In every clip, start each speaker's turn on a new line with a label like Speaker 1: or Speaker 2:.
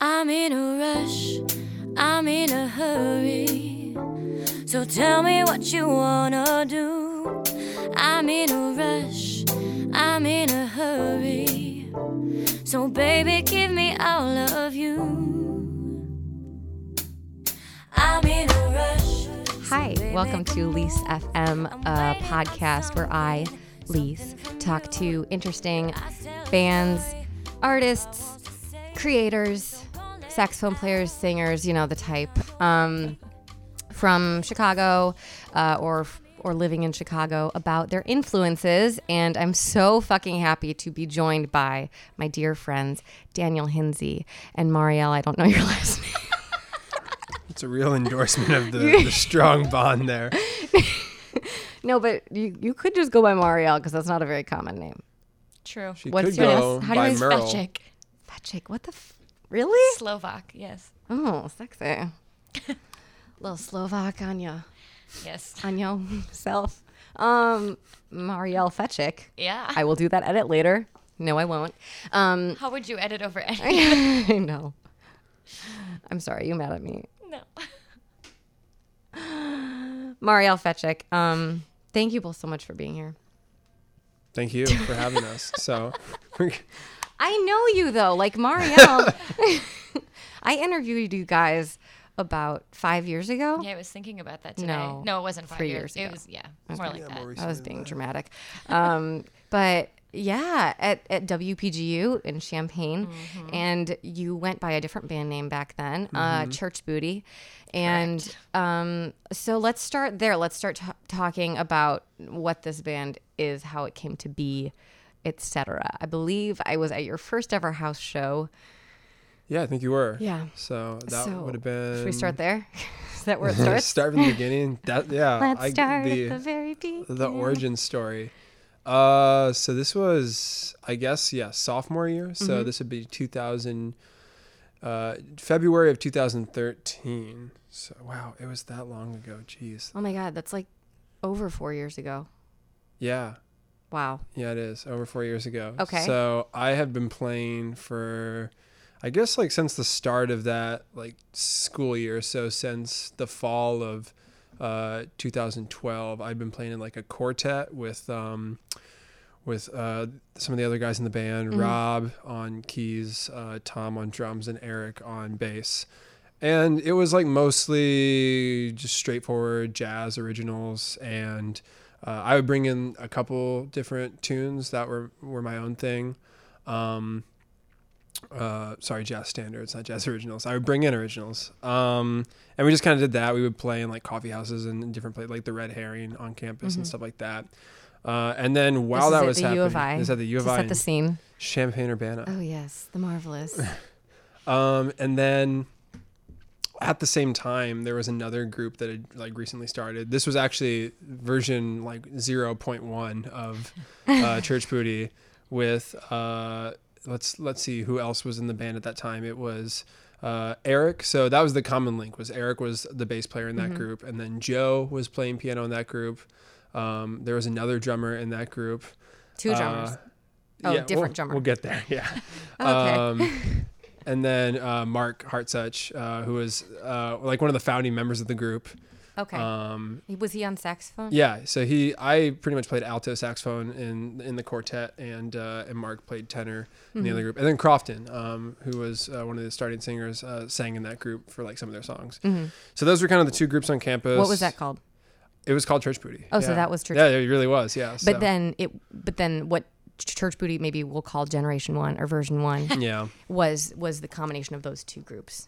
Speaker 1: I'm in a rush, I'm in a hurry. So tell me what you wanna do. I'm in a rush, I'm in a hurry. So baby, give me all of you. I'm in a rush.
Speaker 2: Hi, welcome to Lise FM, a podcast where I, Lise, talk to interesting bands, artists, creators, saxophone players, singers, you know, the type, um, from Chicago uh, or or living in Chicago about their influences. And I'm so fucking happy to be joined by my dear friends, Daniel Hinsey and Marielle. I don't know your last name.
Speaker 3: It's a real endorsement of the, the strong bond there.
Speaker 2: No, but you, you could just go by Marielle because that's not a very common name.
Speaker 4: True.
Speaker 3: She
Speaker 2: What's
Speaker 3: could
Speaker 2: your-
Speaker 3: go
Speaker 2: how do
Speaker 3: by
Speaker 2: you spell
Speaker 3: Merle.
Speaker 4: Fetchik.
Speaker 2: Fetchik, what the f- really?
Speaker 4: Slovak. Yes.
Speaker 2: Oh, sexy. Little Slovak on your
Speaker 4: Yes.
Speaker 2: on yourself. Um, Marielle Fetchik.
Speaker 4: Yeah.
Speaker 2: I will do that edit later. No, I won't. Um,
Speaker 4: How would you edit over edit?
Speaker 2: I know. I'm sorry, you mad at me,
Speaker 4: no.
Speaker 2: Marielle Fetchik. Um, thank you both so much for being here.
Speaker 3: Thank you for having us. So,
Speaker 2: I know you though, like Marielle. I interviewed you guys about five years ago.
Speaker 4: Yeah, I was thinking about that today.
Speaker 2: No.
Speaker 4: No, it wasn't five
Speaker 2: Three
Speaker 4: years.
Speaker 2: years ago.
Speaker 4: It was yeah, more like that.
Speaker 2: I was being dramatic. Um, but yeah, at, at WPGU in Champaign. And you went by a different band name back then, uh, Church Booty. And um, so let's start there. Let's start t- talking about what this band is, how it came to be, etc. I believe I was at your first ever house show.
Speaker 3: yeah, I think you were.
Speaker 2: Yeah.
Speaker 3: So that
Speaker 2: So,
Speaker 3: would have been.
Speaker 2: Should we start there? is that where it
Speaker 3: Let's
Speaker 2: starts?
Speaker 3: Um, Start from the beginning. That yeah.
Speaker 2: Let's
Speaker 3: I-
Speaker 2: start
Speaker 3: the, uh,
Speaker 2: at the very beginning.
Speaker 3: the origin story. Uh, so this was, I guess, yeah, sophomore year. So
Speaker 2: Mm-hmm.
Speaker 3: this would be 2000, uh, February of 2013. So wow, it was that long ago. Jeez.
Speaker 2: Oh my God, that's like over four years ago.
Speaker 3: Yeah.
Speaker 2: Wow.
Speaker 3: Yeah, it is over four years ago.
Speaker 2: Okay.
Speaker 3: So I have been playing for, I guess, like since the start of that like school year. So since the fall of uh, 2012, I've been playing in like a quartet with um, with uh, some of the other guys in the band, Rob on keys, uh, Tom on drums, and Eric on bass. And it was like mostly just straightforward jazz originals, and uh, I would bring in a couple different tunes that were were my own thing. Um, uh, sorry, jazz standards, not jazz originals. I would bring in originals, um, and we just kind of did that. We would play in like coffee houses and in different places, like the Red Herring on campus and stuff like that. Uh, and then while
Speaker 2: Mm-hmm. This is at
Speaker 3: that was
Speaker 2: the
Speaker 3: happening,
Speaker 2: U of I.
Speaker 3: this is at the U of
Speaker 2: to
Speaker 3: I
Speaker 2: set the
Speaker 3: in
Speaker 2: scene.
Speaker 3: Champaign Urbana.
Speaker 2: Oh yes, the marvelous.
Speaker 3: Um, and then at the same time, there was another group that had like recently started. This was actually version like 0.1 of uh, Church Booty with uh, let's let's see who else was in the band at that time. It was uh, Eric. So that was the common link was Eric was the bass player in that group, and then Joe was playing piano in that group. Um, there was another drummer in that group.
Speaker 2: Two drummers.
Speaker 3: Uh,
Speaker 2: Oh,
Speaker 3: yeah,
Speaker 2: different
Speaker 3: we'll-
Speaker 2: drummer.
Speaker 3: We'll get there. Yeah.
Speaker 2: Okay.
Speaker 3: Um, and then uh, Mark Hartsuch, uh, who was uh, like one of the founding members of the group.
Speaker 2: okay.
Speaker 3: Um,
Speaker 2: was he on saxophone?
Speaker 3: yeah, so he, I pretty much played alto saxophone in in the quartet, and uh, and Mark played tenor in
Speaker 2: Mm-hmm.
Speaker 3: the other group, and then Crofton, um, who was uh, one of the starting singers, uh, sang in that group for like some of their songs. So those were kind of the two groups on campus.
Speaker 2: Mm-hmm. What was that called?
Speaker 3: It was called Church Booty.
Speaker 2: Oh, so that was Church
Speaker 3: Yeah, it really was. Yeah.
Speaker 2: But
Speaker 3: so-
Speaker 2: then it. But then what? Ch- Church Booty, maybe we'll call Generation One or Version One,
Speaker 3: yeah.
Speaker 2: was was the combination of those two groups,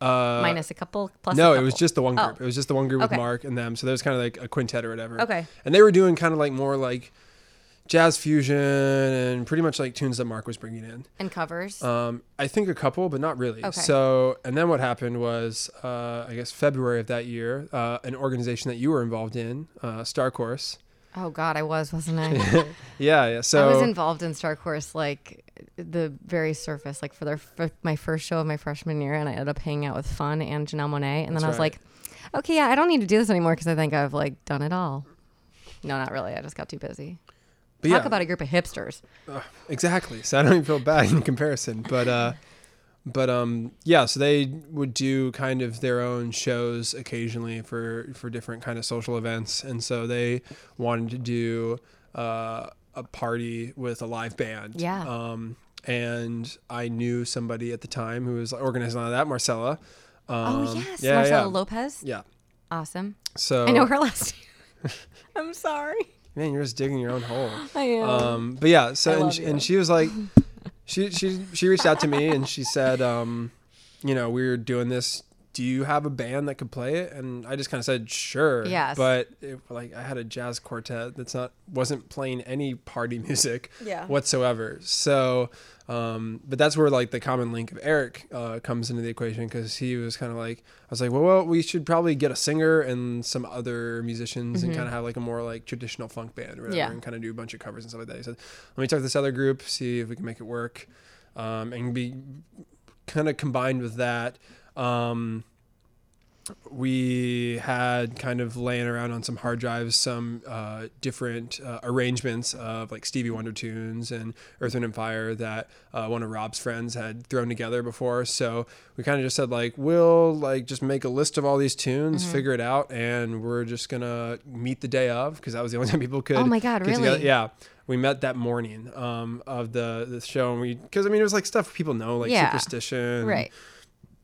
Speaker 3: Uh,
Speaker 2: minus a couple plus. a
Speaker 3: No, it was
Speaker 2: couple.
Speaker 3: just the one
Speaker 2: Oh.
Speaker 3: group. It was just the one group
Speaker 2: Okay.
Speaker 3: with Mark and them. So there was kind of like a quintet or whatever.
Speaker 2: Okay.
Speaker 3: And they were doing kind of like more like jazz fusion and pretty much like tunes that Mark was bringing in.
Speaker 2: and covers.
Speaker 3: Um, I think a couple, but not really.
Speaker 2: Okay.
Speaker 3: So, and then what happened was, uh, I guess February of that year, uh, an organization that you were involved in, uh, Star Course.
Speaker 2: oh God, I was wasn't I?
Speaker 3: Yeah, yeah. So
Speaker 2: I was involved in Star Course like the very surface, like for their for my first show of my freshman year, and I ended up hanging out with Fun and Janelle Monet, and then I was
Speaker 3: That's right.
Speaker 2: like, okay, yeah, I don't need to do this anymore because I think I've like done it all. No, not really. I just got too busy.
Speaker 3: but
Speaker 2: Talk
Speaker 3: yeah,
Speaker 2: about a group of hipsters.
Speaker 3: Exactly. So I don't even feel bad in comparison. But uh, but um yeah so they would do kind of their own shows occasionally for for different kind of social events and so they wanted to do uh, a party with a live band
Speaker 2: Yeah.
Speaker 3: um and i knew somebody at the time who was organizing all that marcella um,
Speaker 2: oh yes,
Speaker 3: yeah,
Speaker 2: Marcela
Speaker 3: yeah.
Speaker 2: Lopez.
Speaker 3: yeah
Speaker 2: Awesome.
Speaker 3: so
Speaker 2: I know her last. name. I'm sorry.
Speaker 3: man you're just digging your own hole
Speaker 2: I am.
Speaker 3: um but yeah so
Speaker 2: I
Speaker 3: and
Speaker 2: love
Speaker 3: she,
Speaker 2: you.
Speaker 3: and she was like she she she reached out to me and she said um you know we were doing this do you have a band that could play it and i just kind of said sure
Speaker 2: Yes.
Speaker 3: but it, like i had a jazz quartet that's not wasn't playing any party music
Speaker 2: Yeah.
Speaker 3: whatsoever so um but that's where like the common link of eric uh comes into the equation because he was kind of like i was like well, well we should probably get a singer and some other musicians and kind of have like a more like traditional funk band or whatever
Speaker 2: Mm-hmm. Yeah.
Speaker 3: and kind of do a bunch of covers and stuff like that he said let me talk to this other group see if we can make it work um and be kind of combined with that um we had kind of laying around on some hard drives some uh, different uh, arrangements of like Stevie Wonder tunes and Earth, Wind, and Fire that uh, one of Rob's friends had thrown together before. So we kind of just said like, we'll like just make a list of all these tunes,
Speaker 2: Mm-hmm.
Speaker 3: figure it out, and we're just gonna meet the day of because that was the only time people could.
Speaker 2: Oh my God,
Speaker 3: get together.
Speaker 2: really?
Speaker 3: Yeah. We met that morning um, of the, the show, and we because I mean it was like stuff people know, like
Speaker 2: Yeah.
Speaker 3: superstition,
Speaker 2: Right.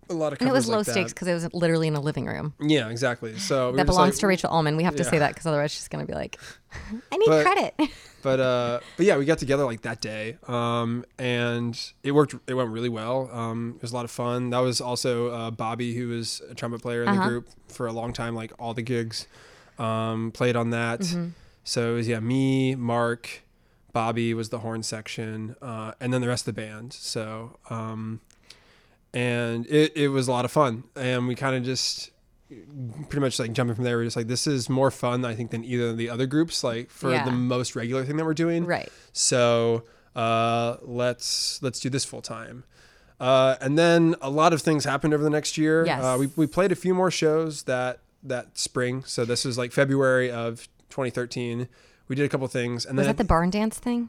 Speaker 3: A lot of
Speaker 2: And it was
Speaker 3: covers
Speaker 2: low
Speaker 3: like that.
Speaker 2: stakes because it was literally in a living room.
Speaker 3: Yeah, exactly.
Speaker 2: That
Speaker 3: So we were just
Speaker 2: belongs
Speaker 3: like-
Speaker 2: to Rachel Allman. We have to say
Speaker 3: Yeah.
Speaker 2: that because otherwise she's going to be like, I need
Speaker 3: But-
Speaker 2: credit.
Speaker 3: but uh but yeah we got together like that day um and it worked it went really well um it was a lot of fun that was also uh bobby who was a trumpet player in
Speaker 2: Uh-huh.
Speaker 3: the group for a long time like all the gigs um played on that
Speaker 2: Mm-hmm.
Speaker 3: so it was yeah me mark bobby was the horn section uh and then the rest of the band so um and it, it was a lot of fun and we kind of just pretty much like jumping from there we're just like this is more fun i think than either of the other groups like for
Speaker 2: Yeah.
Speaker 3: the most regular thing that we're doing
Speaker 2: right.
Speaker 3: so uh, let's let's do this full time. Uh, and then a lot of things happened over the next year.
Speaker 2: Yes.
Speaker 3: Uh, we, we played a few more shows that that spring. So this was like February of 2013. We did a couple things, and
Speaker 2: Was
Speaker 3: then
Speaker 2: that the barn dance thing?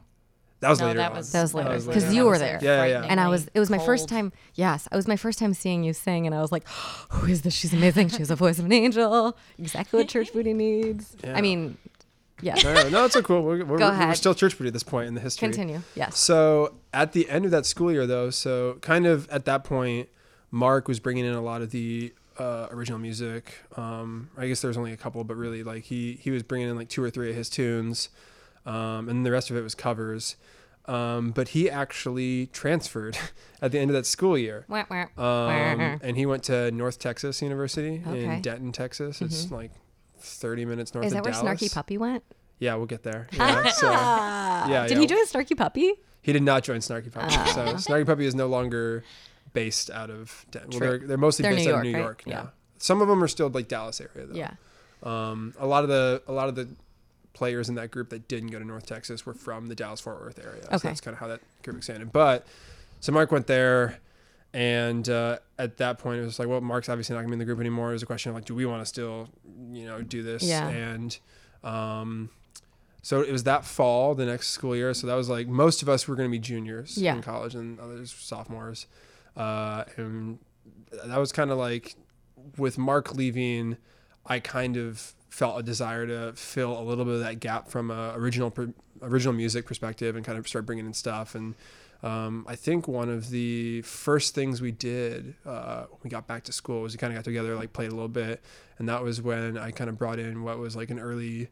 Speaker 3: that was
Speaker 4: No,
Speaker 3: later.
Speaker 4: that
Speaker 3: on.
Speaker 4: was
Speaker 2: That was
Speaker 4: that
Speaker 2: later,
Speaker 4: was
Speaker 2: 'cause
Speaker 4: later.
Speaker 2: you
Speaker 4: That
Speaker 2: were
Speaker 4: was,
Speaker 2: there.
Speaker 4: like,
Speaker 3: Yeah, yeah.
Speaker 2: And I was, it was my
Speaker 4: cold.
Speaker 2: first time. Yes. It was my first time seeing you sing. And I was like, who is this? She's amazing. She has the voice of an angel. Exactly what church booty needs.
Speaker 3: Yeah.
Speaker 2: I mean, yes.
Speaker 3: no, no, no, it's so cool. We're, we're,
Speaker 2: Go
Speaker 3: we're
Speaker 2: ahead.
Speaker 3: still church booty at this point in the history.
Speaker 2: Continue. Yes.
Speaker 3: So at the end of that school year, though, so kind of at that point, Mark was bringing in a lot of the uh, original music. Um, I guess there was only a couple, but really, like he he was bringing in like two or three of his tunes, um, and the rest of it was covers. Um, but he actually transferred at the end of that school year.
Speaker 2: Wah, wah, wah,
Speaker 3: Um,
Speaker 2: wah.
Speaker 3: and he went to North Texas University
Speaker 2: Okay. Mm-hmm.
Speaker 3: in Denton, Texas. It's like 30 minutes north
Speaker 2: Is
Speaker 3: of
Speaker 2: that where
Speaker 3: Dallas.
Speaker 2: Snarky Puppy went?
Speaker 3: Yeah, we'll get there. Yeah, so, yeah,
Speaker 2: Did
Speaker 3: yeah.
Speaker 2: he do his Snarky Puppy?
Speaker 3: He did not join Snarky Puppy.
Speaker 2: Ah.
Speaker 3: so Snarky Puppy is no longer based out of Denver. Well, they're, they're mostly
Speaker 2: They're
Speaker 3: based
Speaker 2: New
Speaker 3: out of
Speaker 2: York,
Speaker 3: New
Speaker 2: right?
Speaker 3: York now.
Speaker 2: Yeah.
Speaker 3: Some of them are still like Dallas area though.
Speaker 2: Yeah.
Speaker 3: Um, a lot of the a lot of the players in that group that didn't go to North Texas were from the Dallas Fort Worth area. So
Speaker 2: Okay.
Speaker 3: that's kind of how that group expanded. But so Mark went there, and uh, at that point it was like, well, Mark's obviously not gonna be in the group anymore. It was a question of like, do we want to still, you know, do this?
Speaker 2: Yeah.
Speaker 3: And um, so it was that fall, the next school year. So that was like most of us were going to be juniors
Speaker 2: Yeah.
Speaker 3: in college, and others sophomores. Uh, and that was kind of like with Mark leaving, I kind of felt a desire to fill a little bit of that gap from a original pr- original music perspective and kind of start bringing in stuff. And um, I think one of the first things we did uh, when we got back to school was we kind of got together, like played a little bit, and that was when I kind of brought in what was like an early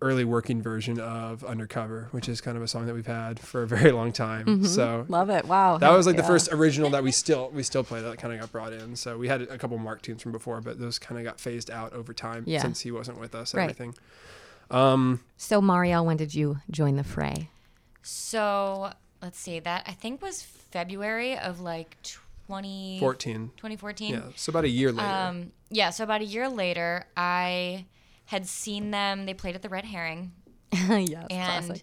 Speaker 3: early working version of Undercover, which is kind of a song that we've had for a very long time. So
Speaker 2: Love it. Wow.
Speaker 3: that was like the
Speaker 2: Yeah.
Speaker 3: first original that we still we still play that kind of got brought in. So we had a couple Mark tunes from before, but those kind of got phased out over time
Speaker 2: Yeah.
Speaker 3: since he wasn't with us. and
Speaker 2: Right.
Speaker 3: Everything. Um,
Speaker 2: So, Marielle, when did you join the fray?
Speaker 4: So let's see. That I think was February of like 20,
Speaker 3: fourteen.
Speaker 4: 2014.
Speaker 3: Yeah, so about a year later.
Speaker 4: Um, yeah, so about a year later, I had seen them. They played at the Red Herring.
Speaker 2: yes.
Speaker 4: And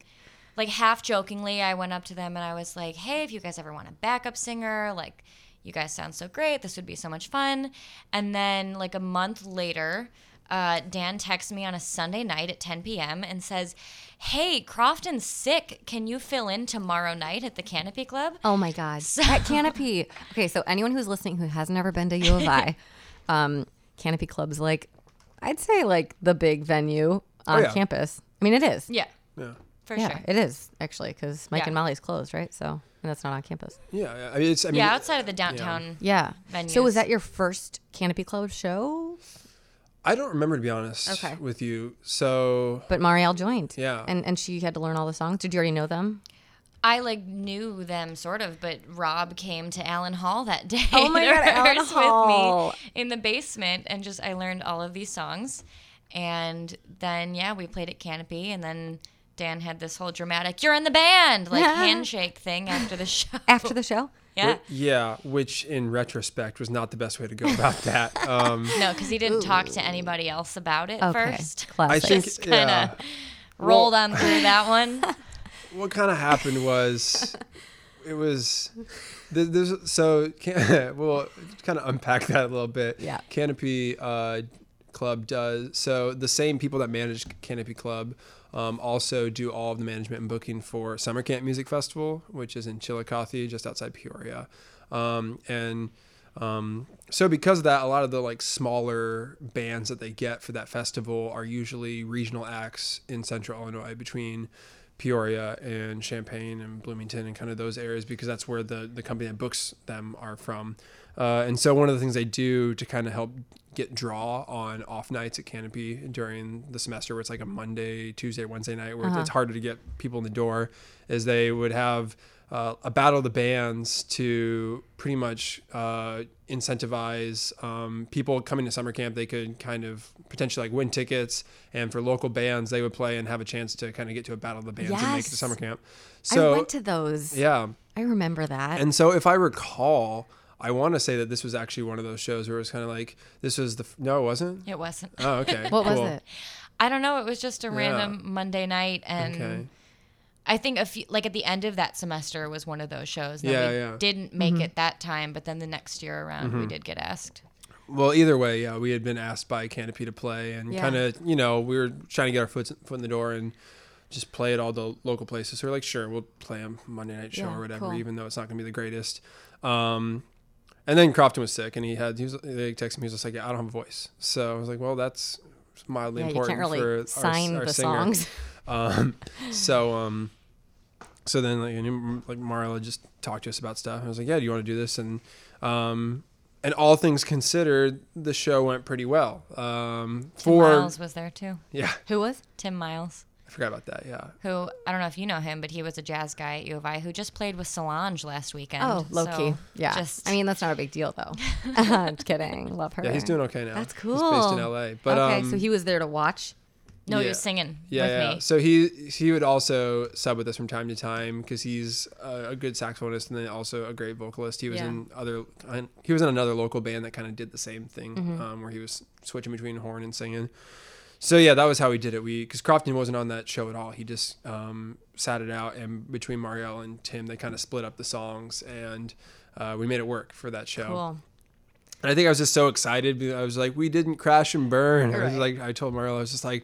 Speaker 4: like half jokingly, I went up to them and I was like, hey, if you guys ever want a backup singer, like, you guys sound so great. This would be so much fun. And then, like, a month later, Uh, Dan texts me on a Sunday night at 10 p.m. and says, Hey, Crofton's sick. Can you fill in tomorrow night at the Canopy Club?
Speaker 2: Oh my God. At Canopy. Okay, so anyone who's listening who has never been to U of I, um, Canopy Club's like, I'd say like the big venue on
Speaker 3: Oh, yeah.
Speaker 2: campus. I mean, it is.
Speaker 4: Yeah,
Speaker 3: Yeah.
Speaker 4: for
Speaker 2: Yeah,
Speaker 4: sure.
Speaker 2: it is actually because Mike
Speaker 4: Yeah.
Speaker 2: and Molly's closed, right? So, and that's not on campus.
Speaker 3: Yeah. yeah. I mean, it's, I mean,
Speaker 4: yeah, outside of the downtown.
Speaker 2: Yeah. So,
Speaker 4: Venues.
Speaker 2: was that your first Canopy Club show?
Speaker 3: I don't remember to be honest
Speaker 2: Okay.
Speaker 3: with you. So
Speaker 2: But Marielle joined.
Speaker 3: Yeah.
Speaker 2: And and she had to learn all the songs. Did you already know them?
Speaker 4: I like knew them sort of, but Rob came to Allen Hall that day.
Speaker 2: Oh my
Speaker 4: to
Speaker 2: God, Allen
Speaker 4: rehearse
Speaker 2: Hall.
Speaker 4: With me in the basement, and just I learned all of these songs, and then yeah, we played at Canopy, and then Dan had this whole dramatic "You're in the band" like handshake thing after the show.
Speaker 2: After the show?
Speaker 4: yeah,
Speaker 3: wh- yeah, which in retrospect was not the best way to go about that. Um,
Speaker 4: no, because he didn't talk to anybody else about it
Speaker 2: Okay.
Speaker 4: first.
Speaker 2: Classic.
Speaker 3: I think
Speaker 4: Just
Speaker 3: yeah.
Speaker 4: kinda- Rolled on through that one.
Speaker 3: what kind of happened was it was th- there's so can, we'll kind of unpack that a little bit
Speaker 2: Yeah.
Speaker 3: canopy uh, club does so the same people that manage canopy club um, also do all of the management and booking for summer camp music festival which is in chillicothe just outside peoria um, and um, so because of that, a lot of the like smaller bands that they get for that festival are usually regional acts in central Illinois between Peoria and Champaign and Bloomington and kind of those areas because that's where the, the company that books them are from. Uh, and so one of the things they do to kind of help get draw on off nights at Canopy during the semester where it's like a Monday, Tuesday, Wednesday night where it's harder to get people in the door is they would have uh, a battle of the bands to pretty much uh, incentivize um, people coming to summer camp. They could kind of potentially like win tickets, and for local bands, they would play and have a chance to kind of get to a battle of the bands and make it to
Speaker 2: Yes.
Speaker 3: summer camp.
Speaker 2: I
Speaker 3: So
Speaker 2: went to those.
Speaker 3: yeah,
Speaker 2: I remember that.
Speaker 3: and so, if I recall, I want to say that this was actually one of those shows where it was kind of like this was the f- no, it wasn't.
Speaker 4: It wasn't.
Speaker 3: Oh, okay.
Speaker 2: what
Speaker 3: cool.
Speaker 2: was it?
Speaker 4: I don't know. It was just a random Monday night, and
Speaker 3: Okay.
Speaker 4: I think a few, like at the end of that semester was one of those shows. that
Speaker 3: Yeah, Mm-hmm.
Speaker 4: we
Speaker 3: yeah.
Speaker 4: Didn't make
Speaker 2: Mm-hmm.
Speaker 4: it that time, but then the next year around we did get asked.
Speaker 3: Well, either way, yeah, we had been asked by Canopy to play, and
Speaker 2: Yeah.
Speaker 3: kind of, you know, we were trying to get our foot foot in the door and just play at all the local places. So we're like, sure, we'll play a Monday night show
Speaker 2: Yeah,
Speaker 3: or whatever,
Speaker 2: cool.
Speaker 3: even though it's not going to be the greatest. Um, and then Crofton was sick, and he had he was they texted me. He was just like, yeah, I don't have a voice. So I was like, well, that's mildly
Speaker 2: Yeah, you
Speaker 3: important
Speaker 2: can't really
Speaker 3: for our,
Speaker 2: sign
Speaker 3: our
Speaker 2: the
Speaker 3: singer.
Speaker 2: songs.
Speaker 3: Um, so um, so then like, I knew, like Marla just talked to us about stuff. I was like, yeah, do you want to do this? And um, and all things considered, the show went pretty well. Um,
Speaker 4: Tim
Speaker 3: for
Speaker 4: Miles was there too.
Speaker 3: yeah,
Speaker 2: Who was?
Speaker 4: Tim Miles,
Speaker 3: I forgot about that. Yeah,
Speaker 4: who I don't know if you know him, but he was a jazz guy at U of I who just played with Solange last weekend.
Speaker 2: Oh, low
Speaker 4: So,
Speaker 2: key. Yeah.
Speaker 4: Just
Speaker 2: I mean, that's not a big deal though. I'm just kidding. Love her.
Speaker 3: yeah, he's doing okay now.
Speaker 2: That's
Speaker 3: He's based
Speaker 2: cool.
Speaker 3: in L.A. But
Speaker 2: okay,
Speaker 3: um,
Speaker 2: so he was there to watch.
Speaker 4: no, he
Speaker 3: yeah.
Speaker 4: was singing
Speaker 3: yeah,
Speaker 4: with
Speaker 3: yeah.
Speaker 4: me.
Speaker 3: So he he would also sub with us from time to time because he's a, a good saxophonist and then also a great vocalist. He was
Speaker 2: Yeah.
Speaker 3: in other uh, he was in another local band that kind of did the same thing
Speaker 2: Mm-hmm.
Speaker 3: um, where he was switching between horn and singing. So yeah, that was how we did it. We because Crofton wasn't on that show at all. He just um, sat it out, and between Marielle and Tim, they kind of split up the songs, and uh, we made it work for that show.
Speaker 2: Cool.
Speaker 3: And I think I was just so excited. because I was like, we didn't crash and burn. I was
Speaker 2: Right.
Speaker 3: like, I told Marla, I was just like,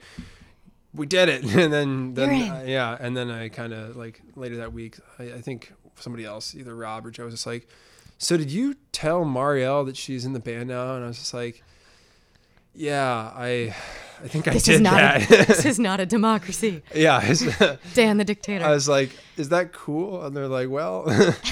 Speaker 3: we did it. And then, then
Speaker 2: You're in.
Speaker 3: uh, yeah. And then I kind of like later that week, I, I think somebody else, either Rob or Joe, was just like, so did you tell Marielle that she's in the band now? And I was just like, yeah, I, I think I
Speaker 2: This
Speaker 3: did
Speaker 2: is not. A,
Speaker 3: that.
Speaker 2: this is not a democracy.
Speaker 3: yeah. it's-
Speaker 2: Dan the dictator.
Speaker 3: I was like, is that cool? And they're like, well,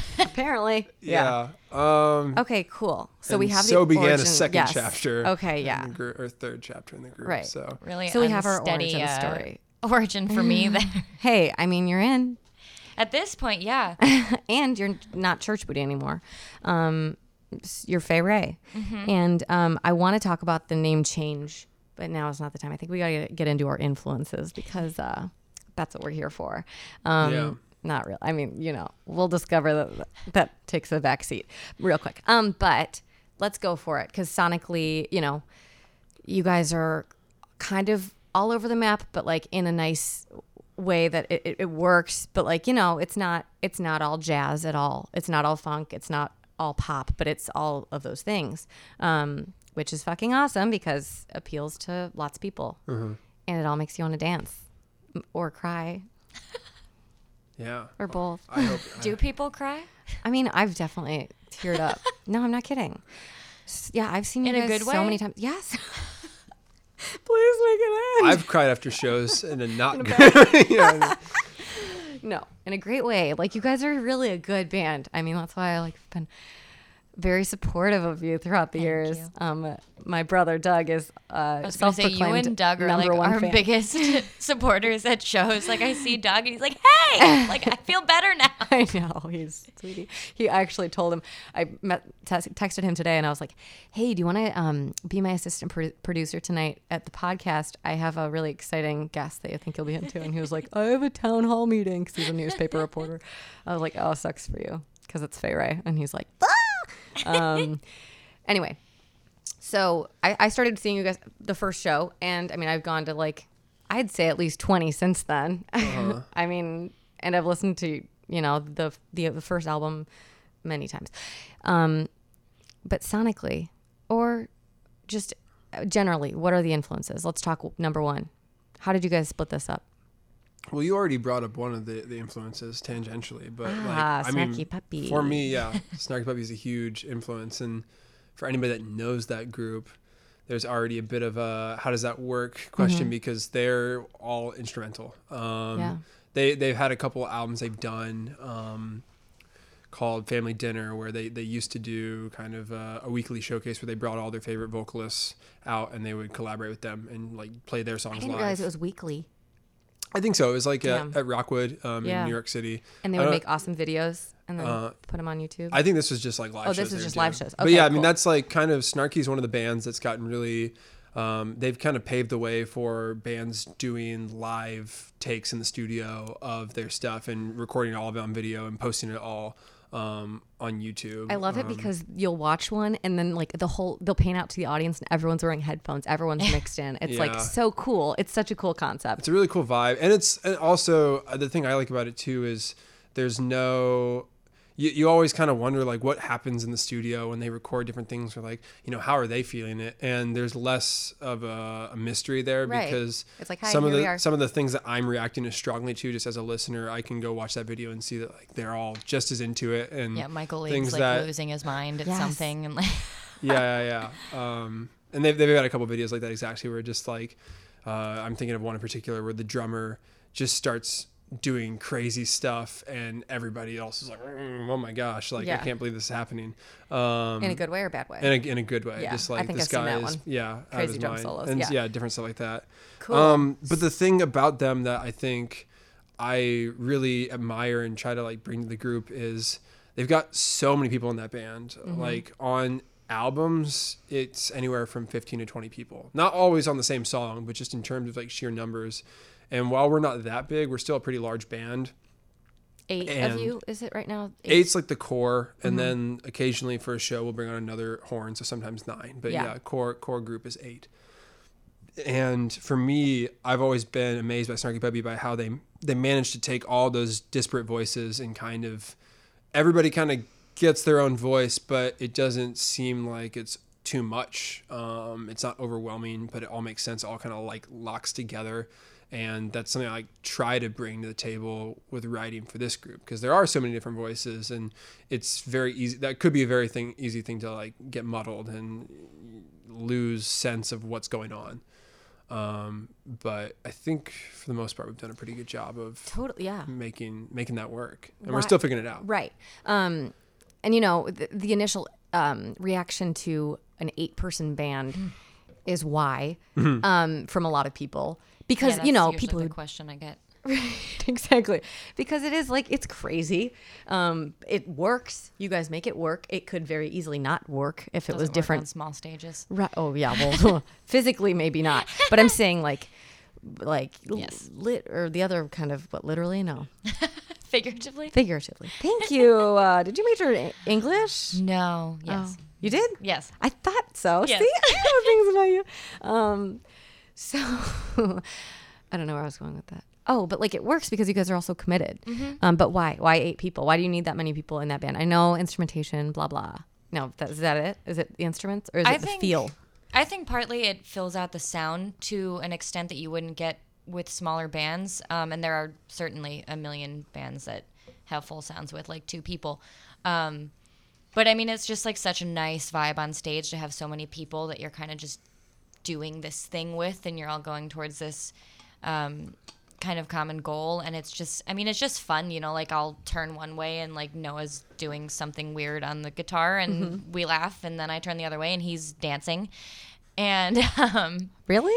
Speaker 2: Apparently.
Speaker 3: yeah. Um,
Speaker 2: Okay. Cool. So we
Speaker 3: and
Speaker 2: have
Speaker 3: so
Speaker 2: the
Speaker 3: began
Speaker 2: origin-
Speaker 3: a second
Speaker 2: yes.
Speaker 3: chapter.
Speaker 2: Okay.
Speaker 3: in
Speaker 2: Yeah.
Speaker 3: the group- or third chapter in the group.
Speaker 2: Right.
Speaker 3: So
Speaker 4: really,
Speaker 2: So we have our
Speaker 4: unsteady,
Speaker 2: origin
Speaker 4: uh,
Speaker 2: story.
Speaker 4: Origin for me there.
Speaker 2: Hey, I mean, you're in,
Speaker 4: At this point, yeah.
Speaker 2: and you're not church booty anymore. Um, s- you're Fay Ray, and um, I want to talk about the name change, but now is not the time. I think we gotta get into our influences because uh, that's what we're here for. Um,
Speaker 3: Yeah.
Speaker 2: Not real. I mean, you know, we'll discover that that takes a back seat real quick. Um, but let's go for it because sonically, you know, you guys are kind of all over the map, but like in a nice way that it, it, it works. But like you know, it's not it's not all jazz at all. It's not all funk. It's not all pop, but it's all of those things, um, which is fucking awesome because appeals to lots of people, and it all makes you want to dance m- or cry
Speaker 3: Yeah.
Speaker 2: or both.
Speaker 3: I hope.
Speaker 4: Do people cry?
Speaker 2: I mean, I've definitely teared up. no, I'm not kidding. S- Yeah, I've seen you
Speaker 4: In a
Speaker 2: guys
Speaker 4: good
Speaker 2: so
Speaker 4: way?
Speaker 2: many times. Yes. Please make it end.
Speaker 3: I've cried after shows and then not good. yeah,
Speaker 2: No, in a great way. Like you guys are really a good band. I mean, that's why I like been very supportive of you throughout the years.
Speaker 4: you.
Speaker 2: Um, my brother Doug is uh,
Speaker 4: I was gonna say you and Doug are like our biggest supporters at shows. Like I see Doug and he's like, "Hey!" Like I feel better now.
Speaker 2: I know he's sweetie. He I actually told him I met, te- texted him today, and I was like, "Hey, do you want to um, be my assistant pro- producer tonight at the podcast? I have a really exciting guest that I think you'll be into." And he was like, "I have a town hall meeting because he's a newspaper reporter." I was like, "Oh, sucks for you because it's Fay Ray," and he's like, "Ah!" Um, anyway, so I, I started seeing you guys the first show, and I mean, I've gone to like, I'd say at least twenty since then.
Speaker 3: Uh-huh.
Speaker 2: I mean, and I've listened to you know the the, the first album many times, um, but sonically or just uh, generally, what are the influences? Let's talk number one. How did you guys split this up?
Speaker 3: Well, you already brought up one of the, the influences tangentially, but
Speaker 2: Ah,
Speaker 3: like, I mean,
Speaker 2: Snarky Puppy.
Speaker 3: for me, yeah, Snarky Puppy is a huge influence, and for anybody that knows that group, there's already a bit of a how does that work question because they're all instrumental. Um,
Speaker 2: Mm-hmm. Yeah.
Speaker 3: They they've had a couple albums they've done. Um, called Family Dinner, where they, they used to do kind of a, a weekly showcase where they brought all their favorite vocalists out and they would collaborate with them and like play their songs
Speaker 2: I didn't
Speaker 3: live.
Speaker 2: realize it was weekly,
Speaker 3: I think so. It was like uh, at,
Speaker 2: Yeah.
Speaker 3: at Rockwood um,
Speaker 2: Yeah.
Speaker 3: in New York City.
Speaker 2: and they
Speaker 3: I
Speaker 2: would
Speaker 3: don't- Uh,
Speaker 2: make awesome videos and then put them on YouTube.
Speaker 3: I think this was just like live.
Speaker 2: Oh,
Speaker 3: shows
Speaker 2: this
Speaker 3: they
Speaker 2: was
Speaker 3: were
Speaker 2: just live
Speaker 3: doing.
Speaker 2: shows.
Speaker 3: but
Speaker 2: Okay,
Speaker 3: yeah, I mean
Speaker 2: cool.
Speaker 3: that's like kind of Snarky's one of the bands that's gotten really. Um, they've kind of paved the way for bands doing live takes in the studio of their stuff and recording all of it on video and posting it all um, on YouTube.
Speaker 2: I love it because you'll watch one and then like the whole they'll pan out to the audience and everyone's wearing headphones, everyone's mixed in. It's like
Speaker 3: Yeah.
Speaker 2: so cool. It's such a cool concept.
Speaker 3: It's a really cool vibe, and it's and also uh, the thing I like about it too is there's no. You, you always kind of wonder like what happens in the studio when they record different things or like you know how are they feeling it and there's less of a, a mystery there
Speaker 2: Right.
Speaker 3: because
Speaker 2: It's like, "Hi,
Speaker 3: some of
Speaker 2: here
Speaker 3: the
Speaker 2: we are."
Speaker 3: some of the things that I'm reacting as strongly to just as a listener I can go watch that video and see that like they're all just as into it and
Speaker 4: Yeah, Michael
Speaker 3: things
Speaker 4: League's like
Speaker 3: that
Speaker 4: losing his mind at
Speaker 2: Yes.
Speaker 4: something and like
Speaker 3: yeah, yeah, yeah. Um, and they've, they've got a couple videos like that exactly where just like, uh, I'm thinking of one in particular where the drummer just starts doing crazy stuff and everybody else is like, "Mm, oh my gosh, like I
Speaker 2: Yeah.
Speaker 3: can't believe this is happening. Um,
Speaker 2: In a good way or bad way.
Speaker 3: in a, in a good way.
Speaker 2: Yeah,
Speaker 3: just
Speaker 2: I
Speaker 3: like
Speaker 2: think
Speaker 3: this
Speaker 2: I've seen
Speaker 3: guy
Speaker 2: that
Speaker 3: is
Speaker 2: one.
Speaker 3: yeah, out of
Speaker 2: Crazy
Speaker 3: his
Speaker 2: drum
Speaker 3: mind.
Speaker 2: solos,
Speaker 3: And
Speaker 2: yeah.
Speaker 3: different stuff like that.
Speaker 2: Cool.
Speaker 3: Um, but the thing about them that I think I really admire and try to like bring to the group is they've got so many people in that band.
Speaker 2: Mm-hmm.
Speaker 3: Like on albums, it's anywhere from 15 to 20 people. Not always on the same song, but just in terms of like sheer numbers. And while we're not that big, we're still a pretty large band
Speaker 2: Eight of
Speaker 3: and-
Speaker 2: you, is it right now?
Speaker 3: eight's like the core
Speaker 2: Mm-hmm.
Speaker 3: and then occasionally for a show we'll bring on another horn so sometimes nine but
Speaker 2: Yeah.
Speaker 3: yeah. core core group is eight and for me i've always been amazed by snarky puppy by how they they managed to take all those disparate voices and kind of everybody kind of gets their own voice but it doesn't seem like it's too much um, it's not overwhelming but it all makes sense all kind of like locks together and that's something I try to bring to the table with writing for this group because there are so many different voices and it's very easy that could be a very thing easy thing to like get muddled and lose sense of what's going on um, but I think for the most part we've done a pretty good job of
Speaker 2: Totally, yeah.
Speaker 3: Mm. making making that work and
Speaker 2: Why-
Speaker 3: we're still figuring it out
Speaker 2: Right. Um, and you know, the, the initial um, reaction to an eight person band
Speaker 3: Mm.
Speaker 2: is why
Speaker 3: Mm-hmm.
Speaker 2: um, from a lot of people. Because,
Speaker 4: Yeah, that's
Speaker 2: you know,
Speaker 4: usually
Speaker 2: people
Speaker 4: the
Speaker 2: who
Speaker 4: question I get.
Speaker 2: exactly because it is like it's crazy um it works you guys make it work it could very easily not work if it
Speaker 4: Doesn't
Speaker 2: was
Speaker 4: work on
Speaker 2: different
Speaker 4: small stages.
Speaker 2: Right. Oh yeah. Well, physically maybe not, but I'm saying like, like l-
Speaker 4: Yes.
Speaker 2: lit or the other kind of what literally no
Speaker 4: Figuratively?
Speaker 2: figuratively. Thank you. Uh, did you major in English?
Speaker 4: No. Yes.
Speaker 2: Oh, you did.
Speaker 4: Yes.
Speaker 2: I thought so.
Speaker 4: Yes.
Speaker 2: See, I know things about you. Um, so I don't know where I was going with that. oh, but like it works because you guys are also committed. Um, but why? Why eight people? Why do you need that many people in that band? I know instrumentation, blah blah. No, that, is that it? Is it the instruments or is
Speaker 4: I
Speaker 2: it the
Speaker 4: think-
Speaker 2: feel?
Speaker 4: I think partly it fills out the sound to an extent that you wouldn't get with smaller bands. Um, and there are certainly a million bands that have full sounds with like two people. Um, but I mean, it's just like such a nice vibe on stage to have so many people that you're kind of just doing this thing with and you're all going towards this um, kind of common goal. And it's just, I mean, it's just fun, you know, like I'll turn one way and like Noah's doing something weird on the guitar and
Speaker 2: Mm-hmm.
Speaker 4: we laugh. And then I turn the other way and he's dancing. And um,
Speaker 2: Really?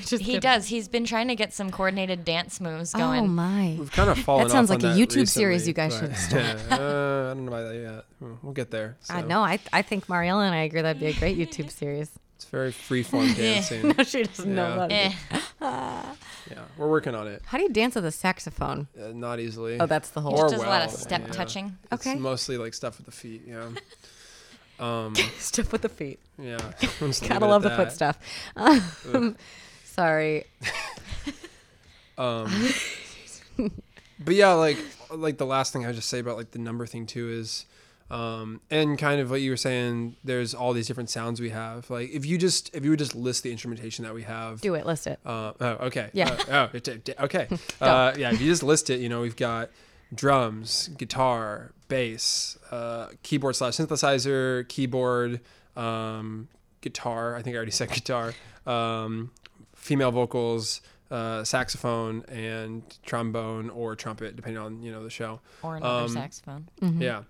Speaker 2: Just
Speaker 4: he
Speaker 2: kidding.
Speaker 4: does. He's been trying to get some coordinated dance moves going.
Speaker 2: Oh my!
Speaker 3: We've kind of fallen.
Speaker 2: That sounds
Speaker 3: off on
Speaker 2: like a YouTube
Speaker 3: recently,
Speaker 2: series you guys
Speaker 3: but-
Speaker 2: should
Speaker 3: Yeah, uh, I don't know about that yet. Hmm, We'll get there. So.
Speaker 2: I know. I I think Mariella and I agree that'd be a great YouTube series.
Speaker 3: It's very freeform dancing.
Speaker 2: No, she doesn't know
Speaker 3: Yeah.
Speaker 2: about it.
Speaker 4: Eh.
Speaker 3: yeah, we're working on it.
Speaker 2: How do you dance with a saxophone?
Speaker 3: Uh, not easily.
Speaker 2: Oh, that's the whole.
Speaker 4: He just does a lot of
Speaker 3: well,
Speaker 4: step
Speaker 3: yeah.
Speaker 4: touching.
Speaker 2: Okay.
Speaker 3: It's mostly like stuff with the feet. Yeah.
Speaker 2: stuff with the feet.
Speaker 3: Yeah. Let's leave it
Speaker 2: Gotta
Speaker 3: at
Speaker 2: love the
Speaker 3: that.
Speaker 2: foot stuff. Um, sorry.
Speaker 3: Um, but yeah, like like the last thing I would just say about like the number thing too is, um, and kind of what you were saying. There's all these different sounds we have. Like if you just if you would just list the instrumentation that we have,
Speaker 2: Do it. List it.
Speaker 3: Uh, oh, okay.
Speaker 2: Yeah.
Speaker 3: Uh, oh, it- it- okay. Uh, yeah. If you just list it, you know, we've got drums, guitar, bass, uh, keyboard slash synthesizer, keyboard, um, guitar. I think I already said guitar. Um, female vocals, uh, saxophone, and trombone or trumpet, depending on you know the show.
Speaker 4: Or another
Speaker 3: Um,
Speaker 4: saxophone.
Speaker 3: Yeah,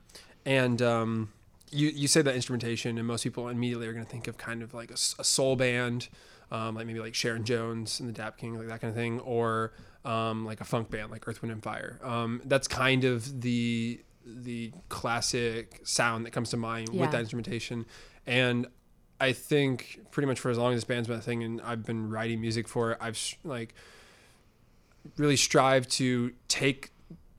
Speaker 3: and um, you you say that instrumentation, and most people immediately are going to think of kind of like a, s- a soul band, um, like maybe like Sharon Jones and the Dap Kings, like that kind of thing, or um, like a funk band, like Earth, Wind and Fire. Um, that's kind of the the classic sound that comes to mind
Speaker 2: Yeah.
Speaker 3: with that instrumentation, and I think pretty much for as long as this band's been a thing, and I've been writing music for it, I've s- like really strive to take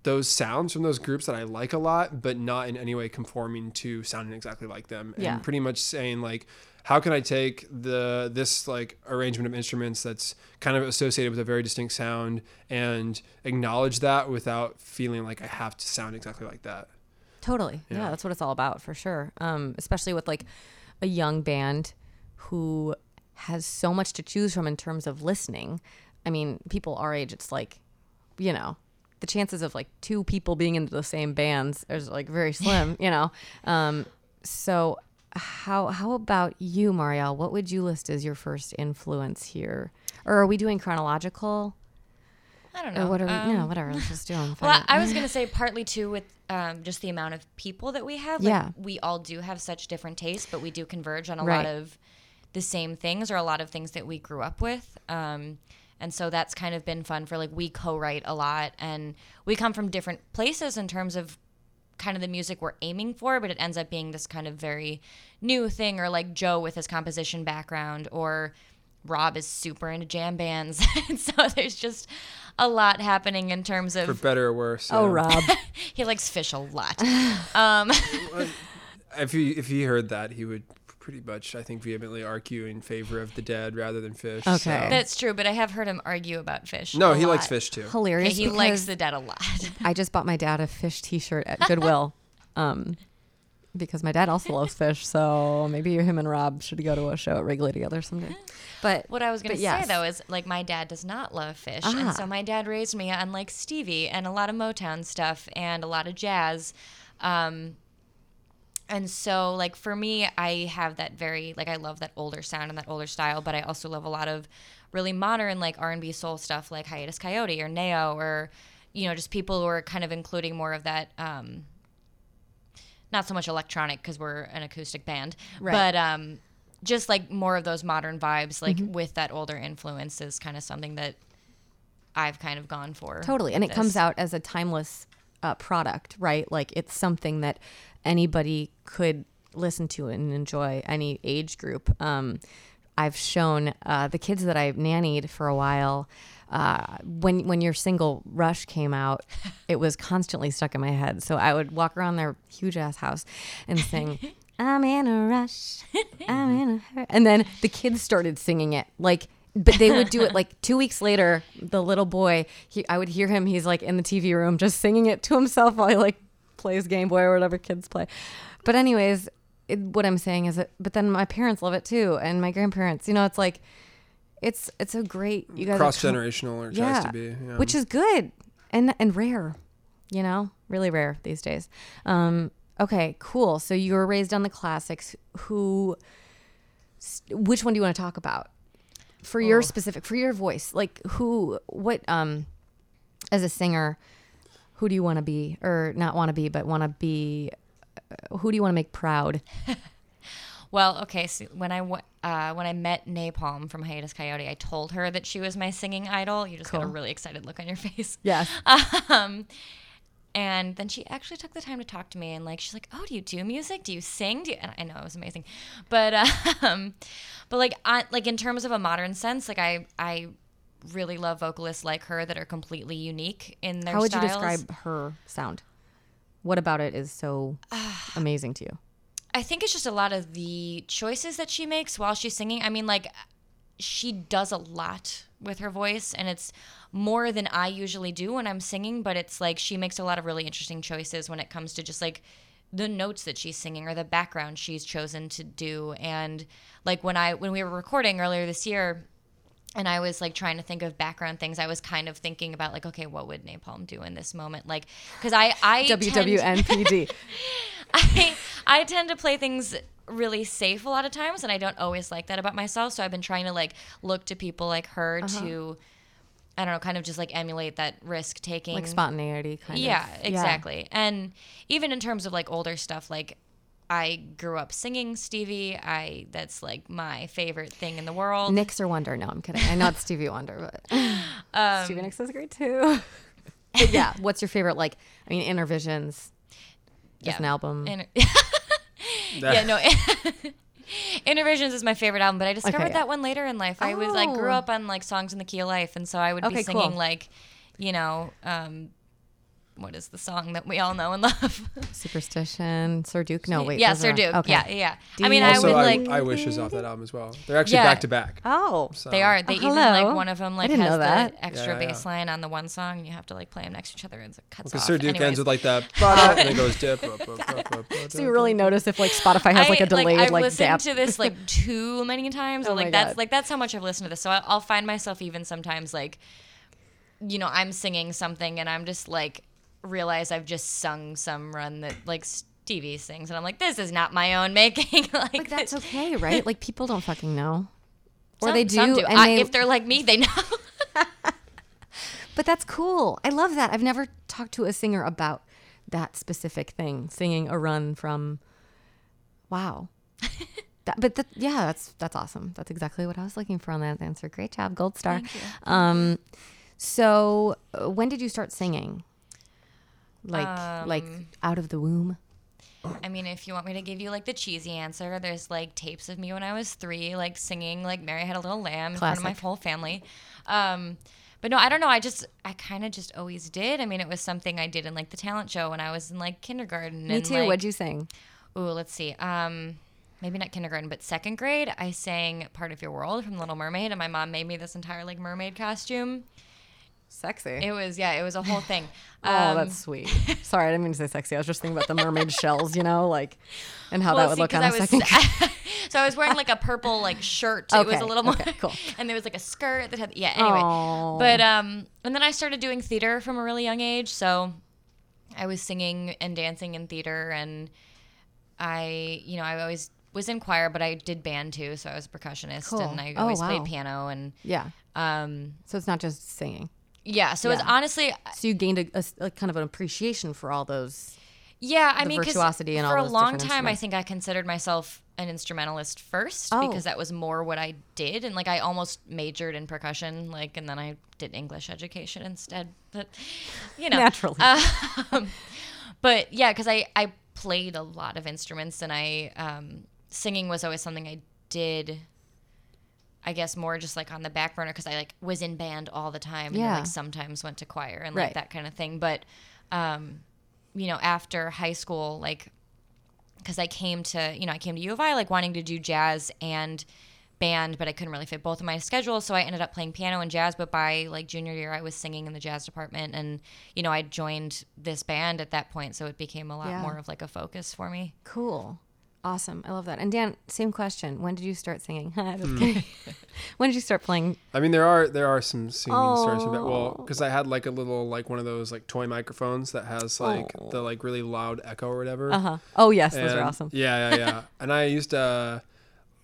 Speaker 3: those sounds from those groups that I like a lot, but not in any way conforming to sounding exactly like them.
Speaker 2: Yeah.
Speaker 3: And pretty much saying like, how can I take the this like arrangement of instruments that's kind of associated with a very distinct sound and acknowledge that without feeling like I have to sound exactly like that.
Speaker 2: Totally. Yeah. that's what it's all about for sure. Um, especially with like a young band who has so much to choose from in terms of listening. I mean, people our age, it's like, you know, the chances of like two people being into the same bands is like very slim, you know. Um, so how how about you, Marielle? What would you list as your first influence here? Or are we doing chronological?
Speaker 4: I don't
Speaker 2: Or
Speaker 4: know.
Speaker 2: what are we?
Speaker 4: Um,
Speaker 2: no, whatever. Let's just do them.
Speaker 4: Well, I was gonna say partly too with um, just the amount of people that we have. Like,
Speaker 2: Yeah.
Speaker 4: we all do have such different tastes, but we do converge on a
Speaker 2: Right.
Speaker 4: lot of the same things or a lot of things that we grew up with. Um, and so that's kind of been fun for like we co-write a lot, and we come from different places in terms of kind of the music we're aiming for, but it ends up being this kind of very new thing, or like Joe with his composition background, or Rob is super into jam bands. and so there's just a lot happening in terms of
Speaker 3: For better or worse.
Speaker 2: oh,
Speaker 3: yeah.
Speaker 2: Rob.
Speaker 4: he likes fish a lot. Um,
Speaker 3: If he if he heard that, he would pretty much I think vehemently argue in favor of the dead rather than fish. so-
Speaker 2: Okay.
Speaker 4: that's true, but I have heard him argue about fish.
Speaker 3: No,
Speaker 4: a
Speaker 3: he likes
Speaker 4: lot.
Speaker 3: fish too.
Speaker 4: Yeah,
Speaker 2: Hilarious.
Speaker 4: he likes
Speaker 2: because-
Speaker 4: the dead a lot.
Speaker 2: I just bought my dad a fish T-shirt at Goodwill, um, because my dad also loves fish. So maybe you, him and Rob should go to a show at Wrigley together someday. But
Speaker 4: What I was going
Speaker 2: but
Speaker 4: to
Speaker 2: yes.
Speaker 4: say though is like my dad does not love fish,
Speaker 2: Ah.
Speaker 4: and so my dad raised me on like Stevie and a lot of Motown stuff and a lot of jazz. Um, and so like for me, I have that very like I love that older sound and that older style, but I also love a lot of really modern like R and B soul stuff like Hiatus Coyote or Neo or you know just people who are kind of including more of that. Um, not so much electronic because we're an acoustic band,
Speaker 2: Right.
Speaker 4: but um, just like more of those modern vibes, like
Speaker 2: Mm-hmm.
Speaker 4: with that older influence, is kind of something that I've kind of gone for.
Speaker 2: totally, and it comes out as a timeless uh, product, right? Like it's something that anybody could listen to and enjoy, any age group. Um, I've shown uh, the kids that I nannied for a while. Uh, when when your single Rush came out, it was constantly stuck in my head. So I would walk around their huge ass house and sing, "Oh, "I'm in a rush, I'm in a hurry," and then the kids started singing it like but they would do it like two weeks later. The little boy, he, I would hear him. He's like in the TV room, just singing it to himself while he like plays Game Boy or whatever kids play. But anyways, it, what I'm saying is that. But then my parents love it too, and my grandparents. You know, it's like, it's it's a great you guys are
Speaker 3: Cross
Speaker 2: com-
Speaker 3: generational or
Speaker 2: yeah,
Speaker 3: tries to be. Yeah.
Speaker 2: which is good and and rare, you know, really rare these days. Um, okay, cool. So you were raised on the classics. Who, s- which one do you want to talk about for
Speaker 3: Oh.
Speaker 2: your specific for your voice? Like who, what, um, as a singer, who do you want to be or not want to be, but want to be? uh, Who do you want to make proud?
Speaker 4: Well, okay. So when I wa- uh, when I met Napalm from Hiatus Coyote, I told her that she was my singing idol. You just got a
Speaker 2: Cool.
Speaker 4: really excited look on your face.
Speaker 2: Yes.
Speaker 4: Um, and then she actually took the time to talk to me, and like she's like, "Oh, do you do music? Do you sing?" Do you? And I know it was amazing, but um, but like I, like in terms of a modern sense, like I I really love vocalists like her that are completely unique in their
Speaker 2: How would you
Speaker 4: styles.
Speaker 2: describe her sound? What about it is so amazing to you?
Speaker 4: I think it's just a lot of the choices that she makes while she's singing. I mean, like, she does a lot with her voice, and it's more than I usually do when I'm singing, but it's like she makes a lot of really interesting choices when it comes to just like the notes that she's singing or the background she's chosen to do. And like when I, when we were recording earlier this year, and I was like trying to think of background things. I was kind of thinking about like, okay, what would Napalm do in this moment? Like, because I, I tend-
Speaker 2: WWNPD.
Speaker 4: I, I tend to play things really safe a lot of times and I don't always like that about myself. So I've been trying to like look to people like her
Speaker 2: Uh-huh.
Speaker 4: to I don't know, kind of just like emulate that risk taking.
Speaker 2: like spontaneity kind
Speaker 4: Mm-hmm. yeah,
Speaker 2: of.
Speaker 4: exactly. And even in terms of like older stuff, like I grew up singing Stevie. I that's like my favorite thing in the world.
Speaker 2: Nicks or Wonder? No, I'm kidding. I know it's Stevie Wonder, but
Speaker 4: Um,
Speaker 2: Stevie Nicks is great too. but yeah, what's your favorite? Like, I mean, Inner Visions. Just
Speaker 4: Yeah.
Speaker 2: an album.
Speaker 4: And- yeah, no. Intervisions is my favorite album, but I discovered
Speaker 2: Okay.
Speaker 4: that one later in life. I was like grew
Speaker 2: Oh.
Speaker 4: up on like songs in the key of life, and so I would
Speaker 2: Okay,
Speaker 4: be
Speaker 2: cool.
Speaker 4: singing like, you know, um, what is the song that we all know and love?
Speaker 2: Superstition. Sir Duke. No, wait.
Speaker 4: yeah,
Speaker 2: those
Speaker 4: Sir
Speaker 2: are-
Speaker 4: Duke.
Speaker 2: Okay.
Speaker 4: Yeah, yeah.
Speaker 2: Do
Speaker 4: I mean,
Speaker 2: you-
Speaker 4: I
Speaker 3: also,
Speaker 4: would
Speaker 3: I,
Speaker 4: like.
Speaker 3: I wish is off that album as well. They're actually
Speaker 4: Yeah.
Speaker 3: back to back.
Speaker 2: Oh.
Speaker 3: So
Speaker 4: they are. They
Speaker 2: Oh,
Speaker 4: even like
Speaker 2: hello.
Speaker 4: one of them
Speaker 2: I
Speaker 4: like
Speaker 2: didn't
Speaker 4: has
Speaker 2: know
Speaker 4: the
Speaker 2: that.
Speaker 4: extra
Speaker 3: Yeah, yeah.
Speaker 4: bass line on the one song, and you have to like play them next to each other, and it cuts
Speaker 3: Because
Speaker 4: off.
Speaker 3: Sir Duke
Speaker 4: Anyways. Uh,
Speaker 3: ends with like that, and it goes dip. up, up, up, up, up,
Speaker 2: So you
Speaker 3: up,
Speaker 2: really
Speaker 3: up.
Speaker 2: notice if like Spotify has like a delayed
Speaker 4: I've
Speaker 2: like,
Speaker 4: listened
Speaker 2: gap.
Speaker 4: to this like too many times.
Speaker 2: Oh
Speaker 4: and,
Speaker 2: my
Speaker 4: like that's
Speaker 2: God.
Speaker 4: like that's how much I've listened to this. So I, I'll find myself even sometimes like, you know, I'm singing something and I'm just like realize I've just sung some run that like Stevie sings, and I'm like, this is not my own making. like
Speaker 2: But that's
Speaker 4: this-
Speaker 2: okay, right? Like people don't fucking know. Or
Speaker 4: some-
Speaker 2: they do,
Speaker 4: some
Speaker 2: and
Speaker 4: I-
Speaker 2: they-
Speaker 4: if they're like me, they know.
Speaker 2: But that's cool. I love that. I've never talked to a singer about that specific thing, singing a run from. Wow. that, but that, yeah, that's that's awesome. That's exactly what I was looking for on that answer. Great job, gold star. Um, so uh, when did you start singing? Like
Speaker 4: Um,
Speaker 2: like out of the womb.
Speaker 4: I mean, if you want me to give you like the cheesy answer, there's like tapes of me when I was three, like singing like Mary Had a Little Lamb in front of my
Speaker 2: Classic.
Speaker 4: whole family. Um, but no, I don't know. I just, I kind of just always did. I mean, it was something I did in like the talent show when I was in like kindergarten.
Speaker 2: Me
Speaker 4: and,
Speaker 2: too.
Speaker 4: Like,
Speaker 2: What'd you sing?
Speaker 4: Ooh, let's see. Um, maybe not kindergarten, but second grade. I sang "Part of Your World" from Little Mermaid, and my mom made me this entire like mermaid costume.
Speaker 2: Sexy.
Speaker 4: It was yeah, it was a whole thing.
Speaker 2: oh,
Speaker 4: Um,
Speaker 2: that's sweet. Sorry, I didn't mean to say sexy. I was just thinking about the mermaid shells, you know, like, and how
Speaker 4: Well,
Speaker 2: that would
Speaker 4: see,
Speaker 2: look
Speaker 4: 'cause
Speaker 2: on a
Speaker 4: I was,
Speaker 2: second.
Speaker 4: so I was wearing like a purple like shirt. it was
Speaker 2: Okay,
Speaker 4: a little more
Speaker 2: okay, cool.
Speaker 4: And there was like a skirt that had yeah. Anyway,
Speaker 2: Aw.
Speaker 4: but um, and then I started doing theater from a really young age. So I was singing and dancing in theater, and I you know I always was in choir, but I did band too. So I was a percussionist,
Speaker 2: Cool.
Speaker 4: and I
Speaker 2: Oh,
Speaker 4: always
Speaker 2: wow.
Speaker 4: played piano and
Speaker 2: yeah.
Speaker 4: um
Speaker 2: So it's not just singing.
Speaker 4: yeah. So it's
Speaker 2: Yeah.
Speaker 4: honestly
Speaker 2: So you gained a, a s- a kind of an appreciation for all those.
Speaker 4: Yeah, I
Speaker 2: the
Speaker 4: mean, 'cause
Speaker 2: virtuosity and all
Speaker 4: for
Speaker 2: those
Speaker 4: a long
Speaker 2: different
Speaker 4: time, I
Speaker 2: instruments.
Speaker 4: think I considered myself an instrumentalist first
Speaker 2: Oh.
Speaker 4: because that was more what I did, and like I almost majored in percussion, like, and then I did English education instead. But you know,
Speaker 2: Naturally.
Speaker 4: Um, but yeah, because I I played a lot of instruments, and I um, singing was always something I did. I guess more just like on the back burner because I like was in band all the time. And then,
Speaker 2: Yeah.
Speaker 4: like sometimes went to choir and like
Speaker 2: Right.
Speaker 4: that kind of thing. But um, you know, after high school, like because I came to you know I came to U of I like wanting to do jazz and band, but I couldn't really fit both of my schedules. So I ended up playing piano and jazz. But by like junior year, I was singing in the jazz department, and you know I joined this band at that point, so it became a lot
Speaker 2: Yeah.
Speaker 4: more of like a focus for me.
Speaker 2: Cool. Awesome. I love that. And Dan, same question. When did you start singing? Just
Speaker 3: Hmm.
Speaker 2: kidding. when did you start playing?
Speaker 3: I mean, there are there are some singing stories about
Speaker 2: Oh.
Speaker 3: well, because I had like a little like one of those like toy microphones that has like
Speaker 2: Oh.
Speaker 3: the like really loud echo or whatever.
Speaker 2: Uh huh. Oh, yes. Those are
Speaker 3: And- um,
Speaker 2: awesome.
Speaker 3: Yeah, yeah, yeah. and I used to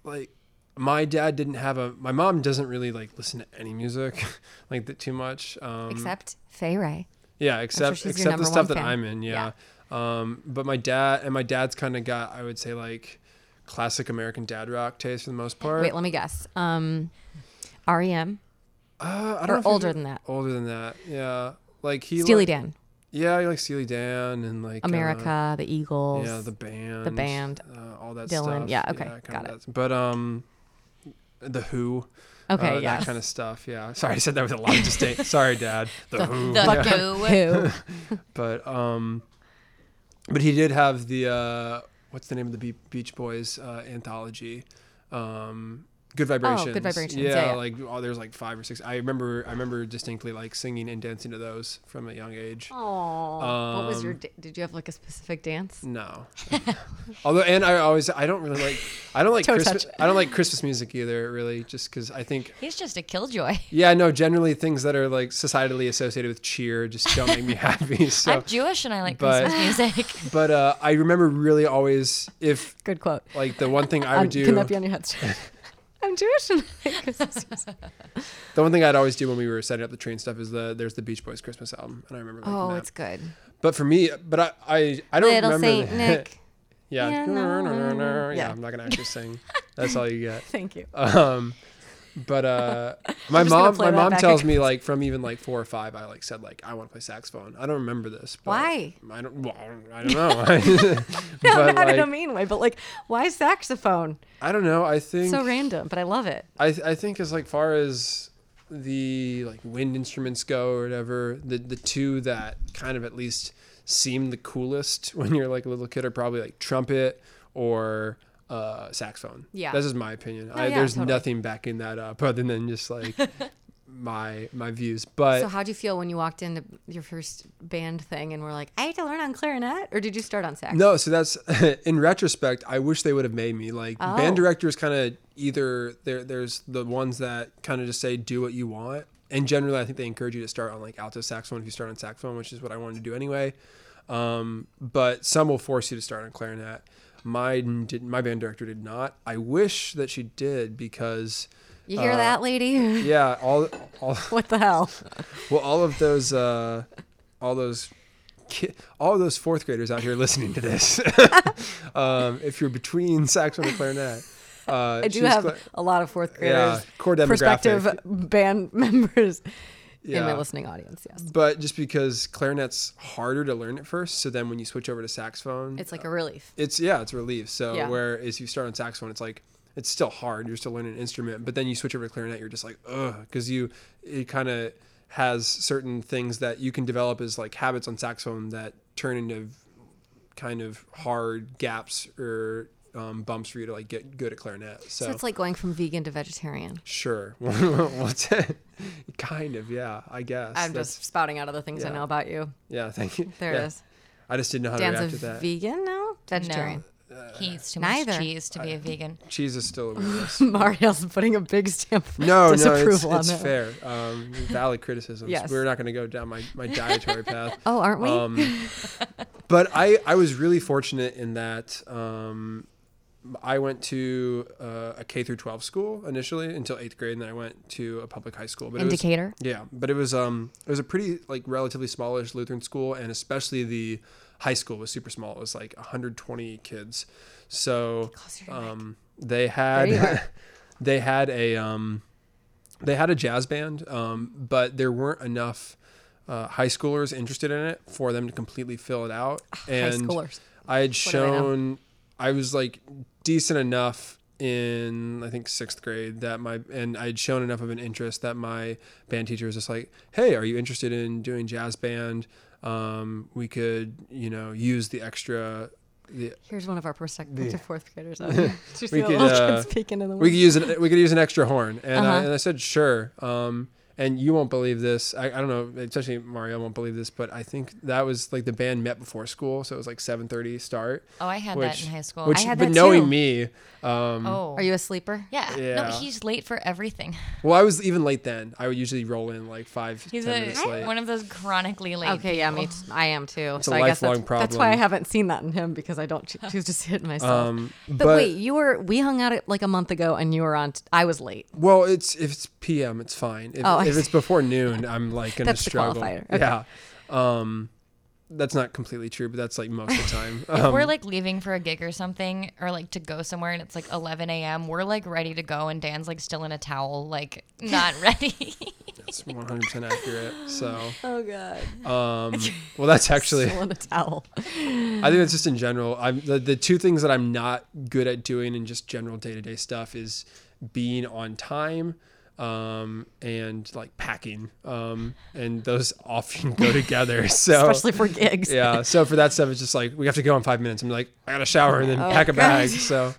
Speaker 3: like my dad didn't have a my mom doesn't really like listen to any music like that too much. Um
Speaker 2: Except Fay Ray.
Speaker 3: yeah, except
Speaker 2: she's your
Speaker 3: except
Speaker 2: number
Speaker 3: the
Speaker 2: one
Speaker 3: stuff that
Speaker 2: fan.
Speaker 3: I'm in, yeah. Um but my dad and my dad's kind of got I would say like classic American dad rock taste for the most part.
Speaker 2: Wait, let me guess. Um, REM.
Speaker 3: uh, I
Speaker 2: or
Speaker 3: don't know if he
Speaker 2: older
Speaker 3: did-
Speaker 2: than that.
Speaker 3: Older than that. Yeah. Like he
Speaker 2: Steely
Speaker 3: li-
Speaker 2: Dan.
Speaker 3: Yeah, I like Steely Dan and like uh,
Speaker 2: America. The Eagles.
Speaker 3: Yeah, the band.
Speaker 2: band,
Speaker 3: Uh, all that
Speaker 2: Dylan.
Speaker 3: stuff.
Speaker 2: Yeah, okay,
Speaker 3: kinda
Speaker 2: got it.
Speaker 3: that. But um, the Who.
Speaker 2: okay.
Speaker 3: uh,
Speaker 2: yeah.
Speaker 3: That kind of stuff. Yeah. Sorry, I said that with a lot of disdain. Sorry, Dad. The, Who.
Speaker 4: The
Speaker 3: yeah.
Speaker 4: Who.
Speaker 2: Who?
Speaker 3: But um, but he did have the uh, what's the name of the Be- Beach Boys uh, anthology. Um. Good vibrations.
Speaker 2: Vibrations,
Speaker 3: Yeah,
Speaker 2: yeah, yeah.
Speaker 3: like oh, there's like five or six. I remember, I remember distinctly like singing and dancing to those from a young age.
Speaker 2: Aw, what was your?
Speaker 3: Um,
Speaker 2: da- Did you have like a specific dance?
Speaker 3: No. Although, and I always, I don't really like, I don't like
Speaker 2: Toe
Speaker 3: Christmas.
Speaker 2: touch.
Speaker 3: I don't like Christmas music either, really, just because I think,
Speaker 4: He's just a killjoy.
Speaker 3: yeah, no, generally things that are like societally associated with cheer just don't make me happy. So,
Speaker 4: I'm Jewish and I like
Speaker 3: but-
Speaker 4: Christmas music.
Speaker 3: but uh, I remember really always if
Speaker 2: Good quote.
Speaker 3: like the one thing I would
Speaker 2: Um, Can
Speaker 3: do,
Speaker 2: that be on your headstone? I'm Jewish. And I like Christmas music.
Speaker 3: the one thing I'd always do when we were setting up the train stuff is the there's the Beach Boys Christmas album, and I remember liking
Speaker 2: oh,
Speaker 3: that.
Speaker 2: it's good.
Speaker 3: But for me, but I, I, I don't
Speaker 2: Little
Speaker 3: remember.
Speaker 2: Saint
Speaker 3: the-
Speaker 2: Nick.
Speaker 3: yeah,
Speaker 2: Yeah, no, no, no.
Speaker 3: yeah,
Speaker 2: Yeah.
Speaker 3: I'm not gonna actually sing. That's all you get.
Speaker 2: Thank you.
Speaker 3: Um, but uh, my
Speaker 2: just gonna
Speaker 3: mom,
Speaker 2: play
Speaker 3: my
Speaker 2: that
Speaker 3: mom
Speaker 2: back
Speaker 3: tells me like from even like four or five, I like said like I want to play saxophone. I don't remember this. But
Speaker 2: Why?
Speaker 3: I don't. Well, I don't- I don't know.
Speaker 2: No,
Speaker 3: but,
Speaker 2: not
Speaker 3: like,
Speaker 2: in a mean way, but like, why saxophone?
Speaker 3: I don't know. I think
Speaker 2: So random, but I love it.
Speaker 3: I I think as like far as the like wind instruments go or whatever, the the two that kind of at least seem the coolest when you're like a little kid are probably like trumpet or uh saxophone.
Speaker 2: Yeah. Oh,
Speaker 3: That's just my opinion. I,
Speaker 2: yeah,
Speaker 3: there's
Speaker 2: totally.
Speaker 3: nothing backing that up other than just like my my views. But
Speaker 2: So, how'd you feel when you walked into your first band thing and were like, I had to learn on clarinet? Or did you start on sax?
Speaker 3: No, so that's in retrospect. I wish they would have made me like
Speaker 2: Oh.
Speaker 3: band directors. Kind of either there. There's the ones that kind of just say do what you want, and generally I think they encourage you to start on like alto saxophone if you start on saxophone, which is what I wanted to do anyway. Um, but some will force you to start on clarinet. My did my band director did not. I wish that she did because
Speaker 2: You hear that, lady?
Speaker 3: yeah, all all
Speaker 2: what the hell?
Speaker 3: well, all of those, uh, all those, ki- all those fourth graders out here listening to this, um, if you're between saxophone and clarinet, uh,
Speaker 2: I do
Speaker 3: she's
Speaker 2: have
Speaker 3: cla-
Speaker 2: a lot of fourth
Speaker 3: yeah,
Speaker 2: graders,
Speaker 3: core demographic,
Speaker 2: prospective band members in my
Speaker 3: Yeah.
Speaker 2: listening audience. Yes.
Speaker 3: But just because clarinet's harder to learn at first, so then when you switch over to saxophone,
Speaker 2: It's like a relief.
Speaker 3: it's yeah, it's a relief. So
Speaker 2: Yeah.
Speaker 3: whereas you start on saxophone, it's like it's still hard. You're still learning an instrument, but then you switch over to clarinet, you're just like ugh, because you it kind of has certain things that you can develop as like habits on saxophone that turn into kind of hard gaps or um, bumps for you to like get good at clarinet. So,
Speaker 2: So, it's like going from vegan to vegetarian.
Speaker 3: sure, what's it? Kind of, yeah, I guess.
Speaker 2: I'm
Speaker 3: That's-
Speaker 2: just spouting out other things I
Speaker 3: yeah.
Speaker 2: know about you.
Speaker 3: yeah. Thank you.
Speaker 2: There
Speaker 3: yeah.
Speaker 2: it is.
Speaker 3: I just didn't know how to react
Speaker 2: Dan's
Speaker 3: to
Speaker 2: a
Speaker 3: that.
Speaker 2: vegan now? Vegetarian.
Speaker 4: he eats too
Speaker 2: Neither.
Speaker 4: much cheese to be a vegan.
Speaker 3: Cheese is still a weird
Speaker 2: Mario's putting a big stamp of
Speaker 3: No, no, it's,
Speaker 2: disapproval on
Speaker 3: it's
Speaker 2: that.
Speaker 3: fair. Um, valid criticisms.
Speaker 2: Yes.
Speaker 3: We're not going to go down my, my dietary path.
Speaker 2: Oh, aren't we?
Speaker 3: Um, but I, I was really fortunate in that um, I went to uh, a K through 12 school initially until eighth grade, and then I went to a public high school. But it was-
Speaker 2: Indicator.
Speaker 3: yeah, but it was um it was a pretty like relatively smallish Lutheran school, and especially the high school was super small. It was like 120 kids, so um they
Speaker 2: There you
Speaker 3: had they had a um they had a jazz band, um but there weren't enough uh, high schoolers interested in it for them to completely fill it out. and
Speaker 2: schoolers.
Speaker 3: I had
Speaker 2: do I know?
Speaker 3: shown I was like decent enough in I think sixth grade that my and I had shown enough of an interest that my band teacher was just like, Hey, are you interested in doing jazz band? Um, we could, you know, use the extra the,
Speaker 2: Here's one of our prospective fourth graders. out there. Just
Speaker 3: We
Speaker 2: feel
Speaker 3: could,
Speaker 2: all trying to
Speaker 3: uh,
Speaker 2: speak into the
Speaker 3: we could
Speaker 2: mic.
Speaker 3: use an we could use an extra horn and, I,
Speaker 2: Uh-huh.
Speaker 3: and I said sure um and you won't believe this I, I don't know especially Mario won't believe this but I think that was like the band met before school so it was like 7:30 start
Speaker 4: Oh, I had that
Speaker 3: which
Speaker 4: in high school.
Speaker 3: which
Speaker 4: I had
Speaker 3: but
Speaker 4: that
Speaker 3: knowing
Speaker 4: too.
Speaker 3: me um
Speaker 4: Oh,
Speaker 2: Are you a sleeper?
Speaker 4: Yeah. No,
Speaker 3: Yeah.
Speaker 4: he's late for everything.
Speaker 3: well I was even late then I would usually roll in like five
Speaker 4: He's
Speaker 3: 10
Speaker 4: a,
Speaker 3: minutes late
Speaker 4: one of those chronically late.
Speaker 2: Okay, yeah, me, t- I am too.
Speaker 3: a
Speaker 2: so I guess that's,
Speaker 3: lifelong
Speaker 2: that's why I
Speaker 3: problem.
Speaker 2: haven't seen that in him because I don't cho- choose to see it in myself.
Speaker 3: um
Speaker 2: but, wait, you were we hung out at, like a month ago, and you were on. T- I was late.
Speaker 3: Well, it's if it's PM, it's fine. If,
Speaker 2: Oh, I
Speaker 3: if it's before noon, I'm like gonna
Speaker 2: That's the
Speaker 3: struggle.
Speaker 2: qualifier. Okay.
Speaker 3: Yeah, um, that's not completely true, but that's like most of the time.
Speaker 4: If
Speaker 3: Um,
Speaker 4: we're like leaving for a gig or something, or like to go somewhere, and it's like 11 a.m., we're like ready to go, and Dan's like still in a towel, like not ready.
Speaker 3: it's 100 percent accurate. So,
Speaker 2: Oh God!
Speaker 3: um, well, that's actually.
Speaker 2: Still in a towel.
Speaker 3: I think that's just in general. I'm the, the two things that I'm not good at doing in just general day to day stuff is being on time um and like packing um and those often go together so
Speaker 2: Especially for gigs.
Speaker 3: yeah. So for that stuff, it's just like we have to go in five minutes. I'm like, I gotta shower and then
Speaker 2: Oh,
Speaker 3: pack a bag. So,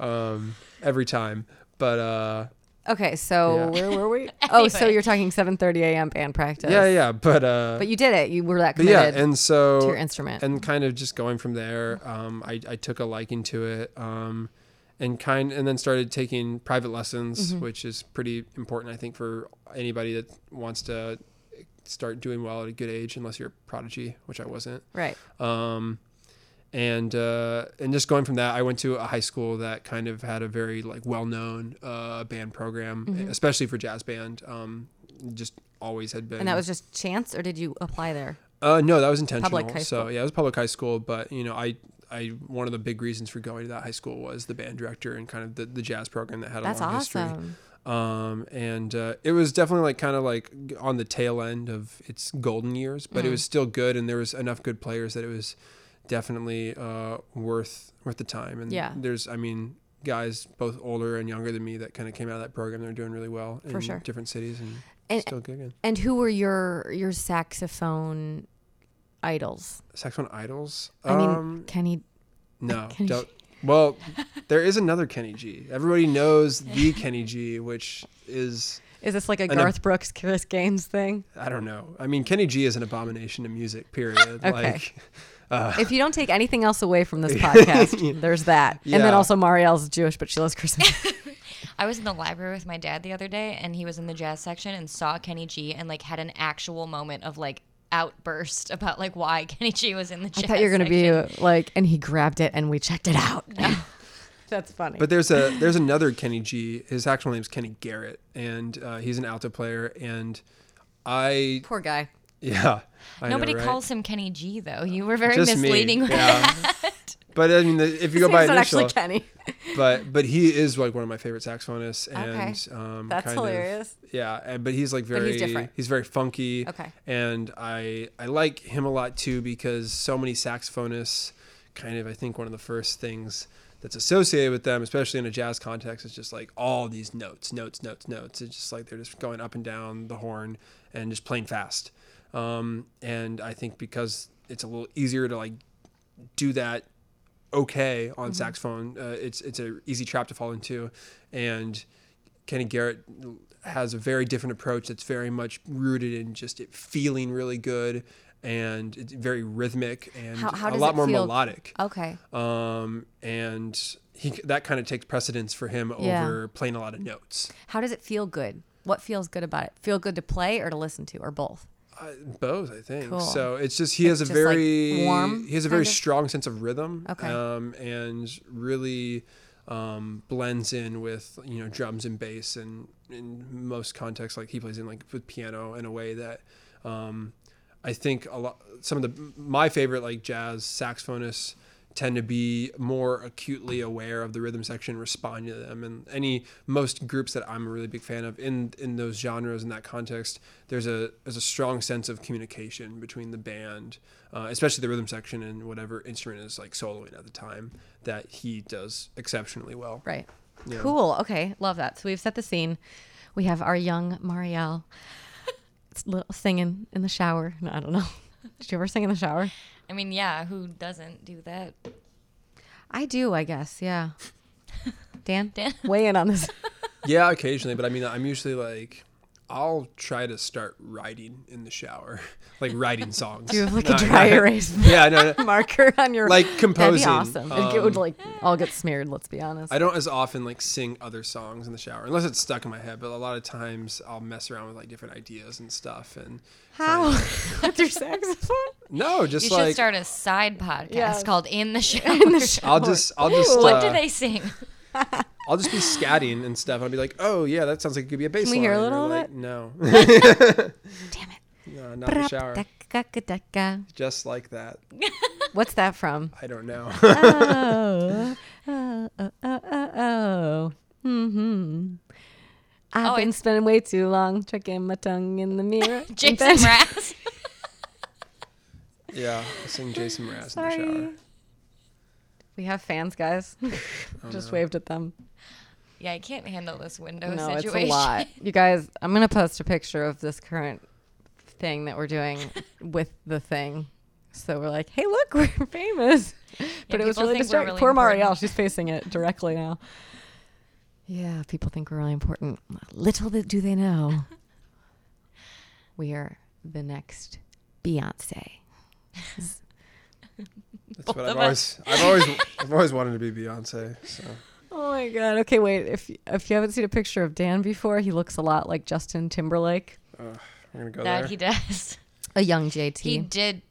Speaker 3: um, every time. But uh,
Speaker 2: Okay, so
Speaker 3: Yeah.
Speaker 2: where were we? Oh, so
Speaker 4: Anyway.
Speaker 2: you're talking 7:30 a.m. band practice.
Speaker 3: yeah, yeah. But uh,
Speaker 2: But you did it. You were that
Speaker 3: but
Speaker 2: committed.
Speaker 3: yeah, and so
Speaker 2: to your instrument.
Speaker 3: Oh, and kind of just going from there. Um, I I took a liking to it. Um, and kind and then started taking private lessons,
Speaker 2: Mm-hmm.
Speaker 3: which is pretty important, I think, for anybody that wants to start doing well at a good age, unless you're a prodigy, which I wasn't.
Speaker 2: right.
Speaker 3: um, and uh, and just going from that, I went to a high school that kind of had a very like well known uh, band program,
Speaker 2: Mm-hmm.
Speaker 3: especially for jazz band. Um, just always had been.
Speaker 2: And that was just chance, or did you apply there?
Speaker 3: uh, no, that was intentional.
Speaker 2: high
Speaker 3: so
Speaker 2: school.
Speaker 3: yeah, it was public high school, but you know I. I, one of the big reasons for going to that high school was the band director and kind of the, the jazz program that had a
Speaker 2: That's
Speaker 3: long history
Speaker 2: awesome.
Speaker 3: um, and uh, it was definitely like kind of like g- on the tail end of its golden years, but it
Speaker 2: Mm.
Speaker 3: was still good, and there was enough good players that it was definitely uh, worth worth the time. And
Speaker 2: Yeah.
Speaker 3: there's, I mean, guys both older and younger than me that kind of came out of that program. They're doing really well in
Speaker 2: sure.
Speaker 3: different cities and,
Speaker 2: And-
Speaker 3: still gigging.
Speaker 2: And who were your your saxophone idols?
Speaker 3: Saxophone idols.
Speaker 2: I mean,
Speaker 3: um,
Speaker 2: Kenny.
Speaker 3: no,
Speaker 2: Kenny
Speaker 3: don't. Well, there is another Kenny G. Everybody knows the Kenny G, which is
Speaker 2: Is this like a
Speaker 3: an-
Speaker 2: Garth Brooks Chris Gaines thing?
Speaker 3: I don't know. I mean, Kenny G is an abomination to music. Period. Like,
Speaker 2: If you don't take anything else away from this podcast, there's that. And
Speaker 3: Uh. Yeah.
Speaker 2: then also Marielle's Jewish, but she loves Christmas.
Speaker 4: I was in the library with my dad the other day, and he was in the jazz section and saw Kenny G, and like had an actual moment of like outburst about like why Kenny G was in the
Speaker 2: I
Speaker 4: jazz.
Speaker 2: thought you were gonna be
Speaker 4: section.
Speaker 2: uh, like, and he grabbed it, and we checked it out. That's funny.
Speaker 3: But there's a there's another Kenny G. His actual name is Kenny Garrett, and uh, he's an alto player. And I
Speaker 2: Poor guy.
Speaker 3: yeah, I know,
Speaker 4: Nobody
Speaker 3: right?
Speaker 4: calls him Kenny G though. You were very
Speaker 3: Just me,
Speaker 4: misleading with
Speaker 3: yeah.
Speaker 4: that.
Speaker 3: But I mean, the, if you go
Speaker 2: His
Speaker 3: by
Speaker 2: name's not
Speaker 3: initial,
Speaker 2: actually Kenny.
Speaker 3: but but he is like one of my favorite saxophonists, and um,
Speaker 2: That's
Speaker 3: kind of-
Speaker 2: hilarious.
Speaker 3: yeah, and, but he's like very
Speaker 2: he's different.
Speaker 3: very funky.
Speaker 2: Okay.
Speaker 3: and I I like him a lot too because so many saxophonists kind of I think one of the first things that's associated with them, especially in a jazz context, is just like all these notes, notes, notes, notes. It's just like they're just going up and down the horn and just playing fast. Um, and I think because it's a little easier to like do that okay
Speaker 2: Mm-hmm.
Speaker 3: on saxophone. Uh, it's it's a easy trap to fall into, and Kenny Garrett has a very different approach that's very much rooted in just it feeling really good and it's very rhythmic and
Speaker 2: How- how
Speaker 3: a
Speaker 2: does
Speaker 3: lot
Speaker 2: it
Speaker 3: more
Speaker 2: feel? Uh,
Speaker 3: melodic.
Speaker 2: Okay.
Speaker 3: Um, and he that kind of takes precedence for him
Speaker 2: Yeah.
Speaker 3: over playing a lot of notes.
Speaker 2: How does it feel good? What feels good about it? Feel good to play or to listen to or both?
Speaker 3: Uh, both, I think.
Speaker 2: Cool.
Speaker 3: So it's just he has a
Speaker 2: just, like,
Speaker 3: very
Speaker 2: warm,
Speaker 3: he has a very
Speaker 2: kind of?
Speaker 3: strong sense of rhythm.
Speaker 2: Okay.
Speaker 3: Um, and really um, blends in with you know drums and bass and in most contexts like he plays in like with piano in a way that um, I think a lot some of the my favorite like jazz saxophonists tend to be more acutely aware of the rhythm section respond to them and any most groups that I'm a really big fan of in in those genres in that context there's a there's a strong sense of communication between the band uh, especially the rhythm section and whatever instrument is like soloing at the time that he does exceptionally well
Speaker 2: Right.
Speaker 3: Yeah.
Speaker 2: Cool. Okay. Love that. So we've set the scene. We have our young Marielle s- little singing in the shower. No, I don't know. Did you ever sing in the shower?
Speaker 4: I mean, yeah, who doesn't do that?
Speaker 2: I do, I guess. Yeah. Dan,
Speaker 4: Dan?
Speaker 2: weigh in on this.
Speaker 3: yeah, occasionally, but I mean, I'm usually like, I'll try to start writing in the shower, like writing songs.
Speaker 2: Do you have like a
Speaker 3: Not-
Speaker 2: dry erase
Speaker 3: Yeah, no, no.
Speaker 2: marker on your
Speaker 3: Like
Speaker 2: That'd be
Speaker 3: composing,
Speaker 2: awesome. it
Speaker 3: um,
Speaker 2: would like all get smeared. Let's be honest.
Speaker 3: I don't as often like sing other songs in the shower unless it's stuck in my head. But a lot of times I'll mess around with like different ideas and stuff. And
Speaker 2: How with your saxophone?
Speaker 3: no, just
Speaker 4: You
Speaker 3: like
Speaker 4: should start a side podcast
Speaker 2: Yeah.
Speaker 4: called In the Shower.
Speaker 3: I'll just I'll just
Speaker 4: what
Speaker 3: uh,
Speaker 4: do they sing?
Speaker 3: I'll just be scatting and stuff. I'll be like, oh yeah, that sounds like it could be a bass
Speaker 2: we hear a
Speaker 3: line," or,
Speaker 2: little of
Speaker 3: like,
Speaker 2: it?
Speaker 3: No,
Speaker 2: Damn it.
Speaker 3: no, not in the shower.
Speaker 2: Brap-daka-daka-daka.
Speaker 3: Just like that.
Speaker 2: What's that from?
Speaker 3: I don't know.
Speaker 2: oh, oh, oh, oh, oh. Mm-hmm. I've
Speaker 4: Oh,
Speaker 2: been
Speaker 4: it's-
Speaker 2: spending way too long tricking my tongue in the mirror. and
Speaker 4: Jason
Speaker 2: bend-
Speaker 4: Mraz.
Speaker 3: yeah, I sing Jason Mraz in the shower.
Speaker 2: Sorry. We have fans, guys.
Speaker 4: Oh,
Speaker 2: Just waved at them.
Speaker 4: Yeah, I can't handle this window
Speaker 2: no,
Speaker 4: situation.
Speaker 2: it's a lot. You guys, I'm gonna post a picture of this current thing that we're doing with the thing. So we're like, hey, look, we're famous. But it
Speaker 4: people
Speaker 2: was really
Speaker 4: think we're
Speaker 2: distracting.
Speaker 4: really
Speaker 2: Poor
Speaker 4: important.
Speaker 2: Marielle, she's facing it directly now. Yeah, people think we're really important. Little bit do they know, we are the next Beyonce.
Speaker 3: That's
Speaker 4: Both
Speaker 3: what I've
Speaker 4: of
Speaker 3: always, I've always, I've always wanted to be Beyonce. So
Speaker 2: Oh my god. Okay, wait. If if you haven't seen a picture of Dan before, he looks a lot like Justin Timberlake,
Speaker 3: we're gonna go
Speaker 4: that
Speaker 3: there.
Speaker 4: he does.
Speaker 2: a young JT.
Speaker 4: He did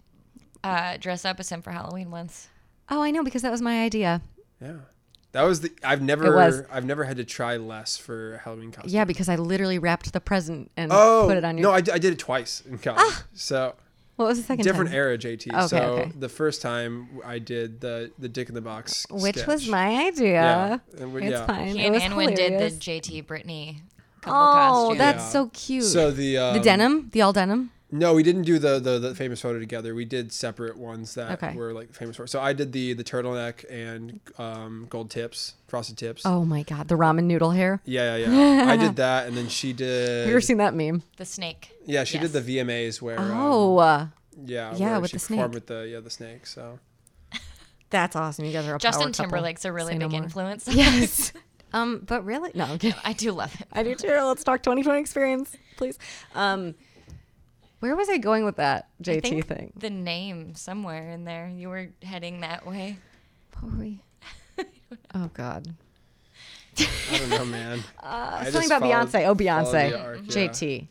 Speaker 4: uh, dress up as him for Halloween once.
Speaker 2: oh, I know because that was my idea.
Speaker 3: yeah, that was the. I've never,
Speaker 2: was.
Speaker 3: I've never had to try less for a Halloween costume.
Speaker 2: Yeah, because I literally wrapped the present and
Speaker 3: Oh,
Speaker 2: put it on your.
Speaker 3: no, I, d- I did it twice in college. So
Speaker 2: what was the second
Speaker 3: different
Speaker 2: time?
Speaker 3: era, JT.
Speaker 2: Okay,
Speaker 3: so
Speaker 2: okay.
Speaker 3: the first time I did the the Dick in the Box,
Speaker 2: Which
Speaker 3: sketch.
Speaker 2: was my idea.
Speaker 3: Yeah, it would-
Speaker 2: It's
Speaker 3: yeah.
Speaker 2: fine.
Speaker 4: He
Speaker 2: it
Speaker 4: and
Speaker 2: was
Speaker 4: Anwin did the
Speaker 2: hilarious.
Speaker 4: JT Brittany couple
Speaker 2: Oh,
Speaker 4: costume.
Speaker 2: that's
Speaker 3: Yeah.
Speaker 2: so cute.
Speaker 3: So the um,
Speaker 2: the denim, the all denim.
Speaker 3: No, we didn't do the, the the famous photo together. We did separate ones that
Speaker 2: Okay.
Speaker 3: were like famous for. So I did the the turtleneck and um, gold tips, frosted tips.
Speaker 2: Oh my god, the ramen noodle hair.
Speaker 3: Yeah, yeah, yeah. I did that, and then she
Speaker 2: Have you ever
Speaker 3: did.
Speaker 2: seen that meme?
Speaker 4: the snake.
Speaker 3: Yeah, she
Speaker 4: Yes.
Speaker 3: did the VMAs where. um,
Speaker 2: Oh, uh,
Speaker 3: yeah,
Speaker 2: yeah,
Speaker 3: where
Speaker 2: with
Speaker 3: she
Speaker 2: the snake.
Speaker 3: performed with the yeah the snake. So
Speaker 2: that's awesome. You guys are a power
Speaker 4: Justin
Speaker 2: couple.
Speaker 4: Timberlake's a really
Speaker 2: Say no
Speaker 4: big
Speaker 2: more.
Speaker 4: influence.
Speaker 2: Yes. um, but really, no. I'm kidding.
Speaker 4: I do love him.
Speaker 2: I do too. Let's talk 2020 experience, please. Um, where was I going with that
Speaker 4: I
Speaker 2: JT
Speaker 4: think
Speaker 2: thing?
Speaker 4: The name somewhere in there. You were heading that way.
Speaker 2: What were we? oh God. Uh,
Speaker 3: I don't know, man. I
Speaker 2: something
Speaker 3: just
Speaker 2: about
Speaker 3: followed-
Speaker 2: Beyonce. Oh,
Speaker 3: followed the
Speaker 2: Beyonce.
Speaker 3: arc, yeah.
Speaker 2: JT.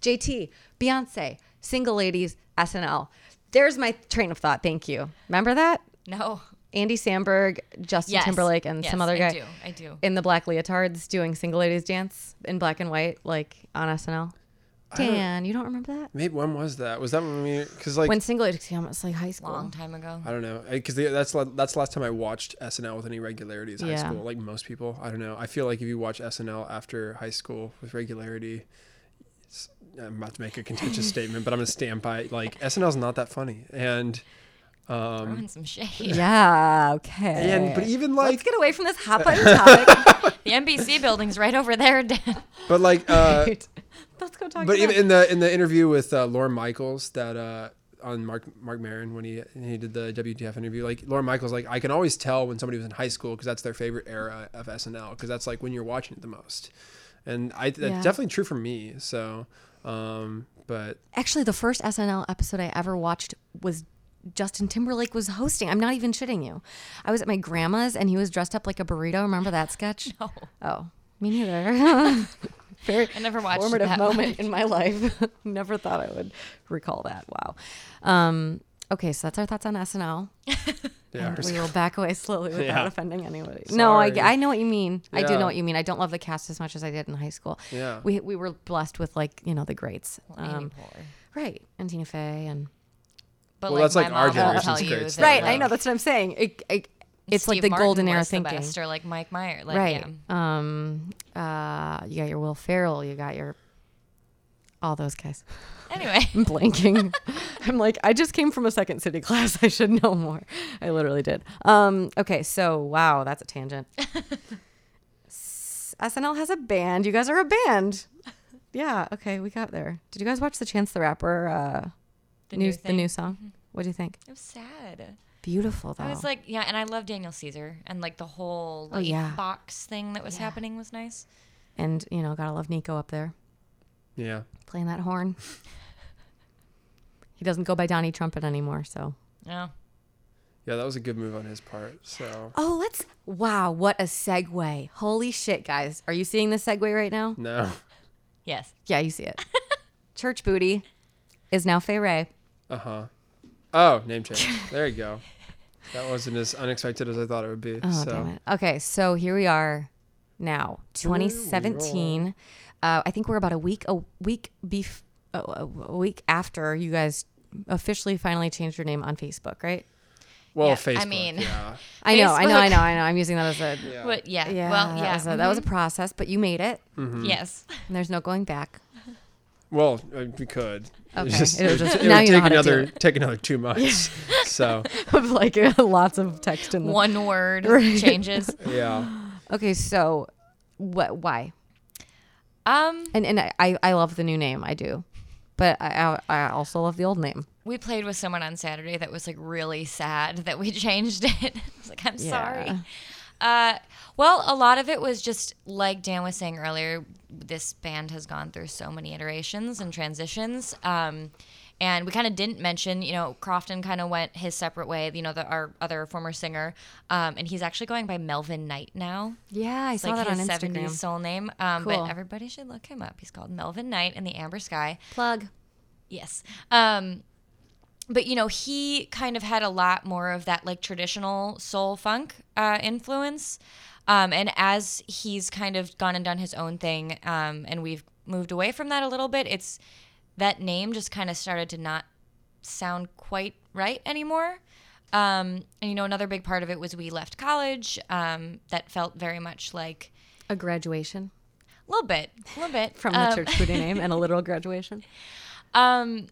Speaker 2: JT. Beyonce. Single ladies. SNL. There's my train of thought. Thank you. Remember that?
Speaker 4: No.
Speaker 2: Andy Samberg, Justin
Speaker 4: Yes.
Speaker 2: Timberlake, and
Speaker 4: Yes,
Speaker 2: some other guy
Speaker 4: I do. I do.
Speaker 2: in the black leotards doing single ladies dance in black and white, like on SNL.
Speaker 3: don't-
Speaker 2: Dan, you don't remember that?
Speaker 3: Maybe when was that? Was that when we? Because like
Speaker 2: When single ladies came out, it's like high school.
Speaker 4: Long time ago.
Speaker 3: I don't know because that's la- that's the last time I watched SNL with any regularity is high
Speaker 2: Yeah.
Speaker 3: school. Like most people, I don't know. I feel like if you watch SNL after high school with regularity, it's, I'm about to make a contentious statement, but I'm gonna stand by it. Like SNL's not that funny, and um,
Speaker 4: Throwing some shade.
Speaker 2: Yeah, okay.
Speaker 3: and but even
Speaker 2: Let's
Speaker 3: like
Speaker 2: get away from this hot button topic.
Speaker 4: The NBC building's right over there, Dan.
Speaker 3: but like uh,
Speaker 2: Let's go talk
Speaker 3: but
Speaker 2: about
Speaker 3: even in the in the interview with uh, Lauren Michaels that uh, on Mark Mark Maron when he he did the WTF interview, like Lauren Michaels, like I can always tell when somebody was in high school because that's their favorite era of SNL because that's like when you're watching it the most, and I that's
Speaker 2: Yeah.
Speaker 3: definitely true for me. So, um, but
Speaker 2: Actually, the first SNL episode I ever watched was Justin Timberlake was hosting. I'm not even shitting you. I was at my grandma's and he was dressed up like a burrito. Remember that sketch?
Speaker 4: No.
Speaker 2: Oh, me neither. Very
Speaker 4: I never watched
Speaker 2: formative
Speaker 4: that
Speaker 2: moment in my life. never thought I would recall that. Wow. Um, okay, so that's our thoughts on SNL.
Speaker 3: yeah,
Speaker 2: We will back away slowly without offending anybody. No, I,
Speaker 3: Sorry.
Speaker 2: I know what you mean. I do
Speaker 3: Yeah.
Speaker 2: know what you mean. I don't love the cast as much as I did in high school.
Speaker 3: Yeah.
Speaker 2: We, we were blessed with, like, you know, the greats.
Speaker 4: Amy
Speaker 2: Um,
Speaker 4: Poehler.
Speaker 2: right. And Tina Fey. and
Speaker 4: But
Speaker 3: Well,
Speaker 4: like,
Speaker 3: that's, like,
Speaker 4: my
Speaker 3: our
Speaker 4: mom will
Speaker 3: generation's
Speaker 4: tell you
Speaker 3: great
Speaker 4: that,
Speaker 3: stuff, Right,
Speaker 4: like,
Speaker 3: I know,
Speaker 2: That's what I'm saying. It, it, it's
Speaker 4: Steve
Speaker 2: like the
Speaker 4: Martin
Speaker 2: golden era
Speaker 4: was the
Speaker 2: thinking.
Speaker 4: best, or like Mike Meyer. Like,
Speaker 2: right.
Speaker 4: yeah.
Speaker 2: Um, uh, you got your Will Ferrell. You got your. All those guys.
Speaker 4: Anyway,
Speaker 2: I'm blanking. I'm like, I just came from a second city class. I should know more. I literally did. Um, okay, so wow, that's a tangent. S- SNL has a band. You guys are a band. Yeah, okay, we got there. Did you guys watch the Chance the Rapper uh
Speaker 4: the
Speaker 2: new,
Speaker 4: new
Speaker 2: the
Speaker 4: thing.
Speaker 2: new song? What do you think?
Speaker 4: It was sad.
Speaker 2: Beautiful though.
Speaker 4: I was like, yeah, and I love Daniel Caesar and like the whole
Speaker 2: Oh,
Speaker 4: like,
Speaker 2: yeah.
Speaker 4: box thing that was happening was nice.
Speaker 2: and you know, gotta love Nico up there
Speaker 3: Yeah.
Speaker 2: playing that horn. he doesn't go by Donnie Trumpet anymore, so.
Speaker 4: Yeah.
Speaker 3: Yeah, that was a good move on his part. So
Speaker 2: Oh, let's. Wow, what a segue. Holy shit, guys. Are you seeing the segue right now?
Speaker 3: no.
Speaker 4: Yes.
Speaker 2: Yeah, you see it. Church Booty is now Fay Ray.
Speaker 3: Uh huh. Oh, name change. There you go. That wasn't as unexpected as I thought it would be.
Speaker 2: Oh,
Speaker 3: so
Speaker 2: damn it. Okay, so here we are now, 2017. Uh, I think we're about a week, a week bef- a- a a week after you guys officially finally changed your name on Facebook, right?
Speaker 3: well,
Speaker 4: Yeah, I
Speaker 3: Facebook.
Speaker 4: mean-
Speaker 3: yeah.
Speaker 2: I know, I know, I
Speaker 4: Facebook.
Speaker 2: know, I know. I'm using that as a
Speaker 3: Yeah.
Speaker 4: But yeah.
Speaker 2: yeah. Mm-hmm.
Speaker 4: well,
Speaker 2: that
Speaker 4: yeah.
Speaker 2: was a, that was a process, but you made it,
Speaker 3: Mm-hmm.
Speaker 4: Mhm. Yes.
Speaker 2: and there's no going back.
Speaker 3: Well, uh, we could.
Speaker 2: Okay.
Speaker 3: It's Just, it
Speaker 2: It'll
Speaker 3: would
Speaker 2: just-
Speaker 3: it
Speaker 2: now
Speaker 3: would
Speaker 2: you know
Speaker 3: take
Speaker 2: how to do
Speaker 3: another
Speaker 2: it.
Speaker 3: take another two months. so
Speaker 2: of like lots of text in the
Speaker 4: One word
Speaker 2: Right.
Speaker 4: changes.
Speaker 3: yeah.
Speaker 2: Okay, so what? Why?
Speaker 4: Um,
Speaker 2: And and I- I I love the new name. I do, but I I I also love the old name.
Speaker 4: we played with someone on Saturday that was like really sad that we changed it. I was like, I'm sorry. Uh, well, a lot of it was just like Dan was saying earlier. This band has gone through so many iterations and transitions. Um, and we kind of didn't mention, you know, Crofton kind of went his separate way. You know, the, our other former singer, um, and he's actually going by Melvin Knight now.
Speaker 2: Yeah, I
Speaker 4: It's
Speaker 2: saw
Speaker 4: like
Speaker 2: that on
Speaker 4: his
Speaker 2: Instagram.
Speaker 4: 70s soul name. Um,
Speaker 2: Cool.
Speaker 4: But everybody should look him up. He's called Melvin Knight in the Amber Sky.
Speaker 2: Plug.
Speaker 4: Yes. Um, but you know, he kind of had a lot more of that like traditional soul funk uh, influence. Um, and as he's kind of gone and done his own thing, um, and we've moved away from that a little bit, it's that name just kind of started to not sound quite right anymore. Um, and you know, another big part of it was we left college. Um, that felt very much like
Speaker 2: A graduation
Speaker 4: a little bit, a little bit
Speaker 2: from the
Speaker 4: um,
Speaker 2: church booty name and a literal graduation.
Speaker 4: Um,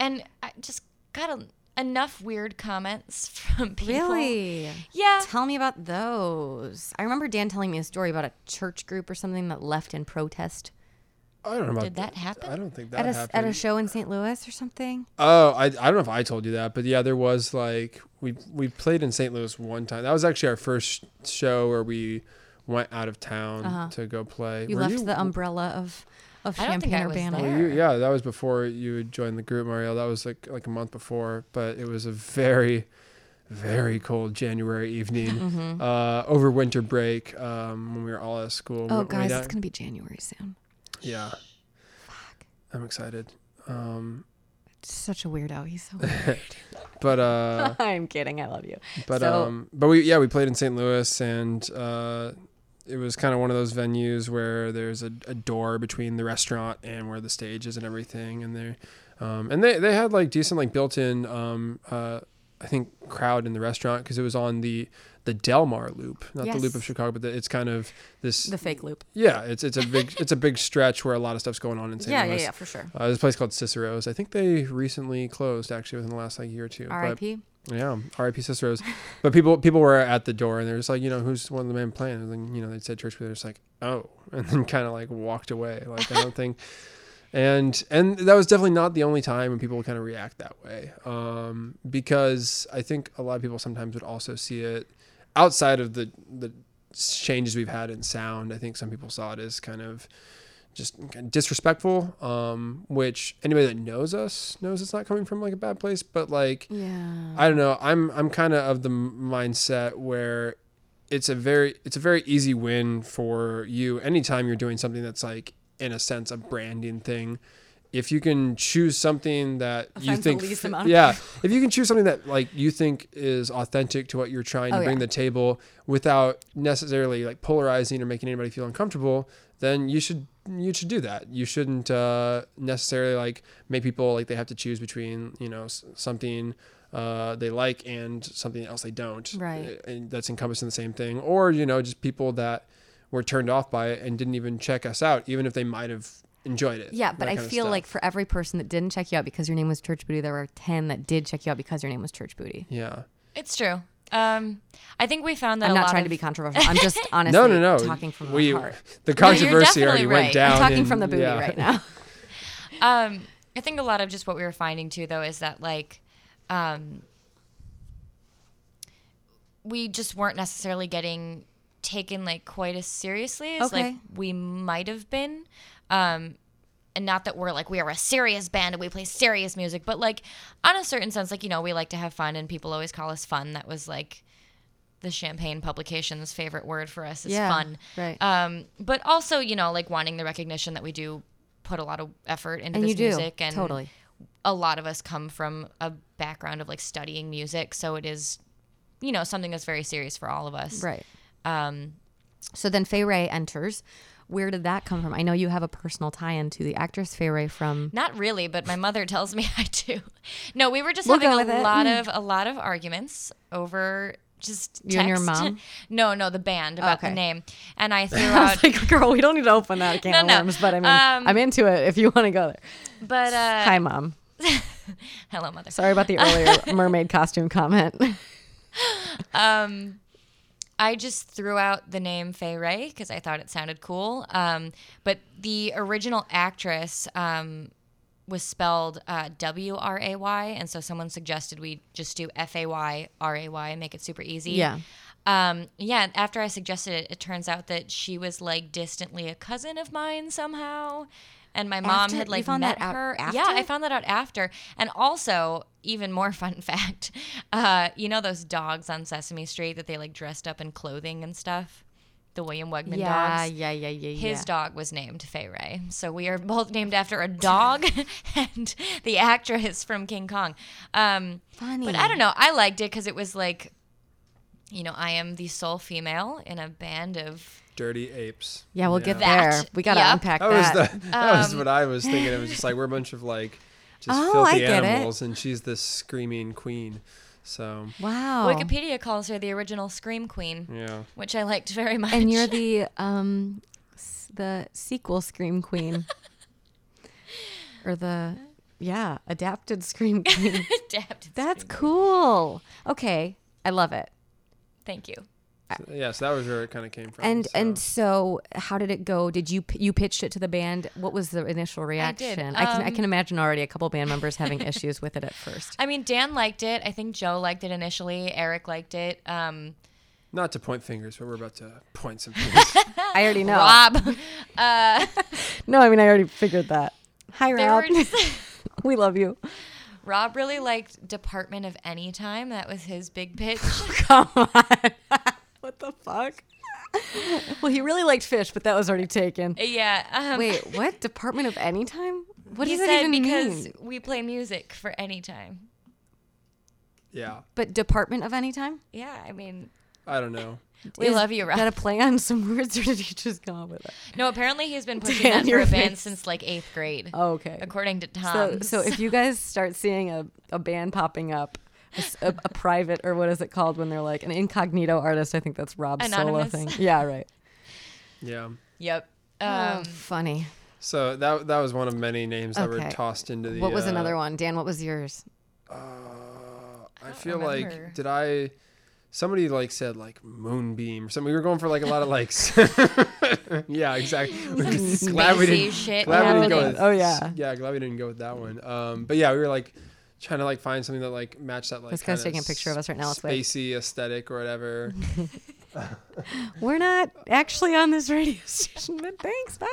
Speaker 4: and I just got a, enough weird comments from people.
Speaker 2: Really?
Speaker 4: Yeah.
Speaker 2: Uh, Tell me about those. I remember Dan telling me a story about a church group or something that left in protest
Speaker 3: I don't know about
Speaker 4: Did that happen?
Speaker 3: I don't think that
Speaker 2: at a,
Speaker 3: happened.
Speaker 2: at a show in St. Louis or something.
Speaker 3: Oh, I, I don't know if I told you that, but yeah, there was like we we played in St. Louis one time. That was actually our first show where we went out of town to go play.
Speaker 2: Uh-huh. You
Speaker 3: Were
Speaker 2: left the umbrella of of
Speaker 4: I don't think
Speaker 2: Champagne
Speaker 4: I was
Speaker 2: Urbana.
Speaker 4: there.
Speaker 3: were you- yeah, that was before you had joined the group, Marielle. That was like like a month before, but it was a very very cold January evening
Speaker 2: Mm-hmm. Oh,
Speaker 3: uh, over winter break um, when we were all out of school.
Speaker 2: Oh,
Speaker 3: When we
Speaker 2: guys,
Speaker 3: got-
Speaker 2: it's gonna be January soon.
Speaker 3: yeah, I'm excited. Um,
Speaker 2: Such a weirdo. He's so.
Speaker 3: but uh,
Speaker 2: I'm kidding. I love you.
Speaker 3: But
Speaker 2: So-
Speaker 3: um, but we yeah we played in St. Louis and uh, it was kind of one of those venues where there's a, a door between the restaurant and where the stage is and everything and they um, and they they had like decent like built-in um, uh, I think crowd in the restaurant because it was on the the Delmar loop not the loop
Speaker 2: Yes.
Speaker 3: of Chicago but the, it's kind of this
Speaker 2: The fake loop.
Speaker 3: yeah it's it's a big it's a big stretch where a lot of stuff's going on in St.
Speaker 2: Yeah, yeah,
Speaker 3: Louis.
Speaker 2: yeah, for sure.
Speaker 3: Uh, there's a place called Cicero's. I think they recently closed actually within the last like year or two. but-
Speaker 2: R.I.P.
Speaker 3: yeah, R.I.P. Cicero's. But people people were at the door and they're just like, you know, who's one of the men playing? And then you know they said church, but they're just like, oh, and then kind of like walked away. Like I don't think. And and that was definitely not the only time when people would kind of react that way, um, because I think a lot of people sometimes would also see it outside of the the changes we've had in sound. I think some people saw it as kind of just kind of disrespectful, um, which anybody that knows us knows it's not coming from like a bad place, but like
Speaker 2: Yeah.
Speaker 3: I don't know. I'm I'm kind of of the m- mindset where it's a very it's a very easy win for you anytime you're doing something that's like in a sense a branding thing. If you can choose something that you
Speaker 2: Offends the
Speaker 3: think
Speaker 2: least
Speaker 3: fi-
Speaker 2: amount of
Speaker 3: yeah, if you can choose something that like you think is authentic to what you're trying to
Speaker 2: Oh,
Speaker 3: bring
Speaker 2: yeah.
Speaker 3: the table without necessarily like polarizing or making anybody feel uncomfortable, then you should you should do that. You shouldn't uh, necessarily like make people like they have to choose between you know s- something uh, they like and something else they don't.
Speaker 2: Right.
Speaker 3: uh, And that's encompassing the same thing, or you know just people that were turned off by it and didn't even check us out, even if they might have enjoyed it.
Speaker 2: Yeah, but
Speaker 3: that
Speaker 2: I
Speaker 3: kind of
Speaker 2: feel
Speaker 3: stuff.
Speaker 2: like for every person that didn't check you out because your name was Church Booty, there were 10 that did check you out because your name was Church Booty.
Speaker 3: yeah.
Speaker 4: It's true. Um, I think we found that
Speaker 2: I'm
Speaker 4: a
Speaker 2: not
Speaker 4: lot
Speaker 2: trying
Speaker 4: of,
Speaker 2: to be controversial. I'm just honestly
Speaker 3: No, no, no.
Speaker 2: talking from
Speaker 3: we,
Speaker 2: my heart.
Speaker 3: The controversy
Speaker 4: definitely
Speaker 3: already
Speaker 4: right.
Speaker 3: went down.
Speaker 2: I'm talking
Speaker 3: in-
Speaker 2: from the booty
Speaker 3: yeah.
Speaker 2: right now.
Speaker 4: Um, I think a lot of just what we were finding too, though, is that like um, we just weren't necessarily getting taken like quite as seriously as like
Speaker 2: Okay.
Speaker 4: we might have been. Um, and not that we're like we are a serious band and we play serious music, but like on a certain sense, like you know, we like to have fun and people always call us fun. That was like the Champagne publication's favorite word for us is
Speaker 2: Yeah,
Speaker 4: fun.
Speaker 2: right.
Speaker 4: Um, but also, you know, like wanting the recognition that we do put a lot of effort into
Speaker 2: and
Speaker 4: this
Speaker 2: you do
Speaker 4: music and
Speaker 2: totally.
Speaker 4: a lot of us come from a background of like studying music, so it is, you know, something that's very serious for all of us.
Speaker 2: Right.
Speaker 4: Um,
Speaker 2: So then Fay Wray enters. Where did that come from? I know you have a personal tie-in to the actress Fay Wray from.
Speaker 4: not really, but my mother tells me I do. No, we were just
Speaker 2: We'll go
Speaker 4: having
Speaker 2: with
Speaker 4: a
Speaker 2: it. Mm.
Speaker 4: lot of a lot of arguments over just
Speaker 2: You and your
Speaker 4: text.
Speaker 2: mom?
Speaker 4: No, no, the band about
Speaker 2: Okay.
Speaker 4: the name, and I threw
Speaker 2: I was
Speaker 4: out.
Speaker 2: like, girl, we don't need to open that can
Speaker 4: No,
Speaker 2: of
Speaker 4: no.
Speaker 2: worms, but I mean,
Speaker 4: Um,
Speaker 2: I'm into it. If you want to go there,
Speaker 4: but uh,
Speaker 2: hi, mom.
Speaker 4: hello, mother.
Speaker 2: Sorry about the earlier mermaid costume comment.
Speaker 4: Um, I just threw out the name Faye Ray because I thought it sounded cool. Um, but the original actress um, was spelled uh, W R A Y, and so someone suggested we just do F A Y R A Y and make it super easy.
Speaker 2: Yeah.
Speaker 4: Um, yeah. and After I suggested it, it turns out that she was like distantly a cousin of mine somehow. And my mom
Speaker 2: After-
Speaker 4: had
Speaker 2: you
Speaker 4: like
Speaker 2: found
Speaker 4: met
Speaker 2: that out
Speaker 4: her.
Speaker 2: after?
Speaker 4: Yeah, I found that out after. And also, even more fun fact, uh, you know those dogs on Sesame Street that they like dressed up in clothing and stuff? The William Wegman dogs.
Speaker 2: yeah, yeah, yeah.
Speaker 4: His dog was named Fay Ray. So we are both named after a dog and the actress from King Kong. Um,
Speaker 2: Funny.
Speaker 4: But I don't know. I liked it because it was like, you know, I am the sole female in a band of.
Speaker 3: Dirty apes.
Speaker 2: Yeah, we'll get
Speaker 4: That,
Speaker 2: there. We gotta
Speaker 4: yep.
Speaker 2: unpack
Speaker 3: That
Speaker 2: that. Um,
Speaker 3: was the that was what I was thinking. It was just like we're a bunch of like just
Speaker 2: Oh, I
Speaker 3: filthy
Speaker 2: get it.
Speaker 3: animals, and she's this screaming queen. So
Speaker 2: wow.
Speaker 4: Wikipedia calls her the original Scream Queen,
Speaker 3: yeah,
Speaker 4: which I liked very much.
Speaker 2: And you're the um, s- the sequel Scream Queen, or the yeah adapted Scream Queen.
Speaker 4: Dabbed.
Speaker 2: That's cool. Okay, I love it.
Speaker 4: Thank you.
Speaker 3: So- yeah. So that was uh, where it kind of came from.
Speaker 2: And
Speaker 3: so.
Speaker 2: and so how did it go? Did you p- you pitched it to the band? What was the initial reaction? I can I
Speaker 4: Um,
Speaker 2: can imagine already a couple band members having issues with it at first.
Speaker 4: I mean, Dan liked it. I think Joe liked it initially. Eric liked it. Um,
Speaker 3: not to point fingers, but we're about to point some fingers.
Speaker 2: I already know.
Speaker 4: Rob. Uh,
Speaker 2: No, I mean I already figured that. Hi
Speaker 4: there
Speaker 2: Rob,
Speaker 4: were just-
Speaker 2: we love you.
Speaker 4: Rob really liked Department of Anytime. That was his big pitch. Uh,
Speaker 2: Come on. what the fuck? well, he really liked fish, but that was already taken.
Speaker 4: yeah. Um,
Speaker 2: Wait, what? Department of Anytime? What
Speaker 4: he
Speaker 2: does that
Speaker 4: said
Speaker 2: even
Speaker 4: because
Speaker 2: mean?
Speaker 4: we play music for anytime.
Speaker 3: yeah,
Speaker 2: But Department of Anytime?
Speaker 4: Yeah, I mean,
Speaker 3: I don't know.
Speaker 4: we
Speaker 2: Is
Speaker 4: love you, Rob.
Speaker 2: That a play on some words, or did he just come up with it?
Speaker 4: No, apparently he's been pushing
Speaker 2: Dan,
Speaker 4: that for
Speaker 2: your
Speaker 4: a band
Speaker 2: face.
Speaker 4: since like eighth grade,
Speaker 2: Oh, okay.
Speaker 4: according to
Speaker 2: So,
Speaker 4: Tom.
Speaker 2: so if you guys start seeing a, a band popping up, a s- a, a private or what is it called when they're like an incognito artist? I think that's Rob's
Speaker 4: Anonymous.
Speaker 2: solo thing. Yeah, right.
Speaker 3: Yeah.
Speaker 4: yep.
Speaker 2: Oh,
Speaker 4: Um,
Speaker 2: funny.
Speaker 3: So that that was one of many names that
Speaker 2: Okay.
Speaker 3: were tossed into the.
Speaker 2: What was
Speaker 3: uh,
Speaker 2: another one, Dan? What was yours?
Speaker 3: I feel
Speaker 4: remember.
Speaker 3: like did I? Somebody like said like moonbeam or something. We were going for like a lot of like. s- yeah, exactly. glad we
Speaker 4: spacey
Speaker 3: didn't.
Speaker 4: shit
Speaker 3: Glad we didn't go.
Speaker 4: happening.
Speaker 3: With,
Speaker 2: Oh, yeah.
Speaker 3: Yeah, glad we didn't go with that one. Um, but yeah, we were like trying to like find something that like matched that like.
Speaker 2: This guy's
Speaker 3: kinda
Speaker 2: taking a picture of us right now, it's weird.
Speaker 3: Spacey aesthetic or whatever.
Speaker 2: We're not actually on this radio station, but thanks. Bye.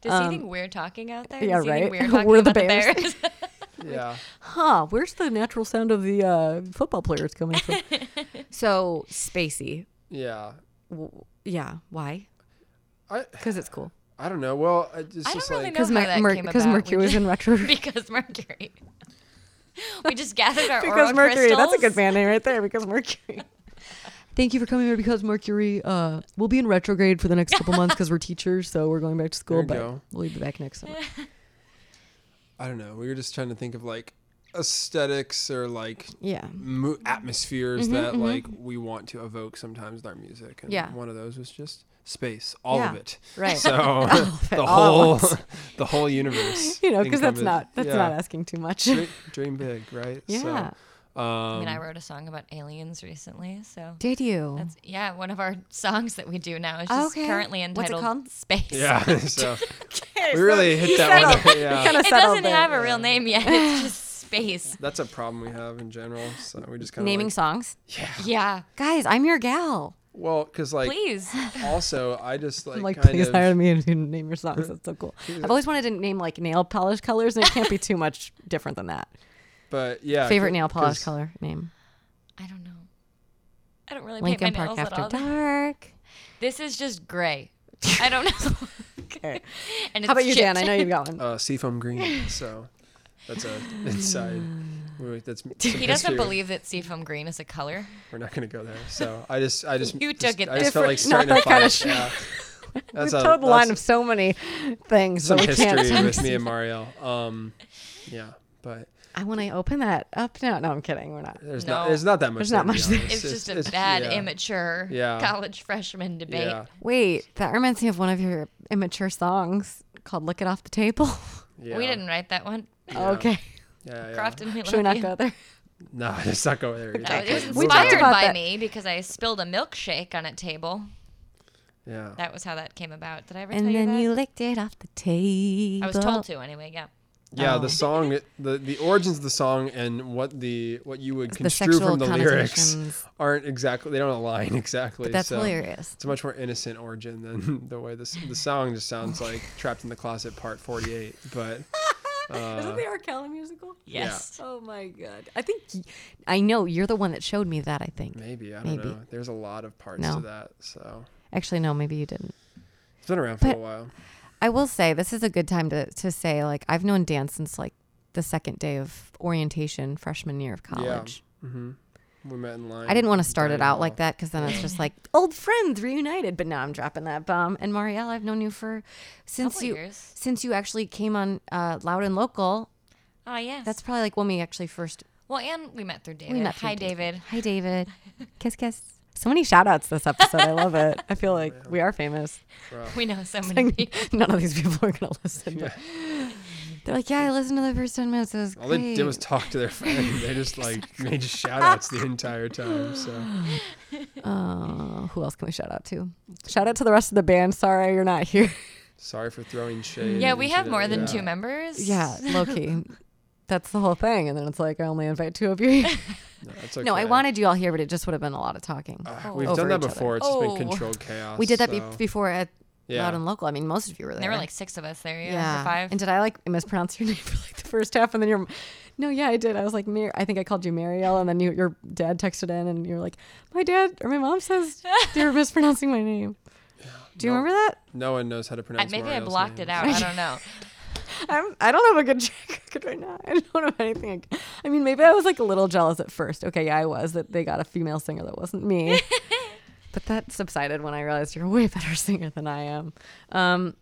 Speaker 4: does he think we're talking out there?
Speaker 2: yeah,
Speaker 4: does he think
Speaker 2: right?
Speaker 4: um, We're, talking
Speaker 2: We're the
Speaker 4: about the bears.
Speaker 2: Bears.
Speaker 3: yeah.
Speaker 2: Huh? Where's the natural sound of the uh, football players coming from? so spacey.
Speaker 3: Yeah.
Speaker 2: W- yeah. Why?
Speaker 3: I
Speaker 2: Because it's cool.
Speaker 3: I don't know. Well, it's just
Speaker 4: I don't really know
Speaker 3: like
Speaker 2: Because
Speaker 4: how that came about. We
Speaker 2: Mercury was
Speaker 4: just-
Speaker 2: in retro.
Speaker 4: because Mercury. We just gathered our
Speaker 2: because
Speaker 4: aura
Speaker 2: Mercury. That's a
Speaker 4: crystals.
Speaker 2: good band name right there. Because Mercury. Thank you for coming here because Mercury. Uh, we'll be in retrograde for the next couple months because we're teachers, so we're going back to school.
Speaker 3: There you
Speaker 2: But
Speaker 3: go.
Speaker 2: we'll be back next summer.
Speaker 3: I don't know. We were just trying to think of like aesthetics or like
Speaker 2: Yeah.
Speaker 3: mo- atmospheres that like we want to evoke sometimes with our music. And
Speaker 2: Mm-hmm, Yeah.
Speaker 3: one of those was just space, all of
Speaker 2: Yeah,
Speaker 3: it.
Speaker 2: right.
Speaker 3: So the
Speaker 2: all
Speaker 3: whole
Speaker 2: at
Speaker 3: the whole universe.
Speaker 2: You know, because that's
Speaker 3: encompassed.
Speaker 2: not that's
Speaker 3: Yeah.
Speaker 2: not asking too much.
Speaker 3: Dre- Dream big, right?
Speaker 2: Yeah.
Speaker 3: So, um,
Speaker 4: I mean, I wrote a song about aliens recently, so
Speaker 2: Did you?
Speaker 4: that's yeah. One of our songs that we do now is just
Speaker 2: Okay.
Speaker 4: currently
Speaker 2: What's it
Speaker 4: entitled
Speaker 2: called?
Speaker 4: Space.
Speaker 3: yeah. So we really uh, hit that one.
Speaker 2: settled.
Speaker 3: Yeah.
Speaker 2: Kinda
Speaker 4: It
Speaker 2: settled
Speaker 4: doesn't
Speaker 2: there.
Speaker 4: have a real name yet. It's just space.
Speaker 3: That's a problem we have in general. So we just kind of
Speaker 2: Naming songs.
Speaker 4: Yeah.
Speaker 2: Guys, I'm your gal.
Speaker 3: Well, because like
Speaker 4: Please.
Speaker 3: also I just like,
Speaker 5: like,
Speaker 3: kind
Speaker 5: please
Speaker 3: of
Speaker 5: hire me and name your songs. That's so cool.
Speaker 2: I've always wanted to name like nail polish colors, and it can't be too much different than that.
Speaker 3: but yeah
Speaker 2: Favorite
Speaker 3: c-
Speaker 2: nail polish
Speaker 3: 'cause
Speaker 2: color name?
Speaker 4: I don't know. I don't really paint
Speaker 2: Lincoln
Speaker 4: my
Speaker 2: Park
Speaker 4: nails
Speaker 2: After
Speaker 4: at all.
Speaker 2: Dark.
Speaker 4: This is just gray. I don't know.
Speaker 5: Okay.
Speaker 4: and it's
Speaker 5: How about you,
Speaker 4: shit.
Speaker 5: Dan? I know you've got one.
Speaker 3: Uh, seafoam green. So that's a inside. Wait, that's some
Speaker 4: He doesn't
Speaker 3: history.
Speaker 4: believe that seafoam green is a color.
Speaker 3: We're not gonna go there. So I just I just
Speaker 4: You
Speaker 3: just-
Speaker 4: took it
Speaker 3: I just felt like
Speaker 5: Different-
Speaker 3: starting
Speaker 5: not
Speaker 3: a fire.
Speaker 5: that
Speaker 3: Yeah. That's
Speaker 5: We've
Speaker 3: a-
Speaker 5: towed the
Speaker 3: that's
Speaker 5: line of so many things
Speaker 3: some
Speaker 5: that we can't.
Speaker 3: history with me and Marielle. Um, yeah, but
Speaker 2: I
Speaker 5: When
Speaker 2: want
Speaker 5: I open that up now, no, I'm kidding. We're not.
Speaker 3: there's
Speaker 4: No.
Speaker 3: not there's not that much.
Speaker 5: There's not
Speaker 3: there, to
Speaker 5: much
Speaker 3: be
Speaker 5: there.
Speaker 3: honest.
Speaker 4: It's, just a bad,
Speaker 3: yeah.
Speaker 4: immature
Speaker 3: Yeah.
Speaker 4: college freshman debate.
Speaker 3: Yeah,
Speaker 2: Wait, that reminds me of one of your immature songs called "Lick It Off the Table."
Speaker 3: yeah.
Speaker 4: We didn't write that one.
Speaker 5: Oh,
Speaker 3: Yeah.
Speaker 2: Okay,
Speaker 3: Yeah, yeah.
Speaker 4: Crofton, we
Speaker 2: should we
Speaker 4: love
Speaker 2: not
Speaker 4: you.
Speaker 2: go there?
Speaker 3: No, let's not go there. either.
Speaker 4: No, it was
Speaker 3: We'll
Speaker 2: talked
Speaker 4: inspired
Speaker 2: about
Speaker 4: by
Speaker 2: that.
Speaker 4: me because I spilled a milkshake on a table.
Speaker 3: Yeah.
Speaker 4: That was how that came about. Did I ever tell
Speaker 2: And
Speaker 4: you
Speaker 2: then
Speaker 4: that?
Speaker 2: you licked it off the table.
Speaker 4: I was told to anyway. Yeah.
Speaker 3: Yeah,
Speaker 2: Oh.
Speaker 3: the song, the the origins of the song, and what the what you would
Speaker 2: The
Speaker 3: construe
Speaker 2: sexual
Speaker 3: from the lyrics um,
Speaker 2: connotations.
Speaker 3: aren't exactly they don't align exactly.
Speaker 2: But that's
Speaker 3: so
Speaker 2: hilarious.
Speaker 3: It's a much more innocent origin than the way this the song just sounds like "Trapped in the Closet" Part Forty Eight. But uh,
Speaker 5: Isn't the R. Kelly musical?
Speaker 4: Yes.
Speaker 5: Oh my god! I think
Speaker 2: I know you're the one that showed me that. I think.
Speaker 3: maybe I don't
Speaker 2: Maybe.
Speaker 3: know. There's a lot of parts
Speaker 2: No.
Speaker 3: to that, so
Speaker 2: Actually, no, maybe you didn't.
Speaker 3: it's been around for
Speaker 2: But-
Speaker 3: a while.
Speaker 2: I will say this is a good time to to say like I've known Dan since like the second day of orientation freshman year of college.
Speaker 3: Yeah. hmm We met in line.
Speaker 2: I didn't want to start it
Speaker 3: dining
Speaker 2: out
Speaker 3: hall.
Speaker 2: like that because then it's just like old friends reunited. But now I'm dropping that bomb. And Marielle, I've known you for since
Speaker 4: Couple
Speaker 2: you
Speaker 4: years.
Speaker 2: since you actually came on uh, Loud and Local.
Speaker 4: Oh yes.
Speaker 2: That's probably like when we actually first
Speaker 4: well, and we met through David.
Speaker 2: met through
Speaker 4: Hi, David.
Speaker 2: hi David, kiss kiss.
Speaker 5: so many shout outs this episode. I love it. I feel like we are famous.
Speaker 4: We know so many people.
Speaker 5: None of these people are gonna listen. but-
Speaker 2: They're like, yeah, I listened to the first ten minutes. It was
Speaker 3: All
Speaker 2: great.
Speaker 3: they did was talk to their friend. They just like made shout outs the entire time. So
Speaker 2: Uh, who else can we shout out to?
Speaker 5: Shout out to the rest of the band. Sorry you're not here.
Speaker 3: sorry for throwing shade.
Speaker 4: Yeah, we have more than
Speaker 3: two
Speaker 4: two members.
Speaker 2: Yeah,
Speaker 5: Low key. That's the whole thing. And then it's like I only invite two of you.
Speaker 3: No, that's okay.
Speaker 2: No, I wanted you all here, but it just would have been a lot of talking.
Speaker 3: Uh, we've
Speaker 2: over
Speaker 3: done that
Speaker 2: each other.
Speaker 3: before. It's just
Speaker 4: Oh.
Speaker 3: been controlled chaos.
Speaker 2: we did that be-
Speaker 3: so-
Speaker 2: before at
Speaker 3: yeah.
Speaker 2: Loud and Local. I mean, most of you were there.
Speaker 4: There were like six of us there. Yeah.
Speaker 2: Yeah.
Speaker 4: Or five.
Speaker 5: and did I like mispronounce your name for like the first half? And then you're, no, yeah, I did. I was like, Mir- I think I called you Marielle. And then you, your dad texted in and you're like, my dad or my mom says you're mispronouncing my name. Do you
Speaker 3: No.
Speaker 5: remember that?
Speaker 3: No one knows how to
Speaker 4: I-
Speaker 3: pronounce.
Speaker 4: maybe I
Speaker 3: Marielle's
Speaker 4: blocked
Speaker 3: name.
Speaker 4: it out. I don't know.
Speaker 5: I'm, I don't have a good track record right now. I don't have anything. I c- I mean, maybe I was like a little jealous at first. Okay, yeah, I was that they got a female singer that wasn't me. but that subsided when I realized you're a way better singer than I am. Um,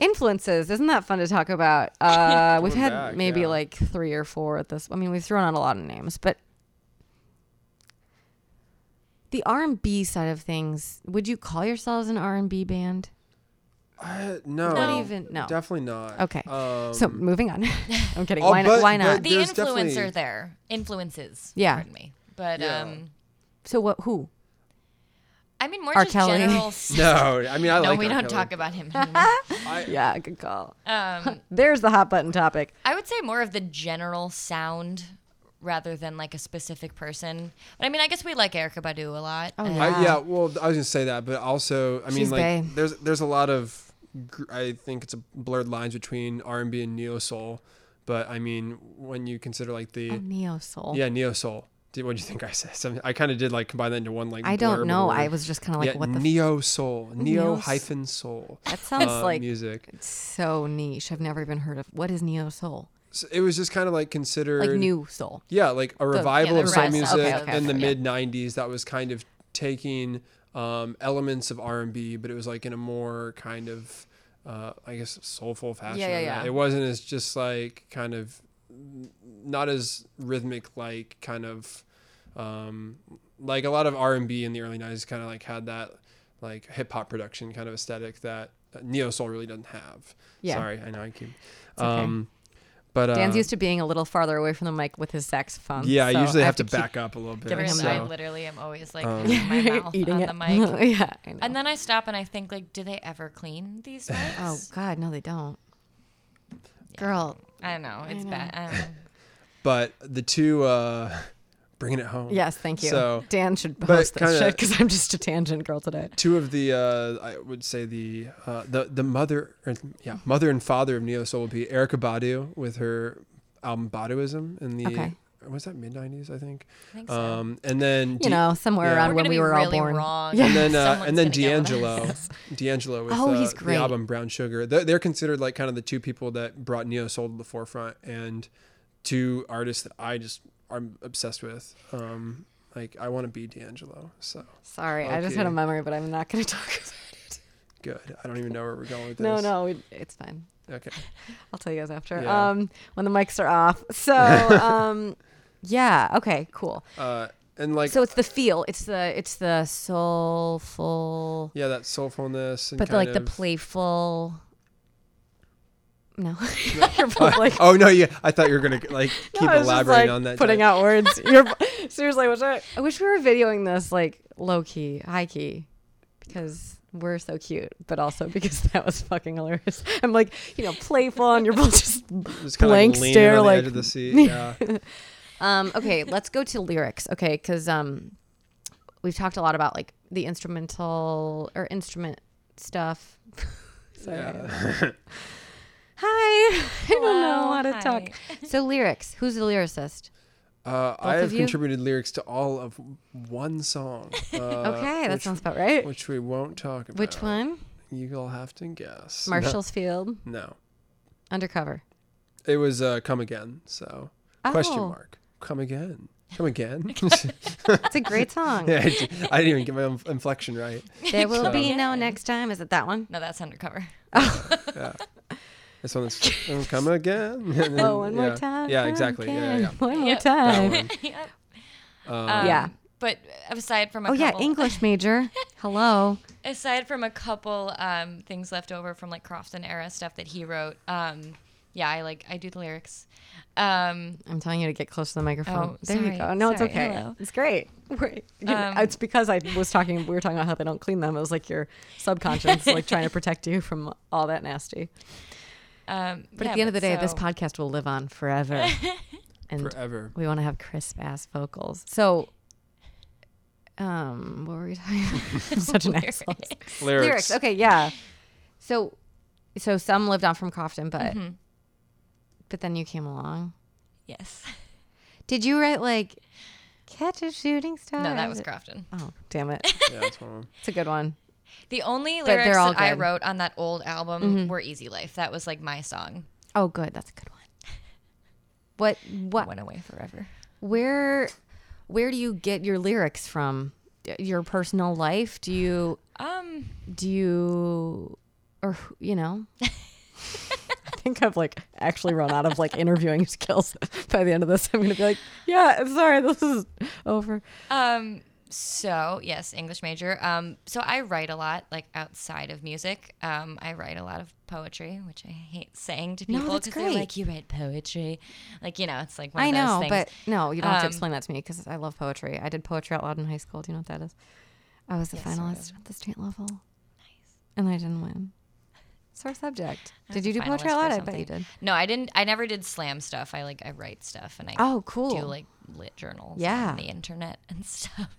Speaker 5: influences, isn't that fun to talk about? Uh, we've
Speaker 3: Going
Speaker 5: had
Speaker 3: back,
Speaker 5: maybe
Speaker 3: yeah.
Speaker 5: like three or four at this. I mean, we've thrown out a lot of names, but
Speaker 2: the R&B side of things. Would you call yourselves an R&B band?
Speaker 3: I- Uh, no,
Speaker 2: Not even- no.
Speaker 3: definitely not.
Speaker 2: Okay.
Speaker 3: Um,
Speaker 2: so moving on.
Speaker 5: I'm kidding.
Speaker 3: oh,
Speaker 5: why not?
Speaker 3: but-
Speaker 5: Why not?
Speaker 3: but-
Speaker 4: The
Speaker 3: There's
Speaker 4: influencer
Speaker 3: definitely-
Speaker 4: there. Influences.
Speaker 2: Yeah.
Speaker 4: Pardon me. But
Speaker 3: Yeah.
Speaker 4: um,
Speaker 2: So what? Who?
Speaker 4: I mean more
Speaker 2: R.
Speaker 4: just
Speaker 2: Kelly.
Speaker 4: general. s-
Speaker 3: no, I mean I
Speaker 4: no,
Speaker 3: like.
Speaker 4: we
Speaker 3: R.
Speaker 4: don't
Speaker 3: Kelly.
Speaker 4: talk about him. anymore.
Speaker 3: I,
Speaker 5: yeah, good call.
Speaker 4: um,
Speaker 5: There's the hot button topic.
Speaker 4: I would say more of the general sound rather than like a specific person. But I mean, I guess we like Erica Badu a lot. Oh,
Speaker 3: I, yeah. Well, I was gonna say that, but also, I mean,
Speaker 2: She's
Speaker 3: like,
Speaker 2: bae.
Speaker 3: there's there's a lot of, gr- I think it's a blurred lines between R and B and neo soul, but I mean, when you consider like the
Speaker 2: Neo soul.
Speaker 3: yeah neo soul, what do you think I said? Something I kind of did like combine that into one like.
Speaker 2: I
Speaker 3: blurb
Speaker 2: don't know.
Speaker 3: word.
Speaker 2: I was just kind of like,
Speaker 3: yeah,
Speaker 2: what the? F-
Speaker 3: neo soul,
Speaker 2: Neo
Speaker 3: neo
Speaker 2: s-
Speaker 3: hyphen soul.
Speaker 2: that sounds
Speaker 3: uh,
Speaker 2: like
Speaker 3: music.
Speaker 2: so niche. I've never even heard of. What is neo soul?
Speaker 3: So it was just kind of like considered
Speaker 2: Like new soul.
Speaker 3: Yeah, like a revival
Speaker 4: the
Speaker 3: of soul
Speaker 4: revival.
Speaker 3: music
Speaker 2: Okay, okay,
Speaker 3: in the
Speaker 2: okay, yeah.
Speaker 3: mid '90s that was kind of taking um, elements of R&B, but it was like in a more kind of, uh, I guess, soulful fashion.
Speaker 2: yeah,
Speaker 3: than
Speaker 2: yeah.
Speaker 3: that. It wasn't as just like kind of n- not as rhythmic, like kind of um, like a lot of R&B in the early '90s kind of like had that like hip hop production kind of aesthetic that uh, neo soul really doesn't have.
Speaker 2: Yeah.
Speaker 3: Sorry, I know I keep.
Speaker 2: okay.
Speaker 3: Um, but uh,
Speaker 2: Dan's used to being a little farther away from the mic with his saxophone.
Speaker 3: yeah,
Speaker 2: so
Speaker 3: I usually have, to,
Speaker 2: keep
Speaker 3: back up a little bit.
Speaker 2: giving him
Speaker 3: so.
Speaker 4: I
Speaker 3: Um,
Speaker 4: literally am always like moving my mouth
Speaker 5: Eating
Speaker 4: on
Speaker 5: it.
Speaker 4: the mic.
Speaker 2: yeah. I know.
Speaker 4: And then I stop and I think like, do they ever clean these mics?
Speaker 2: oh God, no, they don't. Girl,
Speaker 4: I know it's bad. I don't know.
Speaker 3: But the two, uh, bringing it home.
Speaker 5: Yes, thank you.
Speaker 3: Mm. So-
Speaker 5: Dan should host this
Speaker 3: kinda-
Speaker 5: shit because I'm just a tangent girl today.
Speaker 3: Two of the, uh, I would say the uh, the the mother, or, yeah, mother and father of neo soul would be Erica Badu with her album Baduism in the
Speaker 5: Okay.
Speaker 3: was that mid '90s, I think.
Speaker 4: think so.
Speaker 3: Um, and then
Speaker 5: You know, somewhere
Speaker 3: Yeah.
Speaker 5: around
Speaker 4: We're
Speaker 5: when
Speaker 4: gonna
Speaker 5: we
Speaker 4: be
Speaker 5: were all
Speaker 4: really
Speaker 5: born.
Speaker 4: wrong.
Speaker 5: Yeah.
Speaker 3: and then uh,
Speaker 4: Someone's
Speaker 3: and then
Speaker 4: gonna get with
Speaker 3: D'Angelo,
Speaker 4: us.
Speaker 3: D'Angelo with
Speaker 5: Oh,
Speaker 3: uh,
Speaker 5: he's
Speaker 3: the
Speaker 5: great.
Speaker 3: album Brown Sugar. They're, they're considered like kind of the two people that brought neo soul to the forefront, and two artists that I just am obsessed with. Um, like I want to be D'Angelo, so
Speaker 5: Sorry, I just had a
Speaker 3: Okay.
Speaker 5: memory, but I'm not going to talk about it.
Speaker 3: good. I don't even know where we're going with this.
Speaker 5: No, no, we, it's fine.
Speaker 3: Okay.
Speaker 5: I'll tell you guys after.
Speaker 3: Yeah.
Speaker 5: Um, when the mics are off. So, um, yeah. Okay. Cool.
Speaker 3: Uh, and like
Speaker 5: So it's the feel. It's the it's the soulful,
Speaker 3: yeah, that soulfulness and
Speaker 5: but the,
Speaker 3: kind
Speaker 5: like the
Speaker 3: of-
Speaker 5: playful. No, you're both like
Speaker 3: Oh no, yeah. I thought you were gonna like keep
Speaker 5: No, I was just,
Speaker 3: elaborating
Speaker 5: like,
Speaker 3: on that.
Speaker 5: Putting
Speaker 3: Jack.
Speaker 5: out words. You're seriously. I wish I, I wish we were videoing this like low key, high key, because we're so cute, but also because that was fucking hilarious. I'm like, you know, playful, and you're both just.
Speaker 3: Just kinda,
Speaker 5: blank
Speaker 3: leaning
Speaker 5: stare,
Speaker 3: on the
Speaker 5: like-
Speaker 3: edge of the seat. Yeah.
Speaker 5: Um. Okay, let's go to lyrics. Okay, because um, we've talked a lot about like the instrumental or instrument stuff. Sorry.
Speaker 3: yeah.
Speaker 5: Hi. I don't know how to
Speaker 4: Hello,
Speaker 5: talk. So lyrics. Who's the lyricist?
Speaker 3: Uh, I
Speaker 5: Both
Speaker 3: have
Speaker 5: of you?
Speaker 3: contributed lyrics to all of one song. Uh,
Speaker 5: okay, that
Speaker 3: which- Uh,
Speaker 5: sounds about right.
Speaker 3: Which we won't talk about.
Speaker 5: Which one?
Speaker 3: You'll have to guess. No-
Speaker 5: Marshall's Field.
Speaker 3: No.
Speaker 5: Undercover.
Speaker 3: It was uh, Come Again. So, question
Speaker 5: Oh.
Speaker 3: mark. Come again. Come again.
Speaker 5: It's a great song.
Speaker 3: yeah, I, d- I didn't even get my inf- inflection right.
Speaker 5: There will be
Speaker 3: So-
Speaker 5: no next time. Is it that one?
Speaker 4: No, that's undercover.
Speaker 3: This one is "Oh, Come Again. And
Speaker 5: Oh,
Speaker 3: then-
Speaker 5: one more
Speaker 3: yeah.
Speaker 5: time.
Speaker 3: Yeah,
Speaker 5: come
Speaker 3: exactly. Yeah,
Speaker 5: again,
Speaker 3: yeah.
Speaker 5: One more
Speaker 4: Yep.
Speaker 5: time.
Speaker 3: That
Speaker 4: Yep.
Speaker 3: one. Um,
Speaker 4: Um,
Speaker 5: Yeah.
Speaker 4: But aside from a
Speaker 5: Oh yeah,
Speaker 4: couple,
Speaker 5: English major. Hello.
Speaker 4: aside from a couple um, things left over from like Crofton era stuff that he wrote, um, yeah, I like I do the lyrics. Um,
Speaker 5: I'm telling you to get close to the microphone.
Speaker 4: Oh,
Speaker 5: there
Speaker 4: sorry,
Speaker 5: you go. No,
Speaker 4: sorry,
Speaker 5: it's okay.
Speaker 4: hello.
Speaker 5: It's great. We're- you know,
Speaker 4: Um,
Speaker 5: it's because I was talking. We were talking about how they don't clean them. It was like your subconscious, like trying to protect you from all that nasty.
Speaker 4: um,
Speaker 5: But
Speaker 4: yeah,
Speaker 5: at the end of the day, this
Speaker 4: so-
Speaker 5: podcast will live on forever, and
Speaker 3: Forever.
Speaker 5: we want to have crisp ass vocals. So, um, what were we talking? about? I'm such an asshole.
Speaker 3: Lyrics.
Speaker 5: Okay, yeah. So, so some lived on from Crofton, but
Speaker 4: Mm-hmm.
Speaker 5: but then you came along.
Speaker 4: Yes.
Speaker 5: Did you write like catch a shooting star?
Speaker 4: No, that was Crofton.
Speaker 5: Oh, damn it!
Speaker 3: Yeah, that's one of 'em.
Speaker 5: It's a good one.
Speaker 4: The only
Speaker 5: they're
Speaker 4: lyrics
Speaker 5: all
Speaker 4: that I
Speaker 5: good. Mm-hmm.
Speaker 4: wrote on that old album were "Easy Life." That was like my song.
Speaker 5: Oh, good. That's a good one. What? What?
Speaker 4: Went away forever.
Speaker 5: Where? Where do you get your lyrics from? Y- Your personal life? Do you?
Speaker 4: Um,
Speaker 5: Do you? Or who- you know? I think I've like actually run out of like interviewing skills by the end of this. I'm gonna be like, yeah, sorry, this is over.
Speaker 4: Um, so yes, English major. Um, so I write a lot, like outside of music. Um, I write a lot of poetry, which I hate saying to
Speaker 5: No,
Speaker 4: people
Speaker 5: that's
Speaker 4: because they're
Speaker 5: great.
Speaker 4: like, "You write poetry," like you know, it's like one
Speaker 5: I
Speaker 4: of
Speaker 5: know,
Speaker 4: those things.
Speaker 5: but no, you don't have to
Speaker 4: Um,
Speaker 5: explain that to me because I love poetry. I did poetry out loud in high school. Do you know what that is? I was a
Speaker 4: Yeah, sort
Speaker 5: finalist at the state level. Nice. And I didn't win. Sore subject.
Speaker 4: I was
Speaker 5: Did
Speaker 4: a
Speaker 5: you do poetry
Speaker 4: finalist
Speaker 5: out loud?
Speaker 4: for
Speaker 5: I bet you
Speaker 4: something.
Speaker 5: did.
Speaker 4: no, I didn't. I never did slam stuff. I like I write stuff and I
Speaker 5: Oh, cool.
Speaker 4: do like lit journals,
Speaker 5: Yeah.
Speaker 4: on the internet and stuff.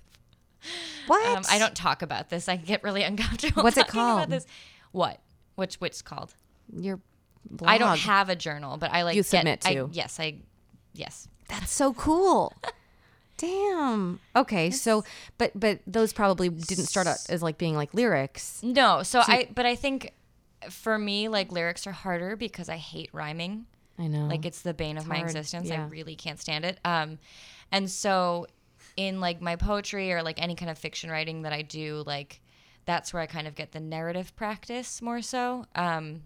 Speaker 5: what?
Speaker 4: Um, I don't talk about this. I get really uncomfortable.
Speaker 5: What's it
Speaker 4: talking about
Speaker 5: called?
Speaker 4: this. What? Which? Which called?
Speaker 5: Your blog.
Speaker 4: I don't have a journal, but I like
Speaker 5: You
Speaker 4: get-
Speaker 5: submit
Speaker 4: I-
Speaker 5: to.
Speaker 4: yes, I. Yes.
Speaker 5: That's so cool. Damn. Okay. So, but but those probably didn't start out as like being like lyrics.
Speaker 4: No, so I but I think for me like lyrics are harder because I hate rhyming.
Speaker 5: I know.
Speaker 4: Like it's the bane of my
Speaker 5: Oh, hard,
Speaker 4: existence.
Speaker 5: yeah.
Speaker 4: I really can't stand it. Um and so in like my poetry or like any kind of fiction writing that I do like that's where I kind of get the narrative practice more so. Um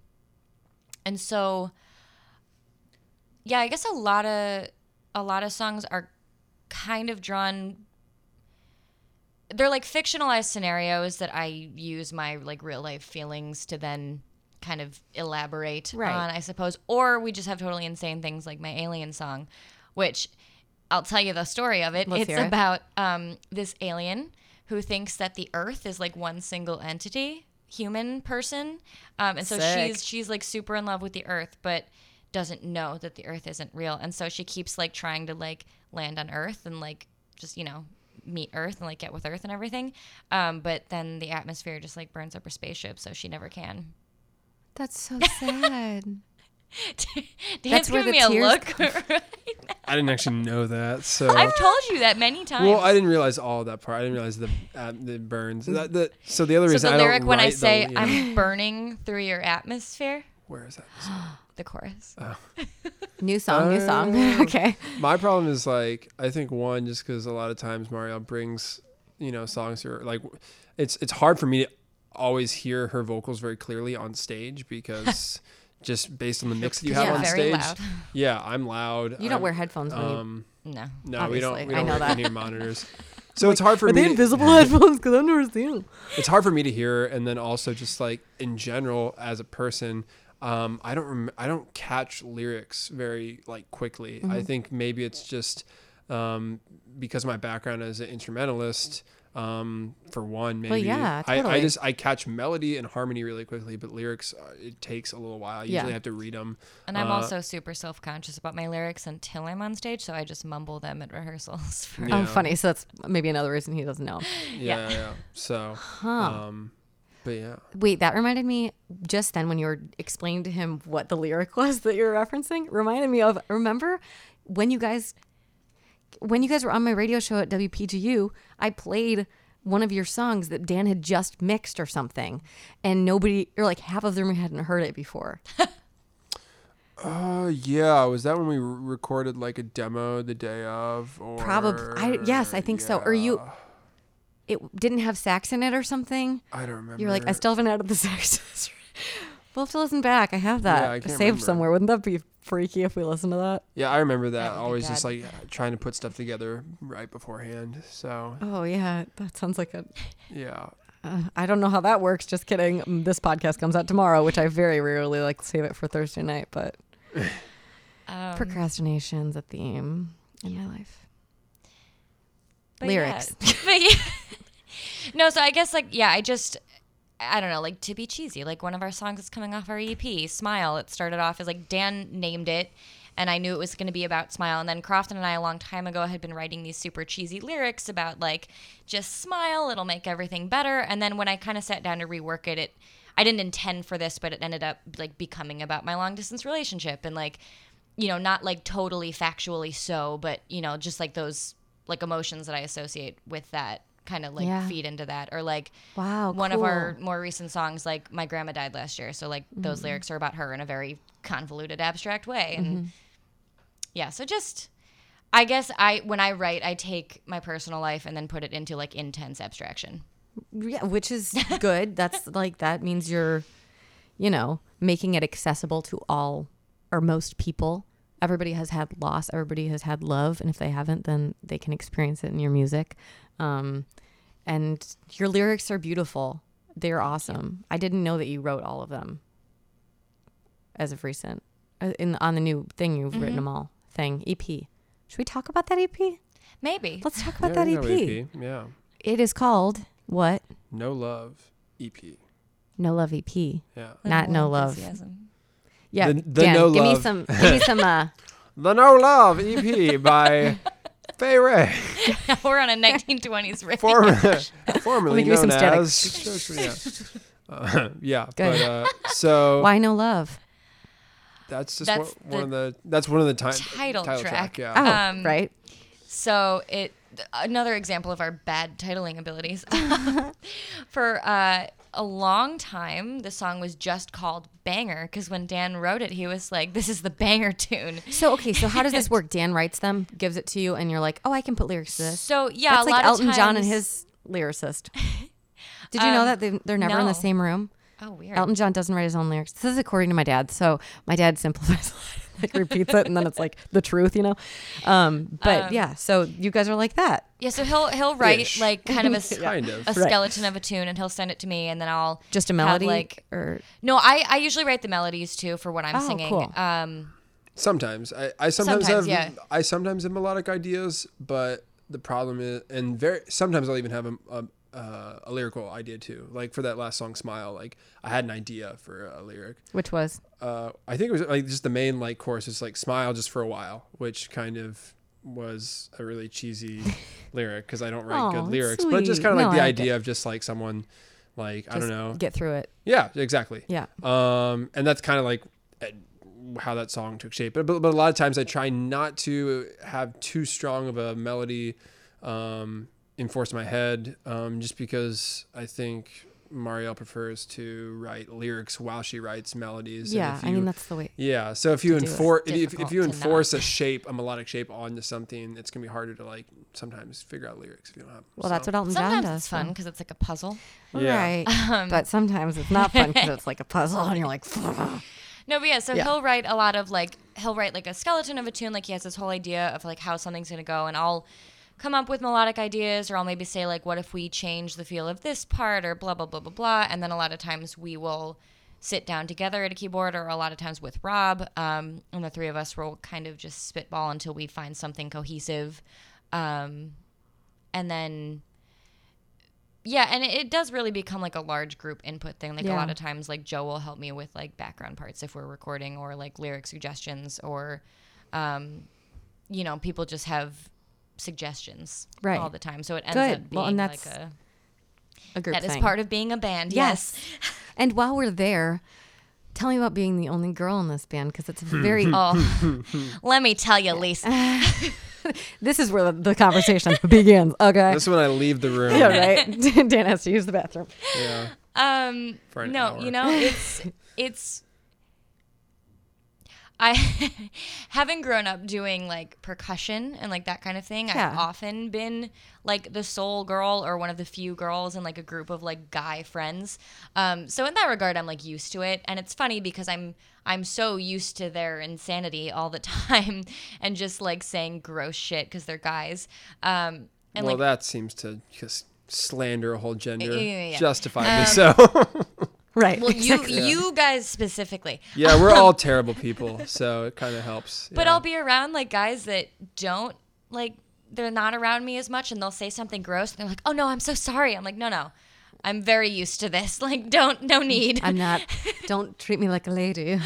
Speaker 4: and so yeah, I guess a lot of a lot of songs are kind of drawn they're like fictionalized scenarios that I use my like real life feelings to then kind of elaborate
Speaker 5: Right.
Speaker 4: on, I suppose. Or we just have totally insane things like my alien song, which I'll tell you the story of it.
Speaker 5: Let's
Speaker 4: it's
Speaker 5: hear it.
Speaker 4: about um, this alien who thinks that the Earth is like one single entity, human person, um, and so
Speaker 5: Sick.
Speaker 4: she's she's like super in love with the Earth, but doesn't know that the earth isn't real and so she keeps like trying to like land on earth and like just you know meet earth and like get with earth and everything um, but then the atmosphere just like burns up her spaceship so she never can
Speaker 2: That's so sad.
Speaker 4: Dan's
Speaker 2: where
Speaker 4: giving me
Speaker 2: the
Speaker 4: a
Speaker 2: tears
Speaker 4: look right now.
Speaker 3: I didn't actually know that. So
Speaker 4: i've told you that many times
Speaker 3: Well, I didn't realize all of that part. I didn't realize the uh, the burns. That, that, so the other
Speaker 4: so
Speaker 3: reason
Speaker 4: the
Speaker 3: I
Speaker 4: lyric
Speaker 3: don't
Speaker 4: when i
Speaker 3: write the-
Speaker 4: say
Speaker 3: yeah.
Speaker 4: i'm burning through your atmosphere
Speaker 3: where is that?
Speaker 4: the chorus
Speaker 5: New song, new song. okay.
Speaker 3: My problem is like I think one just because a lot of times Marielle brings you know songs to her like it's it's hard for me to always hear her vocals very clearly on stage because just based on the mix that you have
Speaker 4: Yeah,
Speaker 3: on
Speaker 4: very
Speaker 3: stage.
Speaker 4: loud.
Speaker 3: Yeah, I'm loud.
Speaker 5: You don't
Speaker 3: I'm-
Speaker 5: wear headphones when you.
Speaker 3: Um,
Speaker 4: no
Speaker 3: no, we don't.
Speaker 5: obviously.
Speaker 3: We
Speaker 5: I
Speaker 3: don't
Speaker 5: know
Speaker 3: wear
Speaker 5: that.
Speaker 3: any Monitors. So it's hard for
Speaker 5: Are
Speaker 3: me.
Speaker 5: they
Speaker 3: to-
Speaker 5: invisible headphones? Because I've never seen them.
Speaker 3: it's hard for me to hear and then also just like in general as a person um, I don't rem- I don't catch lyrics very like quickly.
Speaker 5: Mm-hmm.
Speaker 3: I think maybe it's just um, because my background as an instrumentalist um, for one maybe
Speaker 5: yeah,
Speaker 3: I, I
Speaker 5: totally.
Speaker 3: just I catch melody and harmony really quickly, but lyrics uh, it takes a little while. I
Speaker 5: Yeah.
Speaker 3: usually have to read them.
Speaker 4: And I'm also super self conscious about my lyrics until I'm on stage, so I just mumble them at rehearsals. For
Speaker 5: Oh, funny. So that's maybe another reason he doesn't know.
Speaker 3: Yeah, yeah. So, um, but yeah.
Speaker 5: Wait, that reminded me just then when you were explaining to him what the lyric was that you were referencing. Reminded me of remember when you guys when you guys were on my radio show at WPGU, I played one of your songs that Dan had just mixed or something, and nobody or like half of the room hadn't heard it before.
Speaker 3: Uh, yeah. Was that when we recorded like a demo the day of? Or
Speaker 5: Probably, I yes, I think so. Or you, it didn't have sax in it or something.
Speaker 3: I don't remember.
Speaker 5: You were like, I still haven't added the sax. we'll have to listen back. I have that
Speaker 3: I can't
Speaker 5: saved
Speaker 3: remember.
Speaker 5: somewhere. Wouldn't that be freaky if we listen to that?
Speaker 3: Yeah, I remember that.
Speaker 4: would be
Speaker 3: Always just
Speaker 4: bad.
Speaker 3: like trying to put stuff together right beforehand. So
Speaker 5: Oh yeah, that sounds like a.
Speaker 3: yeah,
Speaker 5: Uh, I don't know how that works. Just kidding. Mm, This podcast comes out tomorrow, which I very rarely like to save it for Thursday night. But
Speaker 4: Um,
Speaker 5: procrastination's a theme in my life.
Speaker 4: but
Speaker 5: lyrics.
Speaker 4: yeah. But yeah. no, so I guess like yeah, I just I don't know, like to be cheesy, like one of our songs is coming off our EP, Smile. It started off as like Dan named it, and I knew it was going to be about Smile. And then Crofton and I, a long time ago, had been writing these super cheesy lyrics about like just smile, it'll make everything better. And then when I kind of sat down to rework it, it I didn't intend for this, but it ended up like becoming about my long distance relationship and like you know, not like totally factually so, but you know, just like those like emotions that I associate with that kind of like
Speaker 5: Yeah.
Speaker 4: feed into that or like
Speaker 5: Wow,
Speaker 4: one of our
Speaker 5: Oh, cool. Mm-hmm.
Speaker 4: more recent songs like my grandma died last year so like those lyrics are about her in a very convoluted abstract way and yeah so just i guess i when i write i take my personal life and then put it into like intense abstraction
Speaker 5: Yeah, which is good. That's like that means you're, you know, making it accessible to all or most people. Everybody has had loss. Everybody has had love, and if they haven't, then they can experience it in your music. Um, and your lyrics are beautiful. They're awesome. I didn't know that you wrote all of them. As of recent, Uh, in on the new thing you've written them all thing EP. Should we talk about that EP?
Speaker 4: maybe
Speaker 5: Let's talk about
Speaker 3: yeah,
Speaker 5: that E
Speaker 3: we can E go
Speaker 5: EP.
Speaker 3: Yeah,
Speaker 5: It is called what?
Speaker 3: no love EP.
Speaker 5: No Love E EP.
Speaker 3: Yeah,
Speaker 5: Not no love.
Speaker 4: enthusiasm.
Speaker 5: Yeah,
Speaker 3: The- the
Speaker 5: Dan,
Speaker 3: no
Speaker 5: give me
Speaker 3: love.
Speaker 5: some, give me some. Uh,
Speaker 3: the no love EP by Fay Ray,
Speaker 5: Oh
Speaker 4: we're on a 1920s radio
Speaker 3: former, formerly
Speaker 5: Let me give you
Speaker 3: known
Speaker 5: some static.
Speaker 3: as. yeah. Uh, yeah,
Speaker 5: Go
Speaker 3: but uh, so
Speaker 5: why no love?
Speaker 3: that's just
Speaker 4: That's
Speaker 3: one, one of the that's one of the time
Speaker 4: title track.
Speaker 3: yeah.
Speaker 5: Oh,
Speaker 4: Um,
Speaker 5: right.
Speaker 4: So it th- another example of our bad titling abilities. For uh, a long time, the song was just called "Banger" because when Dan wrote it, he was like, "This is the banger tune."
Speaker 5: So okay, so how does this work? Dan writes them, gives it to you, and you're like, oh, I can put lyrics to this.
Speaker 4: So yeah,
Speaker 5: That's
Speaker 4: a
Speaker 5: like
Speaker 4: lot
Speaker 5: Elton
Speaker 4: of times,
Speaker 5: John and his lyricist. Did you know
Speaker 4: Um,
Speaker 5: that they, they're never in
Speaker 4: no.
Speaker 5: the same room?
Speaker 4: Oh weird.
Speaker 5: Elton John doesn't write his own lyrics. This is according to my dad. So my dad simplifies, a lot, like repeats it, and then it's like the truth, you know. Um, but yeah, so you guys are like that.
Speaker 4: yeah, so he'll he'll write
Speaker 3: Ish.
Speaker 4: like kind of a, s-
Speaker 3: Kind of.
Speaker 4: a
Speaker 3: Right.
Speaker 4: skeleton of a tune, and he'll send it to me, and then I'll
Speaker 5: Just a
Speaker 4: have,
Speaker 5: melody,
Speaker 4: like
Speaker 5: or
Speaker 4: no, I I usually write the melodies too for what I'm
Speaker 5: Oh,
Speaker 4: singing.
Speaker 5: cool.
Speaker 4: Um,
Speaker 3: Sometimes I, I sometimes,
Speaker 4: Sometimes,
Speaker 3: have
Speaker 4: yeah.
Speaker 3: I sometimes have melodic ideas, but the problem is, and very sometimes I'll even have a, a, uh, a lyrical idea too. Like for that last song, "Smile," like I had an idea for a lyric.
Speaker 5: Which was
Speaker 3: Uh, I think it was like just the main like chorus is like "Smile just for a while," which kind of was a really cheesy lyric because I don't write
Speaker 5: Aw,
Speaker 3: good
Speaker 5: that's
Speaker 3: lyrics, but just
Speaker 5: sweet.
Speaker 3: kind of like
Speaker 5: No, I
Speaker 3: the
Speaker 5: like
Speaker 3: idea of just like someone like I don't
Speaker 5: just
Speaker 3: know.
Speaker 5: Get through it.
Speaker 3: yeah, exactly.
Speaker 5: Yeah.
Speaker 3: Um, and that's kind of like uh, how that song took shape. But, but but a lot of times I try not to have too strong of a melody um, enforced in my head, um, just because I think Marielle prefers to write lyrics while she writes melodies. and
Speaker 5: Yeah.
Speaker 3: if
Speaker 5: I
Speaker 3: you-
Speaker 5: mean, that's the way.
Speaker 3: yeah. So if you
Speaker 5: do it.
Speaker 3: enforce
Speaker 4: It's
Speaker 3: if, if
Speaker 4: difficult
Speaker 3: you
Speaker 4: to
Speaker 3: enforce a shape, a melodic shape onto something, it's gonna be harder to like sometimes figure out lyrics if you don't have.
Speaker 5: Well, that's what Elton John
Speaker 4: Sometimes
Speaker 5: does.
Speaker 4: it's fun because it's like a puzzle.
Speaker 5: though.
Speaker 3: Yeah.
Speaker 5: Right.
Speaker 4: Um,
Speaker 5: but sometimes it's not fun because it's like a puzzle and you're like,
Speaker 4: No, but yeah, so
Speaker 5: Yeah.
Speaker 4: he'll write a lot of like he'll write like a skeleton of a tune, like he has this whole idea of like how something's gonna go, and I'll come up with melodic ideas, or I'll maybe say like, what if we change the feel of this part, or blah blah blah blah blah, and then a lot of times we will sit down together at a keyboard, or a lot of times with Rob, um, and the three of us will kind of just spitball until we find something cohesive, um, and then. Yeah, and it, it does really become like a large group input thing. Like a
Speaker 5: Yeah.
Speaker 4: lot of times like Joe will help me with like background parts if we're recording or like lyric suggestions or um you know, people just have suggestions
Speaker 5: Right.
Speaker 4: all the time. So it ends
Speaker 5: Good.
Speaker 4: up being
Speaker 5: Well, and
Speaker 4: like
Speaker 5: that's
Speaker 4: a
Speaker 5: a group
Speaker 4: that is
Speaker 5: thing.
Speaker 4: part of being a band. Yes.
Speaker 5: Yes. and while we're there, tell me about being the only girl in this band because it's very.
Speaker 4: oh. Let me tell you, Lisa.
Speaker 5: This is where the, the conversation begins. Okay.
Speaker 3: That's when I leave the room.
Speaker 5: yeah, right. Dan has to use the bathroom.
Speaker 3: Yeah.
Speaker 4: Um
Speaker 3: For an
Speaker 4: no,
Speaker 3: hour.
Speaker 4: you know, it's it's I having grown up doing like percussion and like that kind of thing,
Speaker 5: Yeah.
Speaker 4: I've often been like the sole girl or one of the few girls in like a group of like guy friends. Um, so in that regard, I'm like used to it, and it's funny because I'm I'm so used to their insanity all the time and just like saying gross shit because they're guys. Um, and
Speaker 3: well,
Speaker 4: like
Speaker 3: that seems to just slander a whole gender,
Speaker 4: Yeah, yeah, Um, yeah.
Speaker 3: justifiably so.
Speaker 5: Right.
Speaker 4: well, you you guys specifically.
Speaker 3: yeah, we're all terrible people, so it kind of helps.
Speaker 4: But
Speaker 3: yeah.
Speaker 4: I'll be around like guys that don't like they're not around me as much and they'll say something gross and they're like, "Oh no, I'm so sorry." I'm like, "No, no. I'm very used to this. Like don't no need."
Speaker 5: I'm not. Don't treat me like a lady.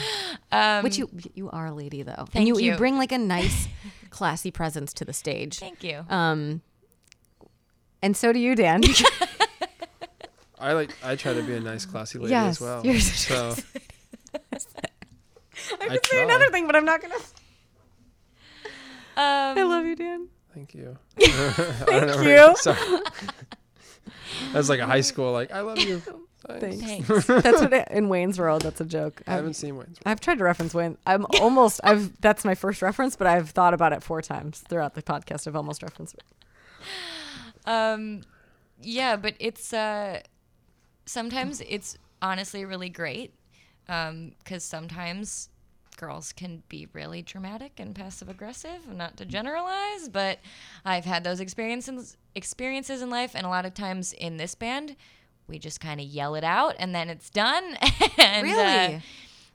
Speaker 5: Which you you are a lady though, and
Speaker 4: Um, Thank
Speaker 5: you,
Speaker 4: you.
Speaker 5: bring like a nice, classy presence to the stage.
Speaker 4: Thank you.
Speaker 5: Um, and so do you, Dan.
Speaker 4: uh,
Speaker 3: I like. I try to be a nice, classy lady as
Speaker 5: Yes,
Speaker 3: well.
Speaker 5: you're such a
Speaker 3: so
Speaker 5: I
Speaker 3: could say another
Speaker 5: thing, but I'm not gonna.
Speaker 4: Um I
Speaker 5: I love you, Dan.
Speaker 3: thank you. Thank
Speaker 5: you.
Speaker 3: Sorry. That was like a high school. Like I love you. Thanks.
Speaker 5: Thanks. that's what it, in Wayne's World. That's a joke.
Speaker 4: Um,
Speaker 3: I
Speaker 5: I've,
Speaker 3: haven't seen Wayne's. World.
Speaker 5: I've tried to reference Wayne. I'm almost. I've that's my first reference, but I've thought about it four times throughout the podcast. I've almost referenced. it.
Speaker 4: um yeah, but it's uh sometimes it's honestly really great. Um cuz sometimes girls can be really dramatic and passive aggressive, not to generalize, but I've had those experiences experiences in life and a lot of times in this band we just kind of yell it out and then it's done. and, uh,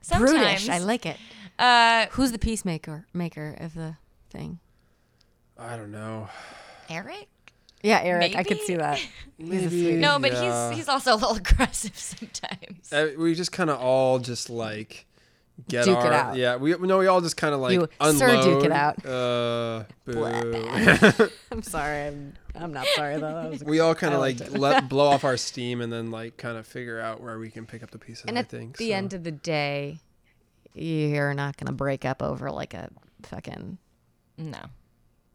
Speaker 4: sometimes
Speaker 5: brutish. I like it.
Speaker 4: uh
Speaker 5: Who's the peacemaker maker of the thing?
Speaker 3: I don't know.
Speaker 4: Eric?
Speaker 5: Yeah, Eric. I could
Speaker 4: Maybe.
Speaker 5: see that.
Speaker 3: Maybe.
Speaker 4: No, but
Speaker 3: yeah.
Speaker 4: he's he's also a little aggressive sometimes.
Speaker 3: Uh, we just kind of all just like get
Speaker 5: Duke it
Speaker 3: our
Speaker 5: out.
Speaker 3: yeah. We no, we all just kind of like
Speaker 5: You
Speaker 3: unload.
Speaker 5: sir duke it out.
Speaker 3: Uh, boo.
Speaker 5: I'm sorry. I'm, I'm not sorry though. That was a
Speaker 3: we all kind of like
Speaker 5: liked
Speaker 3: let blow off our steam and then like kind of figure out where we can pick up the pieces.
Speaker 5: And
Speaker 3: I
Speaker 5: at
Speaker 3: think
Speaker 5: the
Speaker 3: so.
Speaker 5: end of the day, you're not gonna break up over like a fucking
Speaker 4: No.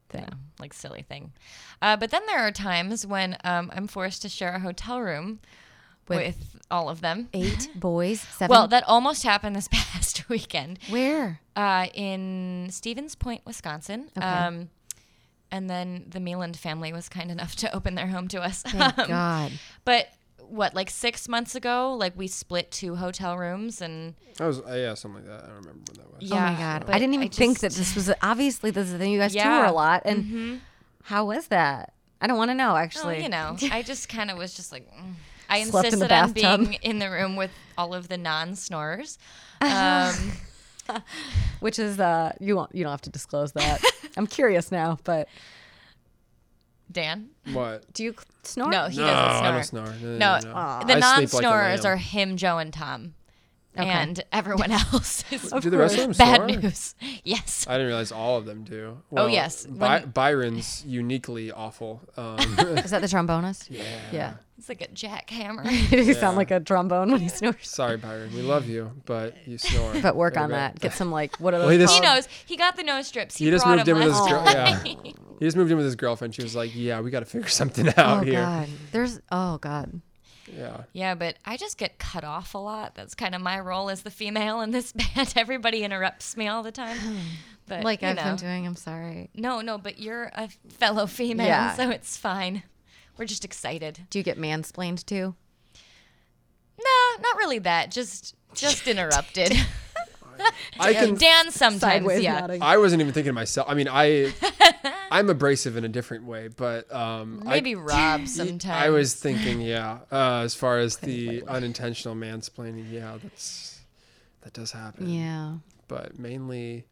Speaker 5: thing.
Speaker 4: know, like silly thing. Uh, but then there are times when um, I'm forced to share a hotel room
Speaker 5: With-
Speaker 4: with, all of them.
Speaker 5: Eight boys, seven.
Speaker 4: Well, that almost happened this past weekend
Speaker 5: where?
Speaker 4: uh, in Stevens Point, Wisconsin. Um, and then the Meland family was kind enough to open their home to us.
Speaker 5: Thank
Speaker 4: Um,
Speaker 5: God.
Speaker 4: But what, like six months ago, like we split two hotel rooms and
Speaker 3: that was uh, yeah, something like that. I don't remember when that was.
Speaker 5: oh my
Speaker 4: yeah,
Speaker 5: God.
Speaker 4: but
Speaker 5: I didn't even think that
Speaker 4: just-
Speaker 5: this was obviously this is the thing you guys
Speaker 4: Yeah.
Speaker 5: tour a lot. And
Speaker 4: Mm-hmm.
Speaker 5: how was that? I don't want to know
Speaker 4: Oh,
Speaker 5: actually.
Speaker 4: you know, I just kind of was just like, mm. I
Speaker 5: Slept in the
Speaker 4: insisted on
Speaker 5: bathtub.
Speaker 4: being in the room with all of the non-snorers. Um,
Speaker 5: Which is uh, you won't, you don't have to disclose that. I'm curious now, but
Speaker 4: Dan?
Speaker 3: What?
Speaker 2: Do you snore?
Speaker 4: No, he
Speaker 3: no,
Speaker 4: doesn't
Speaker 3: I
Speaker 4: snore.
Speaker 3: don't snore. No,
Speaker 4: No,
Speaker 3: no, no, no.
Speaker 4: the non
Speaker 3: I sleep like a
Speaker 4: snorers
Speaker 3: lamb.
Speaker 4: are him, Joe, and Tom. And everyone else is
Speaker 3: Do the rest of them
Speaker 4: bad
Speaker 3: snore?
Speaker 4: news. Yes.
Speaker 3: I didn't realize all of them do.
Speaker 4: Oh, yes.
Speaker 3: By-
Speaker 4: When-
Speaker 3: Byron's uniquely awful. Um,
Speaker 5: Is that the trombonist? Yeah. Yeah.
Speaker 4: It's like a jackhammer.
Speaker 2: Did he sound like a trombone when he snores?
Speaker 3: sorry, Byron. We love you, but you snore.
Speaker 2: But work
Speaker 3: There
Speaker 2: on
Speaker 3: you go.
Speaker 2: that. Get some like what are
Speaker 3: Well, he
Speaker 2: those
Speaker 3: just-
Speaker 4: he
Speaker 2: called?
Speaker 4: knows. He got the nose strips. He,
Speaker 3: He just
Speaker 4: brought
Speaker 3: moved in
Speaker 4: them
Speaker 3: with his
Speaker 4: last
Speaker 3: girl.
Speaker 4: time.
Speaker 3: Yeah. He just moved in with his girlfriend. She was like, "Yeah, we got to figure something out
Speaker 5: Oh
Speaker 3: here."
Speaker 5: God. There's oh God.
Speaker 3: Yeah.
Speaker 4: Yeah, but I just get cut off a lot. That's kind of my role as the female in this band. Everybody interrupts me all the time. But
Speaker 5: Like
Speaker 4: you
Speaker 5: I've
Speaker 4: know.
Speaker 5: been doing. I'm sorry.
Speaker 4: No, no, but you're a fellow female,
Speaker 5: Yeah.
Speaker 4: so it's fine. We're just excited.
Speaker 5: Do you get mansplained too?
Speaker 4: No, not really that. Just just interrupted.
Speaker 3: I can.
Speaker 4: Dan sometimes,
Speaker 2: Sideways
Speaker 4: yeah.
Speaker 2: nodding.
Speaker 3: I wasn't even thinking to myself. I mean, I, I'm abrasive in a different way, but um, I-
Speaker 4: Maybe Rob sometimes.
Speaker 3: I was thinking, yeah, uh, as far as the unintentional mansplaining, yeah, that's that does happen.
Speaker 5: Yeah.
Speaker 3: But mainly,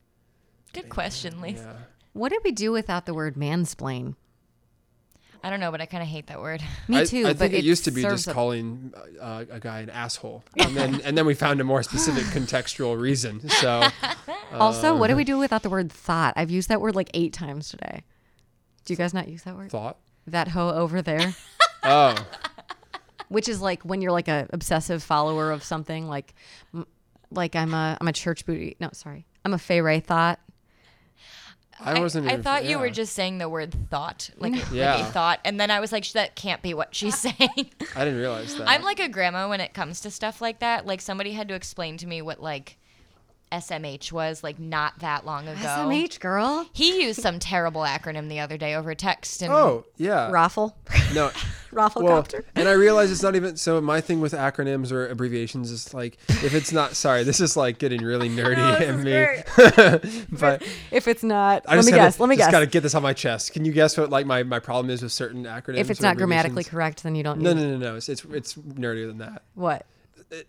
Speaker 4: Good question, Lisa.
Speaker 3: yeah.
Speaker 5: What did we do without the word mansplain?
Speaker 4: I don't know, but I kind of hate that word.
Speaker 5: Me
Speaker 3: I-
Speaker 5: too.
Speaker 3: I,
Speaker 5: but
Speaker 3: think it, used to be
Speaker 5: serves
Speaker 3: just
Speaker 5: a-
Speaker 3: calling uh, a guy an asshole, and then and then we found a more specific contextual reason. So
Speaker 5: Also,
Speaker 3: uh,
Speaker 5: what do we do without the word thought? I've used that word like eight times today. Do you guys not use that word?
Speaker 3: thought,
Speaker 5: That hoe over there,
Speaker 3: oh,
Speaker 5: which is like when you're like a obsessive follower of something, like m- like I'm a I'm a church booty. No, sorry, I'm a Fay Ray thought.
Speaker 3: I wasn't.
Speaker 4: I
Speaker 3: even-
Speaker 4: thought you were
Speaker 3: yeah.
Speaker 4: just saying the word thought, like, like
Speaker 3: Yeah.
Speaker 4: a thought, and then I was like, "Sh- that can't be what she's saying.
Speaker 3: I didn't realize that.
Speaker 4: I'm like a grandma when it comes to stuff like that. Like somebody had to explain to me what like SMH was, like not that long ago.
Speaker 5: SMH girl,
Speaker 4: He used some terrible acronym the other day over text, and
Speaker 3: oh yeah,
Speaker 2: Raffle.
Speaker 3: no. Well,
Speaker 2: Rafflecopter.
Speaker 3: and I realize it's not even so. My thing with acronyms or abbreviations is like, if it's not, sorry, this is like getting really nerdy in me. but
Speaker 2: if it's not,
Speaker 3: I
Speaker 2: let
Speaker 3: just
Speaker 2: me
Speaker 3: gotta-
Speaker 2: guess. Let me
Speaker 3: just
Speaker 2: guess.
Speaker 3: gotta get this on my chest. Can you guess what like my, my problem is with certain acronyms?
Speaker 5: if it's
Speaker 3: or
Speaker 5: not grammatically
Speaker 3: abbreviations?
Speaker 5: correct, then you don't.
Speaker 3: No,
Speaker 5: use
Speaker 3: no, no, no. It's it's, it's nerdier than that.
Speaker 2: What?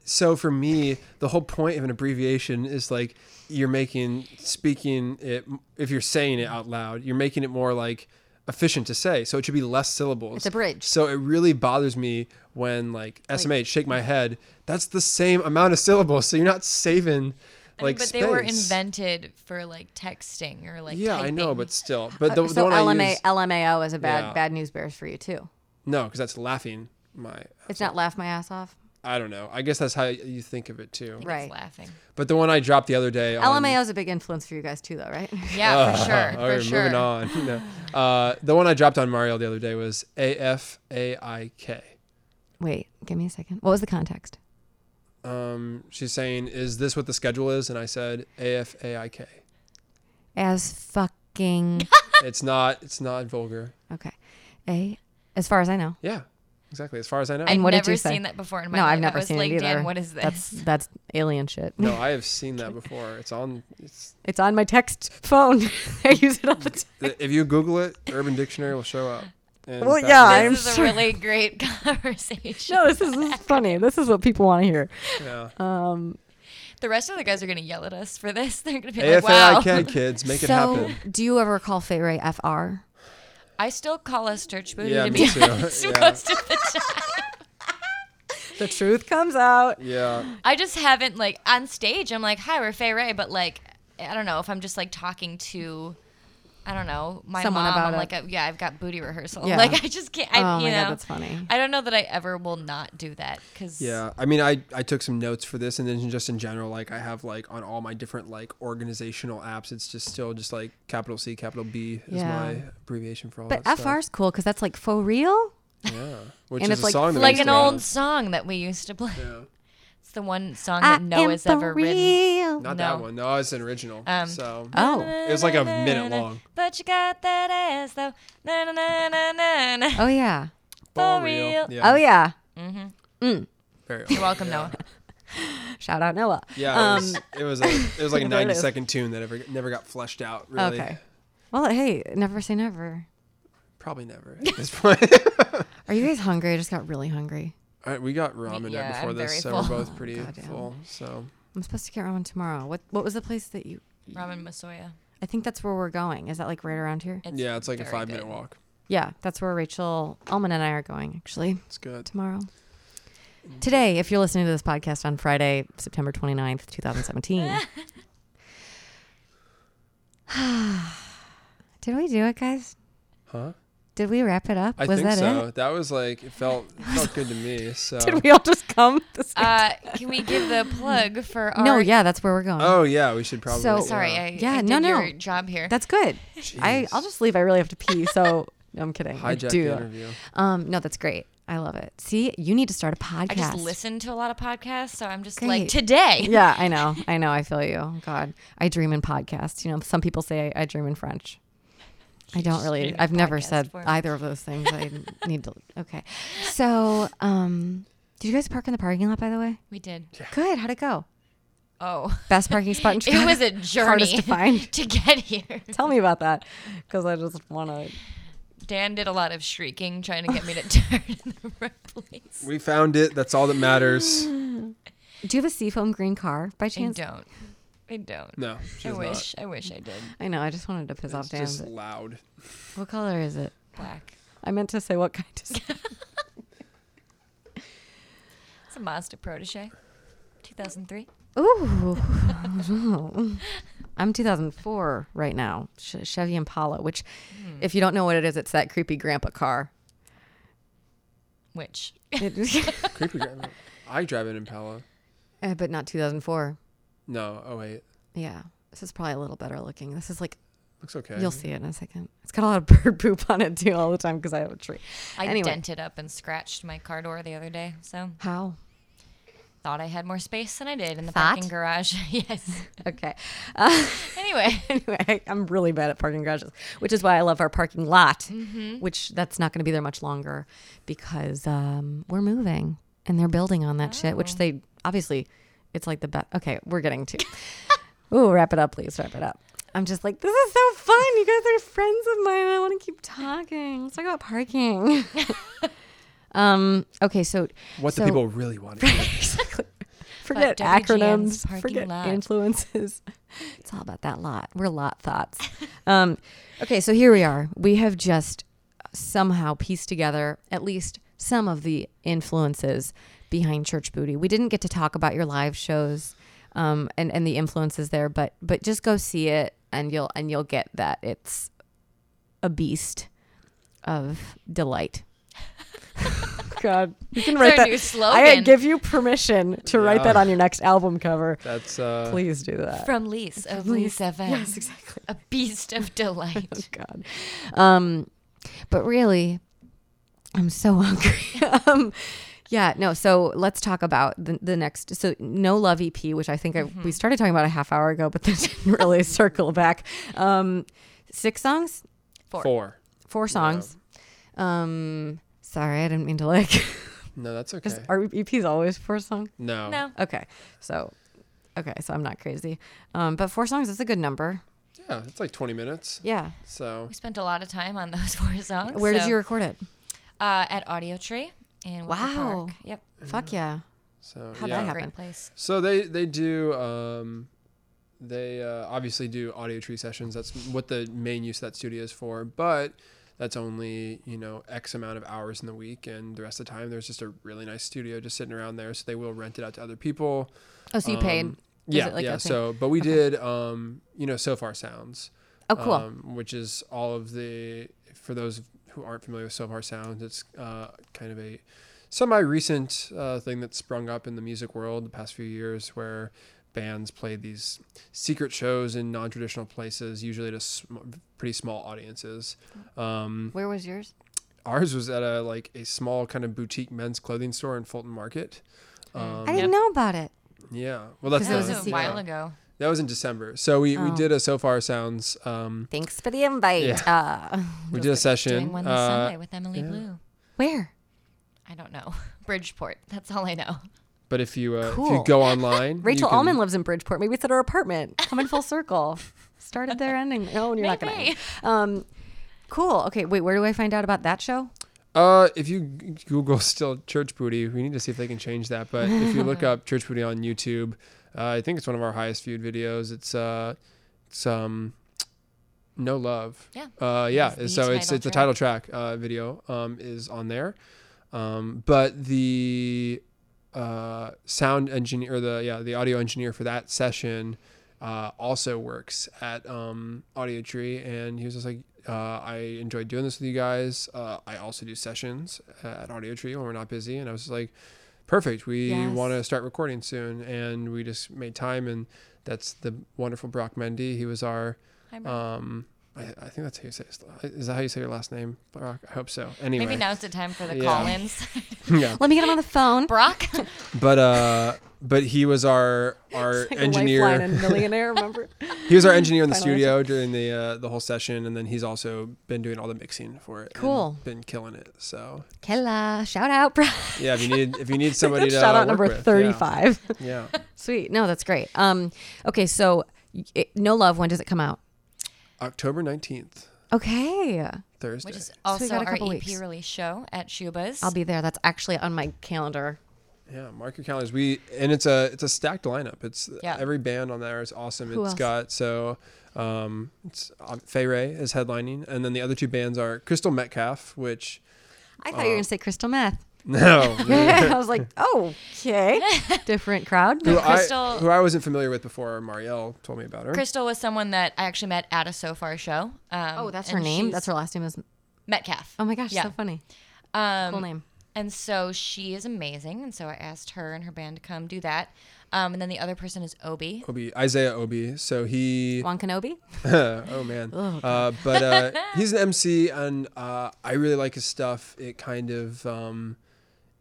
Speaker 3: So for me, the whole point of an abbreviation is like you're making speaking it. If you're saying it out loud, you're making it more like efficient to say. So it should be less syllables.
Speaker 5: It's a bridge.
Speaker 3: So it really bothers me when like SMH, shake my head. That's the same amount of syllables. So you're not saving.
Speaker 4: I mean,
Speaker 3: Like
Speaker 4: but they were
Speaker 3: space.
Speaker 4: invented for like texting or like
Speaker 3: Yeah, I know,
Speaker 4: typing.
Speaker 3: but still, but the,
Speaker 5: Uh, so
Speaker 3: the one I
Speaker 5: LMA
Speaker 3: use,
Speaker 5: LMAO is a bad
Speaker 3: Yeah.
Speaker 5: bad news bears for you too.
Speaker 3: no, because that's laughing. My
Speaker 5: It's not laugh my ass off.
Speaker 3: I don't know. I guess that's how you think of it too.
Speaker 4: I was
Speaker 5: Right.
Speaker 4: laughing.
Speaker 3: But the one I dropped the other day. on-
Speaker 5: LMAO is a big influence for you guys too, though, right?
Speaker 4: Yeah, for sure,
Speaker 3: All right,
Speaker 4: for sure.
Speaker 3: moving on. No. Uh, the one I dropped on Mario the other day was A F A I K.
Speaker 5: Wait, give me a second. What was the context?
Speaker 3: Um, she's saying, "Is this what the schedule is?" And I said, "A F A I K."
Speaker 5: As fucking
Speaker 3: It's not. It's not vulgar.
Speaker 5: okay. A, as far as I know.
Speaker 3: Yeah, exactly. As far as I know.
Speaker 4: I've
Speaker 5: And what did
Speaker 4: never
Speaker 5: you say?
Speaker 4: seen that before in my
Speaker 5: No,
Speaker 4: life.
Speaker 5: I've never
Speaker 4: I was
Speaker 5: seen
Speaker 4: like,
Speaker 5: it either.
Speaker 4: Dan, what is this?
Speaker 5: That's that's alien shit.
Speaker 3: no, I have seen that before. It's on. It's
Speaker 2: It's on my text phone. I use it all the time.
Speaker 3: if you Google it, Urban Dictionary will show up. And
Speaker 2: Well,
Speaker 3: that
Speaker 2: yeah,
Speaker 3: was-
Speaker 2: I- I'm
Speaker 4: this is
Speaker 2: sure-
Speaker 4: a really great conversation.
Speaker 2: No, this is, this is funny. This is what people want to hear.
Speaker 3: yeah.
Speaker 2: Um,
Speaker 4: The rest of the guys are gonna yell at us for this. They're gonna be
Speaker 3: A
Speaker 4: like,
Speaker 3: F A I
Speaker 4: "Wow!"
Speaker 3: K kids, make it
Speaker 5: so,
Speaker 3: happen.
Speaker 5: do you ever call Fay Ray FR?
Speaker 4: I still call us church booty
Speaker 3: Yeah,
Speaker 4: to
Speaker 3: me
Speaker 4: be
Speaker 3: too.
Speaker 4: honest
Speaker 3: Yeah.
Speaker 4: most of the time.
Speaker 2: the truth comes out.
Speaker 3: Yeah.
Speaker 4: I just haven't like on stage. I'm like, "Hi, we're Fay Ray," but like, I don't know if I'm just like talking to. I don't know my
Speaker 5: Someone
Speaker 4: mom.
Speaker 5: about
Speaker 4: I'm
Speaker 5: it.
Speaker 4: like, yeah, I've got booty rehearsal.
Speaker 2: Yeah.
Speaker 4: Like, I just can't. I,
Speaker 5: oh
Speaker 4: you
Speaker 5: my
Speaker 4: know,
Speaker 5: god, that's funny.
Speaker 4: I don't know that I ever will not do that because
Speaker 3: Yeah, I mean, I I took some notes for this, and then just in general, like I have like on all my different like organizational apps, it's just still just like capital C, capital B is
Speaker 5: Yeah.
Speaker 3: my abbreviation for all
Speaker 5: But
Speaker 3: that
Speaker 5: FR's cool because that's like for real.
Speaker 3: stuff. Yeah, which
Speaker 5: and
Speaker 3: is
Speaker 5: it's
Speaker 3: a
Speaker 5: like-
Speaker 3: song that we
Speaker 4: like
Speaker 3: used
Speaker 4: an
Speaker 3: to
Speaker 4: old
Speaker 3: have.
Speaker 4: song that we used to play.
Speaker 3: Yeah.
Speaker 4: It's the one song
Speaker 5: I
Speaker 4: that no
Speaker 5: am
Speaker 4: one's
Speaker 5: for
Speaker 4: ever written.
Speaker 5: real.
Speaker 4: No.
Speaker 3: Not that one. No, it's an original.
Speaker 4: Um,
Speaker 3: so
Speaker 5: Oh,
Speaker 3: it was like a minute long.
Speaker 4: But you got that ass though. Na na na na na. na.
Speaker 5: oh yeah,
Speaker 4: for real.
Speaker 3: Yeah.
Speaker 5: oh yeah.
Speaker 3: Very
Speaker 4: You're
Speaker 3: old.
Speaker 4: welcome, Noah.
Speaker 2: Shout out Noah.
Speaker 3: Yeah, it, was, it was a it was like a
Speaker 2: There it
Speaker 3: ninety
Speaker 2: is.
Speaker 3: second tune that ever never got fleshed out. Really,
Speaker 2: Okay.
Speaker 5: Well, hey, never say never.
Speaker 3: probably never at this point.
Speaker 5: Are you guys hungry? I just got really hungry.
Speaker 3: all right, we got ramen
Speaker 4: Yeah,
Speaker 3: right before
Speaker 4: I'm very
Speaker 3: this, so
Speaker 4: full.
Speaker 3: we're both pretty
Speaker 5: Goddamn.
Speaker 3: full. So
Speaker 5: I'm supposed to get ramen tomorrow. What What was the place that you?
Speaker 4: Ramen Masoya.
Speaker 5: I think that's where we're going. Is that like right around here?
Speaker 4: It's
Speaker 3: yeah, it's like a
Speaker 4: very
Speaker 3: five minute
Speaker 4: good.
Speaker 3: walk.
Speaker 5: Yeah, that's where Rachel Ullman and I are going actually
Speaker 3: It's good.
Speaker 5: tomorrow. Today, if you're listening to this podcast on Friday, September 29th, 2017.
Speaker 2: Did we do it, guys?
Speaker 3: Huh?
Speaker 2: Did we wrap it up?
Speaker 3: I
Speaker 2: was
Speaker 3: think
Speaker 2: that
Speaker 3: so.
Speaker 2: it?
Speaker 3: That was like it felt it felt good to me. So
Speaker 5: Did we all just come? at the same-
Speaker 4: Uh, can we give the plug for our?
Speaker 2: No, yeah, that's where we're going.
Speaker 3: Oh yeah, we should probably.
Speaker 2: So-
Speaker 4: Sorry, I,
Speaker 5: Yeah,
Speaker 4: I did
Speaker 5: no, no.
Speaker 4: your job here.
Speaker 5: That's good. I, I'll just leave. I really have to pee. So no, I'm kidding. I
Speaker 3: hijack
Speaker 5: do.
Speaker 3: the interview.
Speaker 2: Um, no, that's great. I love it. See, you need to start a podcast.
Speaker 4: I just listen to a lot of podcasts, so I'm just
Speaker 2: Great.
Speaker 4: like today.
Speaker 5: Yeah, I know. I know. I feel you. God, I dream in podcasts. You know, some people say I, I dream in French. I don't really.
Speaker 4: dream in
Speaker 5: I've never
Speaker 4: podcast
Speaker 5: said
Speaker 4: form.
Speaker 5: either of those things. I need to.
Speaker 2: Okay. So, um, did you guys park in the parking lot, by the way?
Speaker 4: We did.
Speaker 2: Good. How'd it go?
Speaker 4: Oh,
Speaker 2: Best parking spot in Chicago.
Speaker 4: it was a journey
Speaker 5: Hardest to find.
Speaker 4: to get here.
Speaker 5: Tell me about that, because I just want to.
Speaker 4: Dan did a lot of shrieking trying to get me to turn in the right place.
Speaker 3: We found it. That's all that matters.
Speaker 2: Do you have a seafoam green car by
Speaker 4: I
Speaker 2: chance?
Speaker 4: don't. I don't.
Speaker 3: No, she
Speaker 4: I
Speaker 3: does not.
Speaker 4: wish. I wish I did.
Speaker 5: I know. I just wanted to piss off
Speaker 3: It's
Speaker 5: Dan.
Speaker 3: just
Speaker 5: but-
Speaker 3: loud.
Speaker 2: What color is it?
Speaker 4: Black.
Speaker 5: I meant to say what kind of.
Speaker 4: It's a Mazda Protege. 2003.
Speaker 5: Ooh. I'm 2004 right now. Sh- Chevy Impala, which,
Speaker 4: Hmm.
Speaker 5: if you don't know what it is, it's that creepy grandpa car.
Speaker 4: Which
Speaker 5: It-
Speaker 3: Creepy. grandma. I drive an Impala.
Speaker 5: uh, but not 2004.
Speaker 3: No. Oh wait,
Speaker 5: Yeah. This is probably a little better looking. This is like,
Speaker 3: looks okay.
Speaker 5: you'll see it in a second. It's got a lot of bird poop on it too all the time because I have a tree.
Speaker 4: I
Speaker 5: Anyway.
Speaker 4: dented up and scratched my car door the other day. So
Speaker 5: How?
Speaker 4: thought I had more space than I did in the
Speaker 2: Thought?
Speaker 4: parking garage. yes.
Speaker 5: Okay. Uh,
Speaker 4: Anyway,
Speaker 5: anyway, I'm really bad at parking garages, which is why I love our parking lot,
Speaker 4: Mm-hmm.
Speaker 5: which that's not going to be there much longer because um, we're moving and they're building on that shit, which they obviously, it's like the best. Okay, we're getting to. Ooh, wrap it up, please. Wrap it up. I'm just like, this is so fun. You guys are friends of mine. I want to keep talking. Let's talk about parking. um. Okay. So
Speaker 3: What
Speaker 5: So-
Speaker 3: the people really want to hear.
Speaker 5: exactly. Forget
Speaker 4: WGN's
Speaker 5: acronyms.
Speaker 4: parking
Speaker 5: Forget
Speaker 4: lot.
Speaker 5: influences. It's all about that lot. We're lot thoughts. um, okay, so here we are. We have just somehow pieced together at least some of the influences behind Church Booty. We didn't get to talk about your live shows um, and and the influences there, but but just go see it and you'll and you'll get that it's a beast of delight. God, you can
Speaker 4: It's
Speaker 5: write
Speaker 4: our
Speaker 5: that.
Speaker 4: new
Speaker 5: I uh,
Speaker 4: slogan.
Speaker 5: give you permission to write that
Speaker 3: Yeah.
Speaker 5: on your next album cover.
Speaker 3: That's uh.
Speaker 5: Please do that.
Speaker 4: from Lise of Lise FM,
Speaker 5: Yes, exactly.
Speaker 4: a beast of
Speaker 5: Oh
Speaker 4: delight.
Speaker 5: God. Um, but really, I'm so hungry. um, yeah, no. So let's talk about the, the next. So no love EP, which I think I, we started talking about a half hour ago, but then didn't really circle back. Um, six songs,
Speaker 4: Four.
Speaker 3: Four.
Speaker 5: four songs. Um, sorry, I didn't mean to like. E
Speaker 3: No, that's okay.
Speaker 5: Is Are EPs always four songs?
Speaker 3: no.
Speaker 4: No.
Speaker 5: Okay, so okay, so I'm not crazy. Um, but four songs is a good number.
Speaker 3: Yeah, it's like 20 minutes.
Speaker 5: Yeah.
Speaker 3: So
Speaker 4: We spent a lot of time on those four songs.
Speaker 5: Where did
Speaker 4: so-
Speaker 5: you record it?
Speaker 4: Uh, at Audio Tree in Wicker
Speaker 5: Wow.
Speaker 4: Park. Yep.
Speaker 5: Fuck yeah.
Speaker 3: so
Speaker 5: How'd that
Speaker 3: yeah.
Speaker 5: happen?
Speaker 4: Great place.
Speaker 3: So they they do um, they uh, obviously do audio tree sessions. That's what the main use of that studio is for. But that's only you know X amount of hours in the week, and the rest of the time there's just a really nice studio just sitting around there. So they will rent it out to other people.
Speaker 5: Oh, so you paid.
Speaker 3: Um,
Speaker 5: Is
Speaker 3: yeah,
Speaker 5: it like
Speaker 3: yeah.
Speaker 5: a thing?
Speaker 3: So, but we did, um, you know, so far sounds.
Speaker 5: Oh, cool.
Speaker 3: Um, which is all of the for those who aren't familiar with so far sounds, it's uh, kind of a semi-recent uh, thing that sprung up in the music world the past few years, where bands played these secret shows in non-traditional places, usually to sm- pretty small audiences. Um,
Speaker 2: Where was yours?
Speaker 3: ours was at a like a small kind of boutique men's clothing store in Fulton Market.
Speaker 4: Mm.
Speaker 3: Um,
Speaker 2: I didn't know about it.
Speaker 3: yeah, well, that's
Speaker 5: 'Cause
Speaker 4: That
Speaker 5: it
Speaker 3: the-
Speaker 4: was
Speaker 5: a
Speaker 4: a
Speaker 5: secret.
Speaker 4: while
Speaker 3: yeah.
Speaker 4: ago.
Speaker 3: That was in December. So we, we
Speaker 5: Oh.
Speaker 3: did a so far sounds. Um,
Speaker 5: Thanks for the invite. Uh,
Speaker 3: we did a
Speaker 4: Doing
Speaker 3: session.
Speaker 4: one this
Speaker 3: Uh,
Speaker 4: Sunday with Emily
Speaker 3: yeah.
Speaker 4: Blue.
Speaker 5: where?
Speaker 4: I don't know. Bridgeport. That's all I know.
Speaker 3: but if you uh, if
Speaker 5: Cool.
Speaker 3: you go online, you
Speaker 5: Rachel
Speaker 3: can-
Speaker 5: Allman lives in Bridgeport. Maybe it's at her apartment. Coming full circle. Started there, ending. there. No, you're not gonna. end.
Speaker 4: Maybe.
Speaker 5: Um, cool. Okay, wait. Where do I find out about that show?
Speaker 3: Uh, if you g- Google still church booty, we need to see if they can change that. But if you look up church booty on YouTube, uh, I think it's one of our highest viewed videos. It's uh, it's um, No Love.
Speaker 4: Yeah.
Speaker 3: Uh, yeah.
Speaker 4: It's the
Speaker 3: so it's
Speaker 4: title
Speaker 3: it's the
Speaker 4: track.
Speaker 3: title track uh, video um, is on there, um, but the uh, sound engineer or the yeah the audio engineer for that session uh, also works at um, Audio Tree, and he was just like, uh, I enjoyed doing this with you guys. Uh, I also do sessions at Audio Tree when we're not busy, and I was just like, perfect. We
Speaker 4: Yes.
Speaker 3: want to start recording soon, and we just made time, and that's the wonderful Brock Mendy. He was our
Speaker 4: Hi, Brock.
Speaker 3: um, I, I think that's how you say. His, is that how you say your last name, Brock? I hope so. Anyway,
Speaker 4: Maybe now's the time for the
Speaker 3: Yeah.
Speaker 4: call-ins.
Speaker 3: yeah.
Speaker 5: Let me get him on the phone.
Speaker 4: Brock,
Speaker 3: But uh, but he was our our
Speaker 2: Like a
Speaker 3: engineer.
Speaker 2: lifeline and millionaire, remember?
Speaker 3: he was our engineer in the
Speaker 2: Final
Speaker 3: studio during the uh, the whole session, and then he's also been doing all the mixing for it. and
Speaker 5: Cool.
Speaker 3: been killing it. So
Speaker 5: Kella, shout out, bro.
Speaker 3: yeah, if you need if you need somebody to
Speaker 2: Shout out
Speaker 3: work
Speaker 2: number
Speaker 3: with, yeah.
Speaker 2: 35.
Speaker 3: Yeah.
Speaker 5: Sweet. No, that's great. Um, okay, so y- it, No Love, when does it come out?
Speaker 3: October nineteenth,
Speaker 5: Okay.
Speaker 3: Thursday.
Speaker 4: which is also
Speaker 5: got a
Speaker 4: our EP
Speaker 5: couple weeks.
Speaker 4: release show at Shuba's.
Speaker 5: I'll be there. That's actually on my calendar.
Speaker 3: Yeah, mark your calendars. We and it's a it's a stacked lineup. It's
Speaker 4: Yeah.
Speaker 3: every band on there is awesome. It's
Speaker 5: Who else?
Speaker 3: got so um it's uh, Fay Ray is headlining and then the other two bands are Crystal Metcalf, which
Speaker 5: I thought you were going to say Crystal Meth.
Speaker 3: no
Speaker 2: I was like, oh, okay.
Speaker 5: Different crowd.
Speaker 3: who I
Speaker 4: Crystal-
Speaker 3: who I wasn't familiar with before Marielle told me about her.
Speaker 4: Crystal was someone that I actually met at a SoFar show. Um,
Speaker 5: Oh, that's her
Speaker 4: and
Speaker 5: name?
Speaker 4: she's-
Speaker 5: That's her last name is.
Speaker 4: Metcalf.
Speaker 5: Oh my gosh,
Speaker 4: Yeah.
Speaker 5: so funny.
Speaker 4: Um,
Speaker 5: Cool name.
Speaker 4: And so she is amazing. And so I asked her and her band to come do that. Um, and then the other person is Obi.
Speaker 3: Obi Isaiah Obi. So he
Speaker 5: Juan Kenobi?
Speaker 3: oh man. uh, but uh, he's an MC, and uh, I really like his stuff. It kind of um,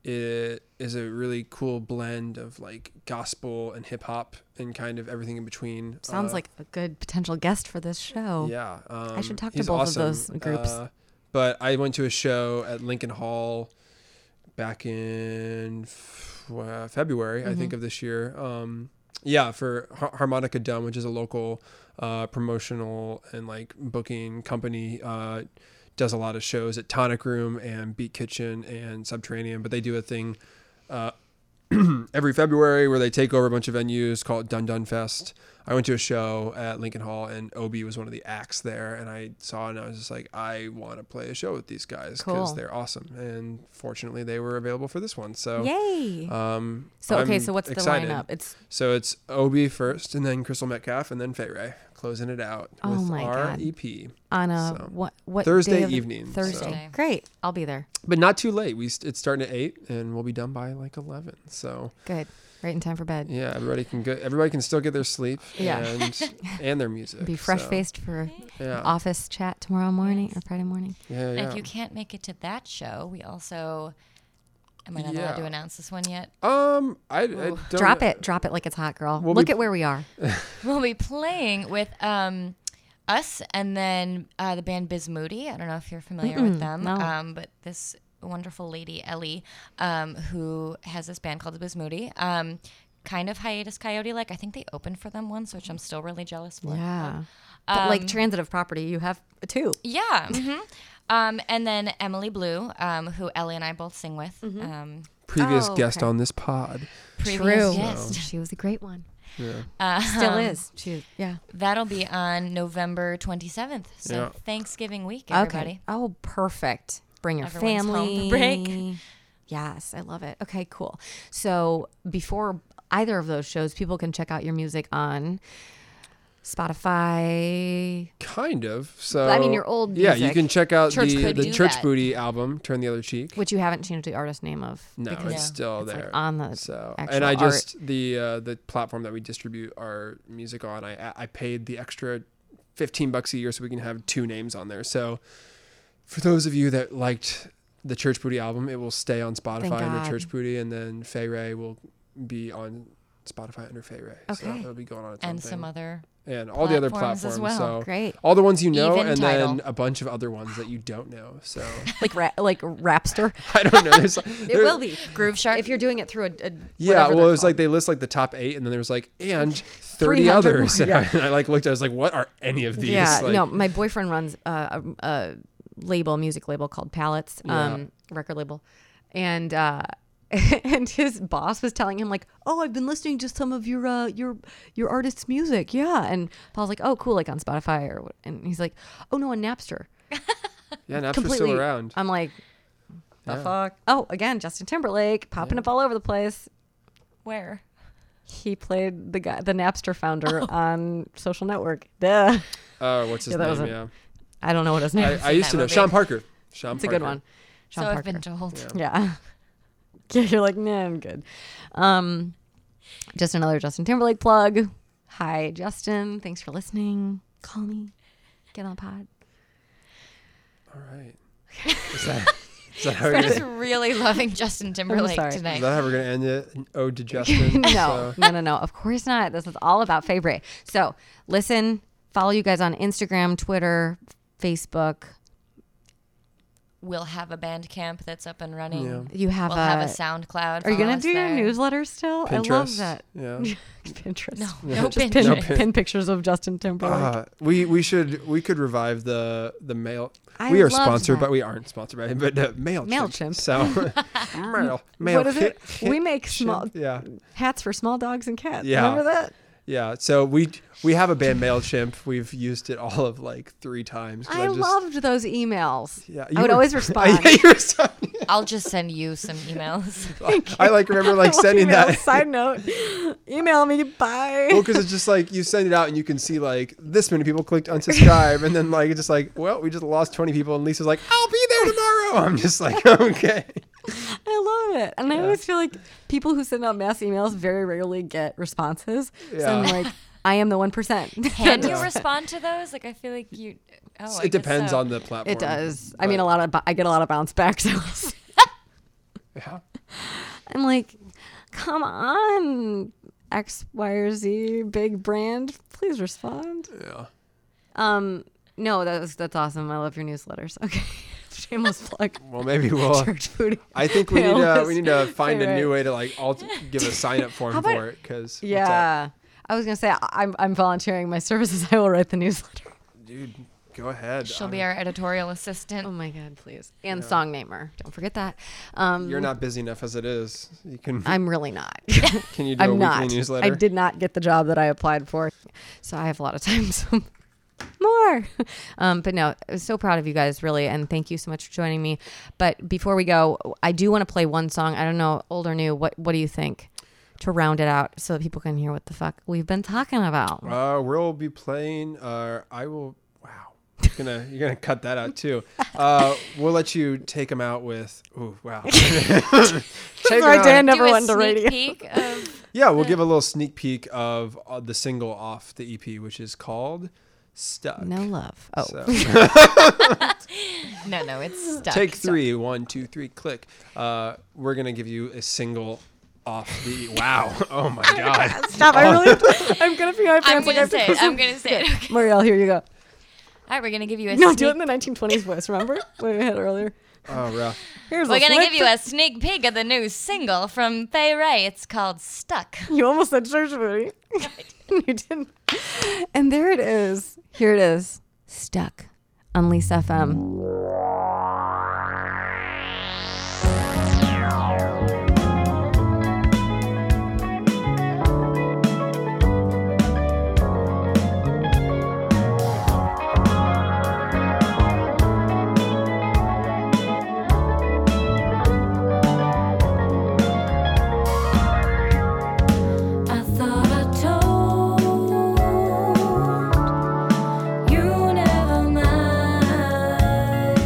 Speaker 3: it is a really cool blend of like gospel and hip hop, and kind of everything in between.
Speaker 5: Sounds
Speaker 3: Uh,
Speaker 5: like a good potential guest for this show.
Speaker 3: yeah. Um,
Speaker 5: Oh, should talk to
Speaker 3: he's
Speaker 5: both of
Speaker 3: awesome.
Speaker 5: those groups.
Speaker 3: Uh, but I went to a show at Lincoln Hall back in f- uh, February, I
Speaker 5: Mm-hmm.
Speaker 3: think, of this year. Um, yeah, for Har- Harmonica Dumb, which is a local uh, promotional and like booking company, uh, does a lot of shows at Tonic Room and Beat Kitchen and Subterranean, but they do a thing uh, every February where they take over a bunch of venues, call it Dun Dun Fest. I went to a show at Lincoln Hall and Obi was one of the acts there, and I saw and I was just like, I want to play a show with these guys because
Speaker 5: Cool.
Speaker 3: they're awesome. And fortunately, they were available for this one. So,
Speaker 5: Yay.
Speaker 3: um,
Speaker 5: so, okay,
Speaker 3: I'm
Speaker 5: so what's
Speaker 3: excited.
Speaker 5: the lineup? It's
Speaker 3: So it's Obi first, and then Crystal Metcalf, and then Fay Ray closing it out
Speaker 5: Oh
Speaker 3: with
Speaker 5: my
Speaker 3: our
Speaker 5: God.
Speaker 3: EP.
Speaker 5: on a
Speaker 3: So,
Speaker 5: what what
Speaker 3: Thursday
Speaker 5: day of the-
Speaker 3: evening, so-
Speaker 5: Thursday.
Speaker 4: Thursday.
Speaker 5: Great. I'll be there.
Speaker 3: But not too late. We st- it's starting at eight, and we'll be done by like eleven. So
Speaker 5: Good. Right in time for bed.
Speaker 3: yeah, everybody can get everybody can still get their sleep
Speaker 5: Yeah.
Speaker 3: and and their music.
Speaker 5: Be
Speaker 3: so,
Speaker 5: fresh faced for
Speaker 3: Yeah.
Speaker 5: office chat tomorrow morning or Friday morning.
Speaker 3: Yeah,
Speaker 4: And
Speaker 3: yeah.
Speaker 4: if you can't make it to that show, we also. Am I not allowed to
Speaker 3: Yeah.
Speaker 4: announce this one yet?
Speaker 3: um, I, I don't
Speaker 5: Drop it. Drop it like it's hot, girl.
Speaker 3: We'll
Speaker 5: Look
Speaker 3: be-
Speaker 5: at where we are.
Speaker 4: We'll be playing with um, us and then uh, the band Biz Moody. I don't know if you're familiar with them,
Speaker 5: no.
Speaker 4: um, but this wonderful lady Ellie, um, who has this band called the Biz Moody. Um, kind of hiatus coyote like i think they opened for them once which i'm still really jealous for Um,
Speaker 5: Yeah. But like Um, transitive property, you have two.
Speaker 4: yeah mhm. um, and then emily blue um, who ellie and i both sing with um,
Speaker 3: Previous
Speaker 5: Oh,
Speaker 3: guest
Speaker 5: okay.
Speaker 3: on this pod.
Speaker 4: previous
Speaker 5: Mm-hmm. True. Um,
Speaker 4: guest.
Speaker 5: She was a great one.
Speaker 3: Yeah.
Speaker 5: Still is. She yeah.
Speaker 4: Um, That'll be on November 27th. So
Speaker 3: Yeah.
Speaker 4: Thanksgiving week,
Speaker 5: Okay.
Speaker 4: everybody.
Speaker 5: Oh, perfect. Bring your
Speaker 4: Everyone's
Speaker 5: family.
Speaker 4: home for break.
Speaker 5: Yes, I love it. Okay, cool. So before either of those shows, people can check out your music on Spotify.
Speaker 3: Kind of. So
Speaker 5: I mean, your old
Speaker 3: Yeah, you
Speaker 5: music.
Speaker 3: can check out
Speaker 4: Church
Speaker 3: the
Speaker 4: could
Speaker 3: the
Speaker 4: do
Speaker 3: Church
Speaker 4: that.
Speaker 3: Booty album, Turn the Other Cheek.
Speaker 5: Which you haven't changed the artist name of.
Speaker 3: No,
Speaker 5: because-
Speaker 3: it's still
Speaker 5: it's, like,
Speaker 3: there
Speaker 5: on the
Speaker 3: so.
Speaker 5: actual
Speaker 3: And I
Speaker 5: art.
Speaker 3: just the uh, the platform that we distribute our music on. I I paid the extra fifteen bucks a year so we can have two names on there. So for those of you that liked the Church Booty album, it will stay on Spotify
Speaker 5: God.
Speaker 3: under Church Booty, and then Fay Ray will be on Spotify under Fay Ray. So
Speaker 5: Okay.
Speaker 3: it'll be going on its own
Speaker 4: And some
Speaker 3: thing.
Speaker 4: other.
Speaker 3: and all the other
Speaker 4: platforms
Speaker 3: platforms.
Speaker 4: as well.
Speaker 3: So
Speaker 5: Great.
Speaker 3: all the ones you know,
Speaker 4: Even
Speaker 3: and
Speaker 4: title.
Speaker 3: then a bunch of other ones that you don't know. So
Speaker 5: like ra- like Rapster.
Speaker 3: I don't know. There's,
Speaker 5: It will be
Speaker 4: Groove Shark.
Speaker 5: if you're doing it through a. a
Speaker 3: Yeah,
Speaker 5: whatever
Speaker 3: well,
Speaker 5: they're
Speaker 3: it was like
Speaker 5: called.
Speaker 3: they list like the top eight, and then there was like and thirty
Speaker 5: 300
Speaker 3: others. And I, and I, like looked, I was like, what are any of these?
Speaker 5: Yeah,
Speaker 3: like,
Speaker 5: no, my boyfriend runs a, a, a label, music label called Palettes, um, record label, and uh, and his boss was telling him like, "Oh, I've been listening to some of your uh, your your artist's music." Yeah, and Paul's like, "Oh, cool, like on Spotify or what?" And he's like, "Oh no, on Napster."
Speaker 3: Yeah, Napster's
Speaker 5: Completely
Speaker 3: still around.
Speaker 5: I'm like, the
Speaker 3: Yeah.
Speaker 5: fuck? Oh, again, Justin Timberlake popping up all over the place.
Speaker 4: Where?
Speaker 5: He played the guy, the Napster founder on Social Network. Duh.
Speaker 3: Oh, what's his
Speaker 5: Yeah, that
Speaker 3: name?
Speaker 5: wasn't-
Speaker 3: Yeah,
Speaker 5: I don't know what his name.
Speaker 3: I,
Speaker 5: is.
Speaker 3: I used
Speaker 4: that
Speaker 3: to know
Speaker 4: movie.
Speaker 3: Sean Parker. Sean
Speaker 5: It's a
Speaker 3: Parker.
Speaker 5: good one. Sean
Speaker 4: so
Speaker 5: Parker.
Speaker 4: I've been told.
Speaker 5: Yeah. Yeah, you're like, nah, I'm good. Um, just another Justin Timberlake plug. Hi, Justin. Thanks for listening. Call me. Get on the pod.
Speaker 3: All right. Is that, is that how we're gonna,
Speaker 4: Just really loving Justin Timberlake
Speaker 5: sorry.
Speaker 3: is
Speaker 4: tonight.
Speaker 3: that how we're gonna end it? An ode to Justin.
Speaker 5: No,
Speaker 3: So,
Speaker 5: no, no, no. Of course not. This is all about favorite. So listen, follow you guys on Instagram, Twitter, Facebook.
Speaker 4: we'll have a band camp that's up and running.
Speaker 3: Yeah.
Speaker 5: You have
Speaker 4: We'll
Speaker 5: a.
Speaker 4: have a SoundCloud.
Speaker 5: are you
Speaker 4: Follow
Speaker 5: gonna
Speaker 4: us
Speaker 5: do
Speaker 4: there.
Speaker 5: your newsletter still? I love
Speaker 3: Pinterest,
Speaker 5: that.
Speaker 3: Yeah.
Speaker 5: Pinterest.
Speaker 4: No, no
Speaker 5: Just
Speaker 4: Pinterest.
Speaker 5: pin,
Speaker 3: No
Speaker 5: pin.
Speaker 3: pin-
Speaker 5: pictures of Justin Timberlake.
Speaker 3: Ah, we we should we could revive the the mail.
Speaker 5: I
Speaker 3: we are
Speaker 5: loved
Speaker 3: sponsored,
Speaker 5: that.
Speaker 3: but we aren't sponsored by it. But uh, Mailchimp.
Speaker 5: Mailchimp.
Speaker 3: So mail, mail.
Speaker 5: what is it? We make small
Speaker 3: Yeah,
Speaker 5: hats for small dogs and cats.
Speaker 3: Yeah.
Speaker 5: Remember that?
Speaker 3: yeah. So we we have a band Mailchimp. We've used it all of like three times. 'cause
Speaker 5: I
Speaker 3: just-
Speaker 5: loved those emails.
Speaker 3: Yeah,
Speaker 5: I would
Speaker 3: were-
Speaker 5: always respond.
Speaker 3: yeah, you were so-
Speaker 4: I'll just send you some emails.
Speaker 3: I like remember like sending
Speaker 5: Email,
Speaker 3: that.
Speaker 5: Side note, email me. Bye.
Speaker 3: Well, because it's just like you send it out and you can see like this many people clicked unsubscribe, and then like it's just like, well, we just lost twenty people, and Lisa's like, I'll be there tomorrow. I'm just like, okay,
Speaker 5: I love it. And I always feel like people who send out mass emails very rarely get responses. So I'm
Speaker 3: Yeah.
Speaker 5: like, I am the 1%.
Speaker 4: Can you respond to those? Like, I feel like you. Oh, I guess
Speaker 3: it depends
Speaker 4: so.
Speaker 3: on the platform.
Speaker 5: It does. I mean,
Speaker 3: But-
Speaker 5: a lot of, bo- I get a lot of bounce backs.
Speaker 3: Yeah.
Speaker 5: I'm like, come on, X, Y, or Z, big brand. Please respond.
Speaker 3: Yeah.
Speaker 5: Um, no, that was, that's awesome. I love your newsletters. Okay. Shameless plug.
Speaker 3: Well, maybe we'll.
Speaker 5: Church food.
Speaker 3: I think we need
Speaker 5: playlist.
Speaker 3: to we need to find a
Speaker 5: Right.
Speaker 3: new way to like alt- give a sign up form
Speaker 5: about-
Speaker 3: for it because
Speaker 5: Yeah. I was going to say, I- I'm, I'm volunteering my services. I will write the newsletter.
Speaker 3: dude, go ahead.
Speaker 4: She'll
Speaker 3: I'm-
Speaker 4: be our editorial assistant.
Speaker 5: Oh my God, please. And song namer. Don't forget that. Um,
Speaker 3: You're not busy enough as it is. You can
Speaker 5: I'm really not.
Speaker 3: can you do a
Speaker 5: I'm
Speaker 3: weekly
Speaker 5: not.
Speaker 3: newsletter?
Speaker 5: I did not get the job that I applied for. So I have a lot of time. So more. Um, but no, I was so proud of you guys, really. And thank you so much for joining me. But before we go, I do want to play one song. I don't know, old or new. What, what do you think? To round it out so that people can hear what the fuck we've been talking about.
Speaker 3: Uh, we'll be playing. Uh, I will. Wow, you're gonna you're gonna cut that out too. Uh, we'll let you take them out with. Ooh, wow. Take 'em
Speaker 5: Sorry,
Speaker 3: out.
Speaker 5: Dan
Speaker 4: Do
Speaker 5: never
Speaker 4: a
Speaker 5: went to
Speaker 4: sneak
Speaker 5: radio.
Speaker 4: peek of
Speaker 3: Yeah, we'll give a little sneak peek of uh, the single off the EP, which is called "Stuck."
Speaker 5: No love. Oh,
Speaker 3: So,
Speaker 4: no, no, it's stuck.
Speaker 3: take three, one, two, three, click. Uh, we're gonna give you a single off the. Wow. Oh my god.
Speaker 5: stop! I really, I'm gonna pee my
Speaker 4: I'm
Speaker 5: pants. like
Speaker 4: gonna
Speaker 5: I've
Speaker 4: say um, it. I'm gonna say it. Okay.
Speaker 5: Marielle, here you go.
Speaker 4: All right, we're gonna give you a.
Speaker 5: No,
Speaker 4: sneak
Speaker 5: do it in the 1920s voice. Remember what we had earlier?
Speaker 3: Oh, rough.
Speaker 5: Here's
Speaker 4: We're
Speaker 5: a
Speaker 4: gonna
Speaker 5: slick
Speaker 4: give you a sneak peek of the new single from Fay Ray. It's called Stuck.
Speaker 5: You almost said church booty. you didn't. And there it is. Here it is. Stuck on Lisa FM.
Speaker 1: I thought I told you never mind.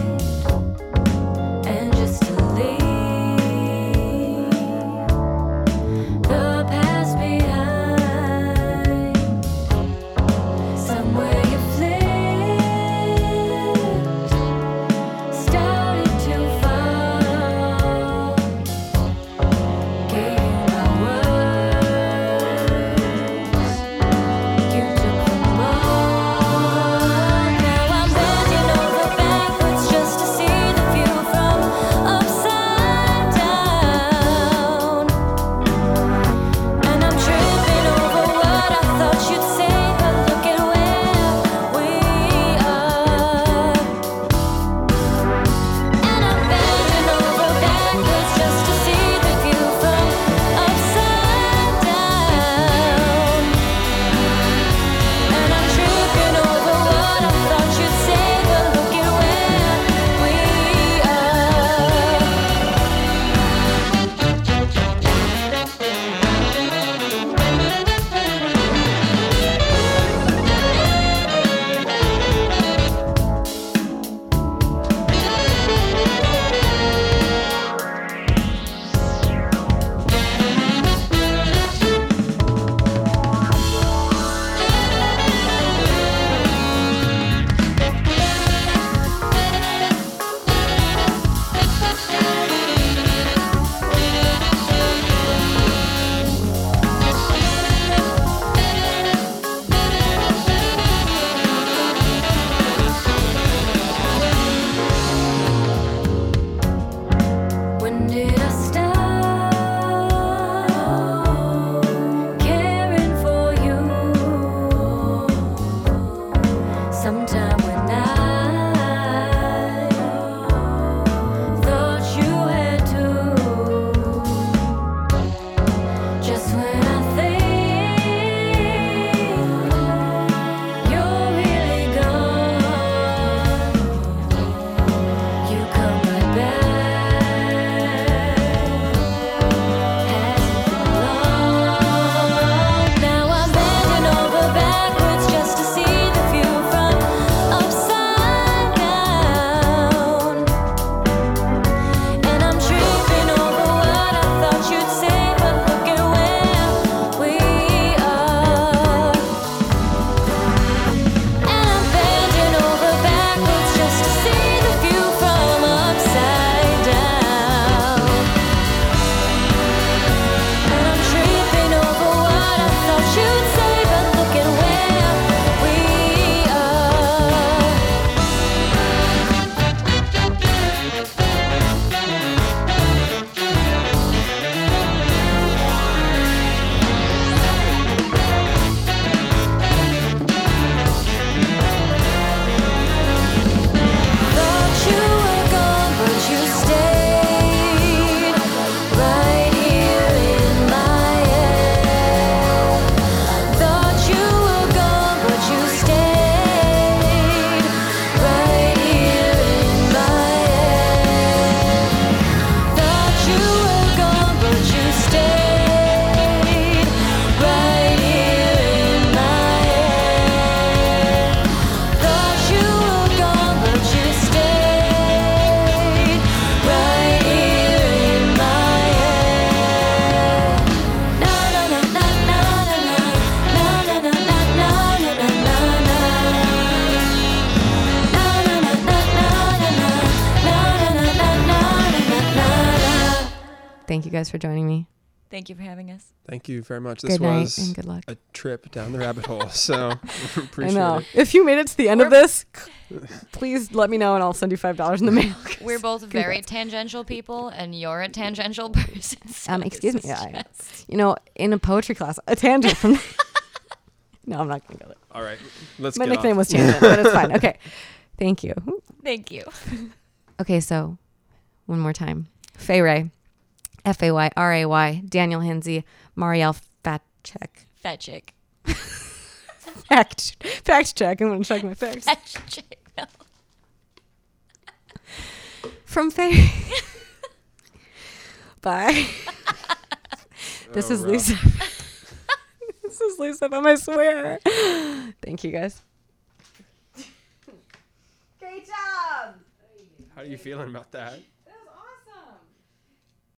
Speaker 2: guys for joining me.
Speaker 4: Thank you for having us.
Speaker 3: Thank you very much. This
Speaker 2: good night
Speaker 3: was
Speaker 2: and good luck.
Speaker 3: a trip down the rabbit hole. So
Speaker 2: I
Speaker 3: appreciate
Speaker 2: know.
Speaker 3: it.
Speaker 2: If you made it to the end of
Speaker 4: We're-
Speaker 2: this, please let me know and I'll send you five dollars in the mail.
Speaker 4: We're both very tangential people, and you're a tangential person. so
Speaker 2: Um,
Speaker 4: this
Speaker 2: excuse me.
Speaker 4: is
Speaker 2: Yeah, I-
Speaker 4: just-
Speaker 2: you know, eh, in a poetry class, a tangent from. no, I'm not gonna go there.
Speaker 3: All right, let's
Speaker 2: My
Speaker 3: get
Speaker 2: nickname
Speaker 3: off.
Speaker 2: was tangent, but it's fine. Okay, thank you.
Speaker 4: Thank you.
Speaker 2: Okay, so one more time. Fay Ray, F A Y R A Y, Daniel Hensey, Marielle Fatcheck.
Speaker 4: Fat chick.
Speaker 2: Fact, fact check. I'm going to check my facts.
Speaker 4: Fat chick. No.
Speaker 2: From Fay. Bye. This
Speaker 3: Oh,
Speaker 2: is
Speaker 3: rough.
Speaker 2: Lisa. this is Lisa, Bum, I swear. Thank you guys.
Speaker 3: How are you feeling about that?